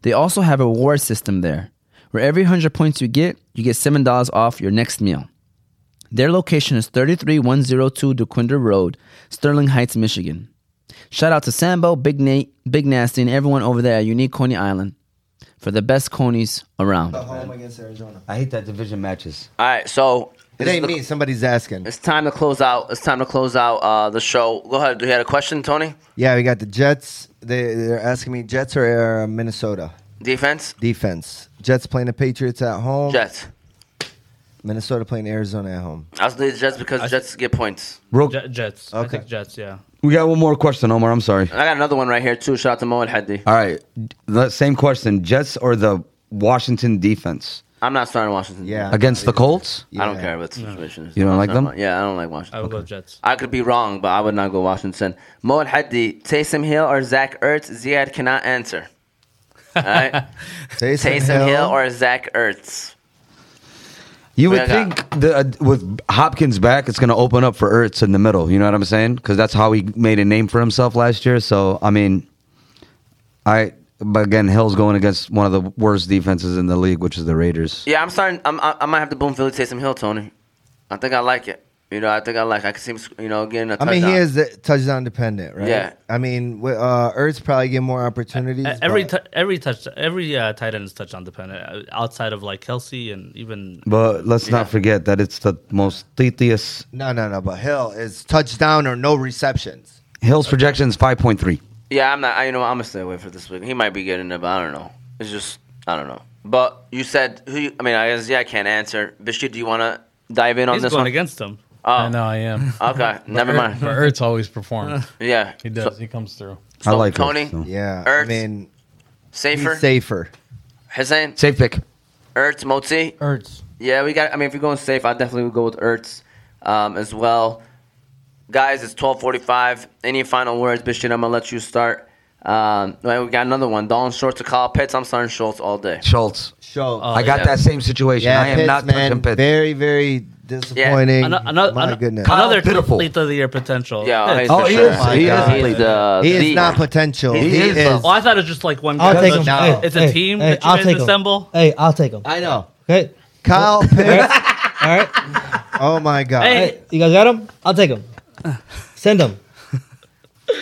F: They also have a reward system there, where every 100 points you get, you get $7 off your next meal. Their location is 33102 DeQuinder Road, Sterling Heights, Michigan. Shout out to Sambo, Big Nate, Big Nasty, and everyone over there at Unique Coney Island for the best conies around.
A: Home against Arizona.
C: I hate that division matches.
B: All right, so
A: It
B: this is
A: ain't
B: the-
A: me. Somebody's asking.
B: It's time to close out. It's time to close out uh, the show. Go ahead. Do you have a question, Tony?
A: Yeah, we got the Jets. They, they're asking me Jets or uh, Minnesota
B: Defense.
A: defense. Jets playing the Patriots at home.
B: Jets.
A: Minnesota playing Arizona at home.
B: I was doing Jets because Jets get points.
C: Bro,
D: Jet, Jets. I
A: Okay.
D: think Jets, yeah.
C: we got one more question, Omar. I'm sorry.
B: I got another one right here too. Shout out to Mo and Hadi.
C: All right. The same question: Jets or the Washington defense
B: I'm not starting Washington.
A: Yeah.
C: against the Colts?
B: I don't
A: Yeah.
B: care what the situation is.
C: You don't
B: I'm
C: like
B: starting
C: them?
B: Wa- Yeah, I don't like Washington.
D: I would go Jets.
B: I could be wrong, but I would not go Washington. Mo and Hadi, Taysom Hill or Zach Ertz? Ziad cannot answer. All right,
A: Taysom,
B: Taysom Hill or Zach Ertz?
C: You
B: Yeah,
C: would
B: yeah.
C: think the, uh, with Hopkins back, it's going to open up for Ertz in the middle. You know what I'm saying? Because that's how he made a name for himself last year. So I mean, I but again, Hill's going against one of the worst defenses in the league, which is the Raiders.
B: Yeah, I'm starting. I'm, I, I might have to boom Philly Taysom Hill, Tony. I think I like it. You know, I think I like. I can see him. sc- You know, getting a
A: I
B: touchdown.
A: mean, he is the touchdown dependent, right?
B: Yeah.
A: I mean, wi- uh, Ertz probably get more opportunities.
D: Uh, Every
A: but-
D: t- every touch every uh, tight end is touchdown dependent uh, outside of like Kelsey and even
C: But let's
B: Yeah.
C: not forget that it's the most thetiest.
A: no, no, no. But Hill is touchdown or no receptions.
C: Hill's projection is 5.3.
B: Yeah, I'm not. I, you know, what, I'm gonna stay away for this week. He might be getting it, but I don't know. It's just I don't know. But you said who? You, I mean, I guess yeah, I can't answer. Bishop, do you want to dive in on
D: he's
B: this
D: going
B: one?
D: against them.
B: Oh,
E: I know I am.
B: Okay, never
E: But
B: mind.
E: Ertz always performs.
B: Yeah,
E: He does. He comes through.
C: I like Ertz,
B: Tony.
C: so.
A: Yeah.
B: Ertz,
A: I mean, he's
B: Safer,
A: safer.
B: Hussein,
C: Safe pick.
B: Ertz, Motzi.
G: Ertz.
B: Yeah, we got. I mean, if you're going safe, I definitely would go with Ertz um, as well. Guys, it's 12:45. Any final words, Bishop? I'm gonna let you start. Um, well, we got another one. Dalton Schultz to Kyle Pitts. I'm starting Schultz all day.
C: Schultz.
A: Schultz.
D: Oh,
C: I got
B: yeah.
C: that same situation.
A: yeah,
C: I am
A: Pitts,
C: not
A: man.
C: touching Pitts.
A: Very, very disappointing.
D: Ano- ano-
A: My
D: ano-
A: goodness.
D: another
C: Pitiful.
D: complete of the year potential.
B: Yeah, he's
C: Oh,
B: for
C: he
B: sure.
C: is. He is.
B: He's the-
A: he is
B: the-
A: not potential. He,
C: He is,
A: is.
C: though.
D: Oh, I thought it was just like one.
G: I'll
D: guy.
G: take him.
A: No.
G: Hey,
D: It's a
G: hey,
D: team
G: Hey,
D: that you
G: I'll
D: guys
G: take him.
D: assemble?
G: Hey, I'll take him.
A: I know.
G: Okay.
A: Kyle
G: All
A: Pitts.
G: right.
A: Oh my god.
D: Hey.
G: Hey, you guys got him? I'll take him. Send him.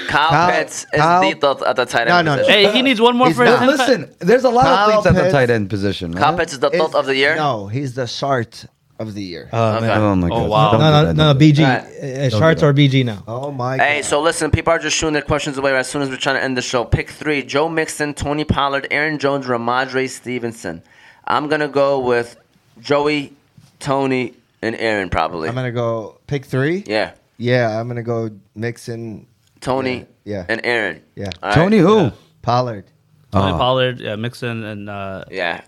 B: Kyle,
A: Kyle-
B: Pitts is
A: Kyle-
B: the th- at the tight end
A: No, no, no.
B: position.
D: Hey, he needs one more
A: He's
D: for
A: not.
D: his
C: Listen, there's a lot
A: Kyle
C: of things at the
A: Pitts-
C: tight end position.
B: Kyle
C: Man.
B: Pitts is the
A: Is-
B: thought of the year.
A: No, he's the shart of the year.
G: Uh,
B: Okay.
C: Oh my god.
D: wow.
C: Don't do
G: No, no,
C: that,
G: no,
C: don't do
G: BG.
B: Alright.
G: Uh, Sharts or BG now.
A: oh my
B: Hey,
A: god.
B: so listen, people are just shooting their questions away as soon as we're trying to end the show. Pick three Joe Mixon, Tony Pollard, Aaron Jones, Ramadre Stevenson. I'm going to go with Joey, Tony, and Aaron probably.
A: I'm gonna go pick three.
B: yeah.
A: Yeah, I'm gonna go Mixon,
B: Tony
A: Yeah.
B: and Aaron.
A: Yeah.
B: All
C: that.
B: right?
C: Tony who?
A: Pollard.
D: Tony
C: Oh.
B: Uh-huh.
D: Pollard, yeah, Mixon, and uh,
B: Yeah.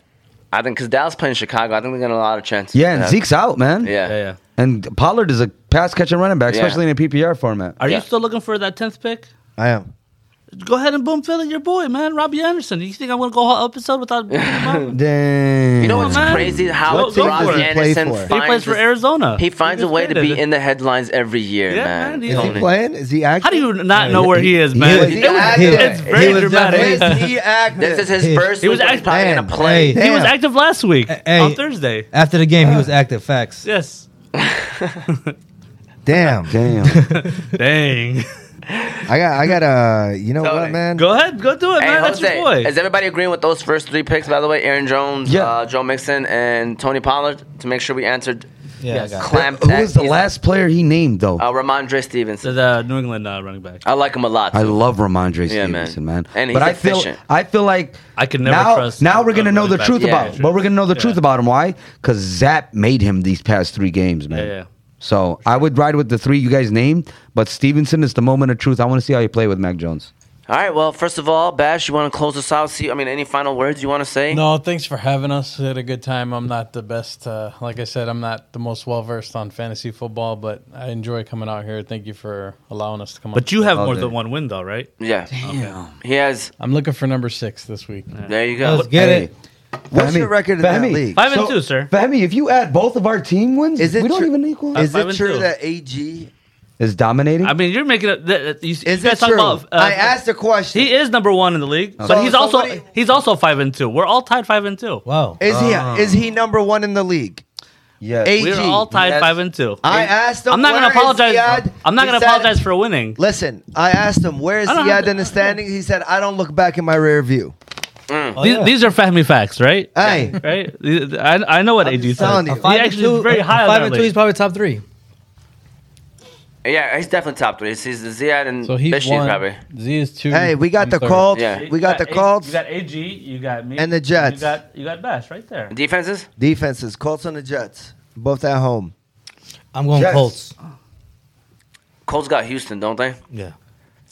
B: I think because Dallas playing Chicago, I think they're going to have a lot of chances.
C: Yeah, and Zeke's out, man.
B: Yeah.
D: yeah, yeah.
C: And Pollard is a pass catching running back,
B: Yeah.
C: especially in a PPR format.
D: Are
B: Yeah.
D: you still looking for that tenth pick?
A: I am.
D: Go ahead and boom, fill it, your boy, man, Robbie Anderson. You think I'm gonna go whole episode without? he
A: Dang.
B: You know what's
D: man.
B: crazy? How
D: What team does
B: Robbie
D: he
A: play
B: Anderson
A: for? He
B: finds
D: plays for
B: his-
D: Arizona.
B: He finds a
D: just
B: way to
D: did
B: be
D: it.
B: in the headlines every year,
D: Yeah,
B: man.
D: man, he's
A: Is he
B: Tony.
A: playing? Is he active?
D: How do you not know where he is,
G: He
D: man?
G: was-
D: It was-
A: he was-
D: it's
A: he
D: very
G: was
D: dramatic.
A: Is he active?
B: This is his
G: He-
B: first.
D: he was
B: week, but he's
D: act-
B: probably going to play.
G: Hey,
D: He was
A: Damn.
D: active last week
G: Hey.
D: on Thursday.
G: After the game, he was active. Facts.
D: Yes.
A: Damn.
C: Damn.
D: Dang.
A: I got. I got a. You know
B: Tony.
A: what, man?
D: go ahead, go do it,
B: Hey,
D: man. That's your boy.
B: Jose, is everybody agreeing with those first three picks, by the way? Aaron Jones,
C: Yeah.
B: uh, Joe Mixon, and Tony Pollard to make sure we answered.
G: Yeah, I got it.
B: Clamped
C: Who
B: at-
C: was the last player he named
A: Oh.
C: though?
B: Uh, Ramondre
D: So
B: Stevenson.
D: the New England uh, running back.
B: I like him a lot.
C: I
B: too.
C: love Ramondre
B: Yeah, man.
C: Stevenson, man.
B: And he's
C: but I feel
B: efficient.
C: I feel like
D: I could never
C: now,
D: trust
C: Now we're
D: a
C: gonna know
D: running
C: the
D: back.
C: truth
B: Yeah,
C: about him.
D: sure.
C: But we're gonna know the
D: Yeah.
C: truth about him. Why? Because Zap made him these past three games, man.
D: Yeah, yeah.
C: So I would ride with the three you guys named, but Stevenson is the moment of truth. I want to see how you play with Mac Jones.
B: All right. Well, first of all, Bash, you want to close us out? See, I mean, any final words you want to say?
E: No, thanks for having us. We had a good time. I'm not the best, uh, like I said, I'm not the most well versed on fantasy football, but I enjoy coming out here. Thank you for allowing us to come.
D: But
E: on.
D: you have
C: All
D: more
C: day.
D: than one win, though, right?
B: Yeah. He has.
E: I'm looking for number six this week.
B: There you go.
G: Let's get
C: Hey,
G: it.
A: What's
C: Fahmy,
A: your record in that
C: Fahmy,
A: league?
D: Five and
C: So-
D: two, sir.
C: Fahmy, if you add both of our team wins,
A: Is it
C: we don't
A: true-
C: even equal.
A: Is
D: five
A: it
D: and
A: true
D: two.
A: that AG
C: Is dominating?
D: I mean, you're making up. That, you, you
A: is
D: guys
A: it
D: talk
A: true?
D: about. Uh,
A: I asked a question.
D: He is number one in the league,
A: So-
D: but he's
A: so
D: also
A: what do you-
D: he's also five and two. We're all tied five and two.
G: Wow.
A: is he is he number one in the league?
C: yes.
A: Eight-
D: Uh, We're
A: AG,
D: all tied
C: yes.
D: five and two.
A: I asked him.
D: I'm not
A: where
D: gonna
A: is
D: apologize.
A: Ziad?
D: I'm
A: He
D: not gonna
A: said-
D: apologize for winning.
A: Listen, I asked him where is
D: I don't
A: he
D: have
A: at in
D: to-
A: the standings. He said, "I don't look back in my rear view."
G: Oh,
D: these,
G: yeah.
D: these are family facts, right?
A: Hey,
D: Right? I, I know what AG said.
A: telling
D: He
A: you.
G: A five and
D: actually
G: two,
D: is very
G: a
D: high
G: Five
D: on
G: and
D: that
G: two. He's
D: league.
G: probably top three.
B: Yeah, he's definitely top three. He's, he's the Ziad and
E: So he's
B: Bishi
E: one.
B: probably.
E: Z is two.
A: hey, we got
E: I'm
A: the
E: third.
A: Colts.
B: Yeah.
A: We got the
D: A-
A: Colts.
D: You got AG. You got me.
A: And the Jets.
D: You got you got Bash right there.
B: Defenses?
A: Defenses, Colts and the Jets, both at home.
G: I'm going
C: Yes.
G: Colts.
B: Colts got Houston, don't they?
G: Yeah.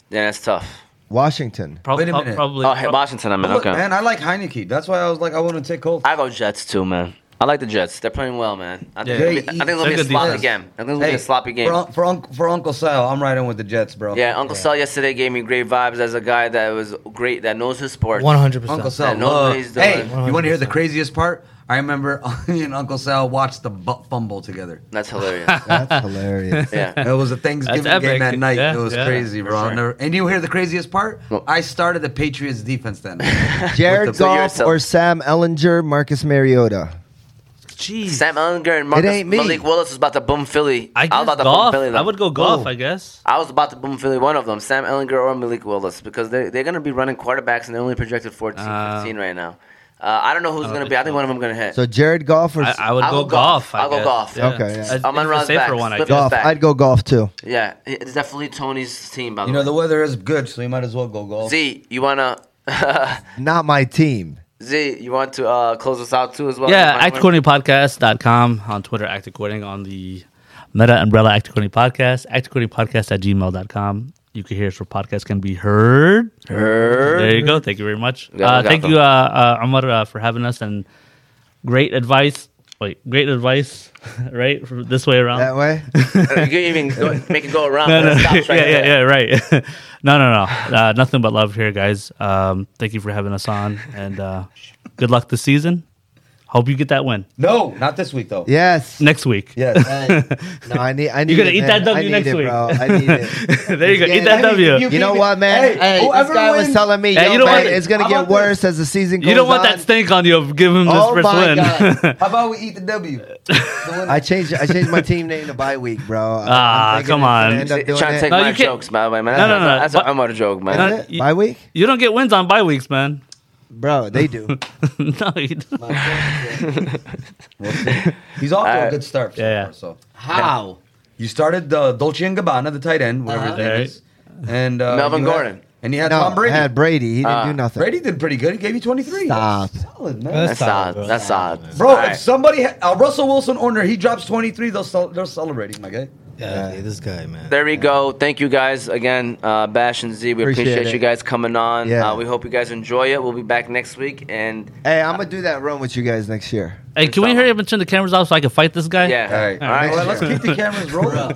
B: Yeah, that's tough.
A: Washington.
D: Prob-
C: Wait a
D: prob-
C: minute.
D: Probably.
B: Oh, hey, Washington, I mean.
C: Look,
B: Okay.
C: man, I like Heineke. That's why I was like, I want to take Colts.
B: I go Jets too, man. I like the Jets. They're playing well, man. I think,
C: Yeah.
B: it'll, be, I think it'll be a
D: They're good
B: sloppy
D: defense.
B: game. I think it'll be a sloppy game.
C: For, un- for, unc- for Uncle Sal, I'm riding with the Jets, bro.
B: Yeah, Uncle Sal yesterday gave me great vibes as a guy that was great, that knows his sport.
G: One hundred
C: Uncle
G: percent.
C: Sal.
B: Yeah, nobody's
C: loved-
B: doing
C: hey,
B: it.
C: you want to hear the craziest part? I remember me and Uncle Sal watched the bu- fumble together.
B: That's hilarious.
A: That's hilarious.
B: yeah.
C: It was a Thanksgiving
D: That's epic.
C: game that night.
D: Yeah,
C: it was
D: yeah.
C: crazy, bro. I'll
B: sure.
C: never- and you hear the craziest part?
B: Well-
C: I started the Patriots defense that night.
A: Jared
C: With the-
B: So you're
A: Goff
B: so-
A: or Sam Ellinger, Marcus Mariota.
D: Jeez.
B: Sam Unger and Marcus,
A: ain't me.
B: Malik Willis was about to boom Philly.
D: I
B: was
D: guess
B: about to
D: golf.
B: boom Philly.
D: I
B: though.
D: would go golf.
A: Whoa.
D: I guess.
B: I was about to boom Philly. One of them, Sam Ellinger or Malik Willis, because they they're going to be running quarterbacks and they're only projected 14,
D: Ah.
B: 15 right now. Uh, I don't know who's going to be. I think one of them going to hit.
A: So Jared Goff or
D: I, I would
B: I'll
D: go
B: go golf.
D: golf. I
B: I'll go
D: guess.
B: golf.
A: Okay, yeah.
D: It's- it's
B: Amon
D: the
B: Ra's
D: safer
B: back.
D: one. I
B: Flip
D: guess.
A: Goff.
B: back.
A: I'd go golf too.
B: yeah, it's definitely Tony's team. By the
C: you know,
B: way,
C: the weather is good, so you might as well go golf.
B: Z, you wanna
A: Not my team.
B: Z, you want to uh, close us out too as well?
D: Yeah,
B: You wanna-
D: actcoordinatingpodcast.com on Twitter, Act According on the Meta Umbrella Act According Podcast, Act According Podcast at gmail.com. You can hear us where podcasts can be heard. Heard. There you go. Thank you very much.
B: Yeah,
D: uh,
B: we got
D: thank
B: them.
D: you, uh, uh, Amar, uh, for having us and great advice. Wait, great advice, right? From this way around.
A: That way.
B: you can even go, make it go around.
D: no,
B: but
D: no,
B: it stops right
D: yeah, yeah,
B: there.
D: yeah, right. no, no, no. Uh, nothing but love here, guys. Um, thank you for having us on, and uh, good luck this season. Hope you get that win
C: No, not this week though.
A: Yes.
D: next week.
C: Yes.
A: Hey, no, I need. I need.
D: gonna
A: it,
D: eat that
A: man. I
D: W
A: need
D: next
A: it,
D: week.
A: Bro. I need it.
D: there you go.
A: Yeah,
D: Eat that
A: I mean,
D: W.
A: you
D: You,
A: know what, man?
C: Hey,
A: Hey, this
C: whoever
A: guy was
C: wins-
A: telling me,
D: Hey,
A: yo,
D: you don't
A: man,
D: want-
A: it's gonna
C: how
A: get
C: about this?
A: worse as the season goes
D: don't want
A: on.
D: that stink on you of giving him this
A: Oh
D: first
A: my
D: win.
A: God.
C: How about we eat the W?
A: I changed. I changed my team name to bye week, bro. I'm
D: Ah,
A: thinking
D: come
A: it's gonna
D: on.
A: end up
B: Trying
A: doing
B: to
A: it.
B: take
D: No,
B: my
D: you can't-
B: jokes, man. man. That's,
D: No, no, no.
B: That's,
D: But-
B: I'm out of joke, man.
D: No,
A: Is it?
D: you-
A: Bye week,
D: you don't get wins on bye weeks, man.
A: bro. They do.
D: no, you don't.
C: He's off to
B: Uh,
C: a good start. so
D: yeah,
C: far,
D: yeah.
C: So
B: How?
C: you started uh, Dolce and Gabbana, the tight end, whatever his name
D: Alright.
C: is, and uh,
B: Melvin
C: you had-
B: Gordon.
C: and you had
A: no,
C: Tom Brady.
A: had Brady. He didn't
B: Ah,
A: do nothing.
C: Brady did pretty good. He gave you twenty three.
A: Stop.
C: Solid man.
E: That's
B: That's odd.
E: solid, bro.
B: That's odd.
C: Bro,
B: All right.
C: if somebody, ha- uh, Russell Wilson owner, he drops 23, they'll cel- they're celebrating, my guy.
G: Yeah, yeah, this guy, man.
B: There we go. Thank you guys again, uh, Bash and Z. We
A: Appreciate
B: appreciate,
A: it.
B: you guys coming on.
A: Yeah.
B: Uh, we hope you guys enjoy it. We'll be back next week. And
A: Hey, I'm gonna do that run with you guys next year.
D: Hey, can we hurry up and turn the cameras off so I can fight this guy?
B: yeah.
C: All right.
B: All right.
C: Well, let's keep the cameras rolling.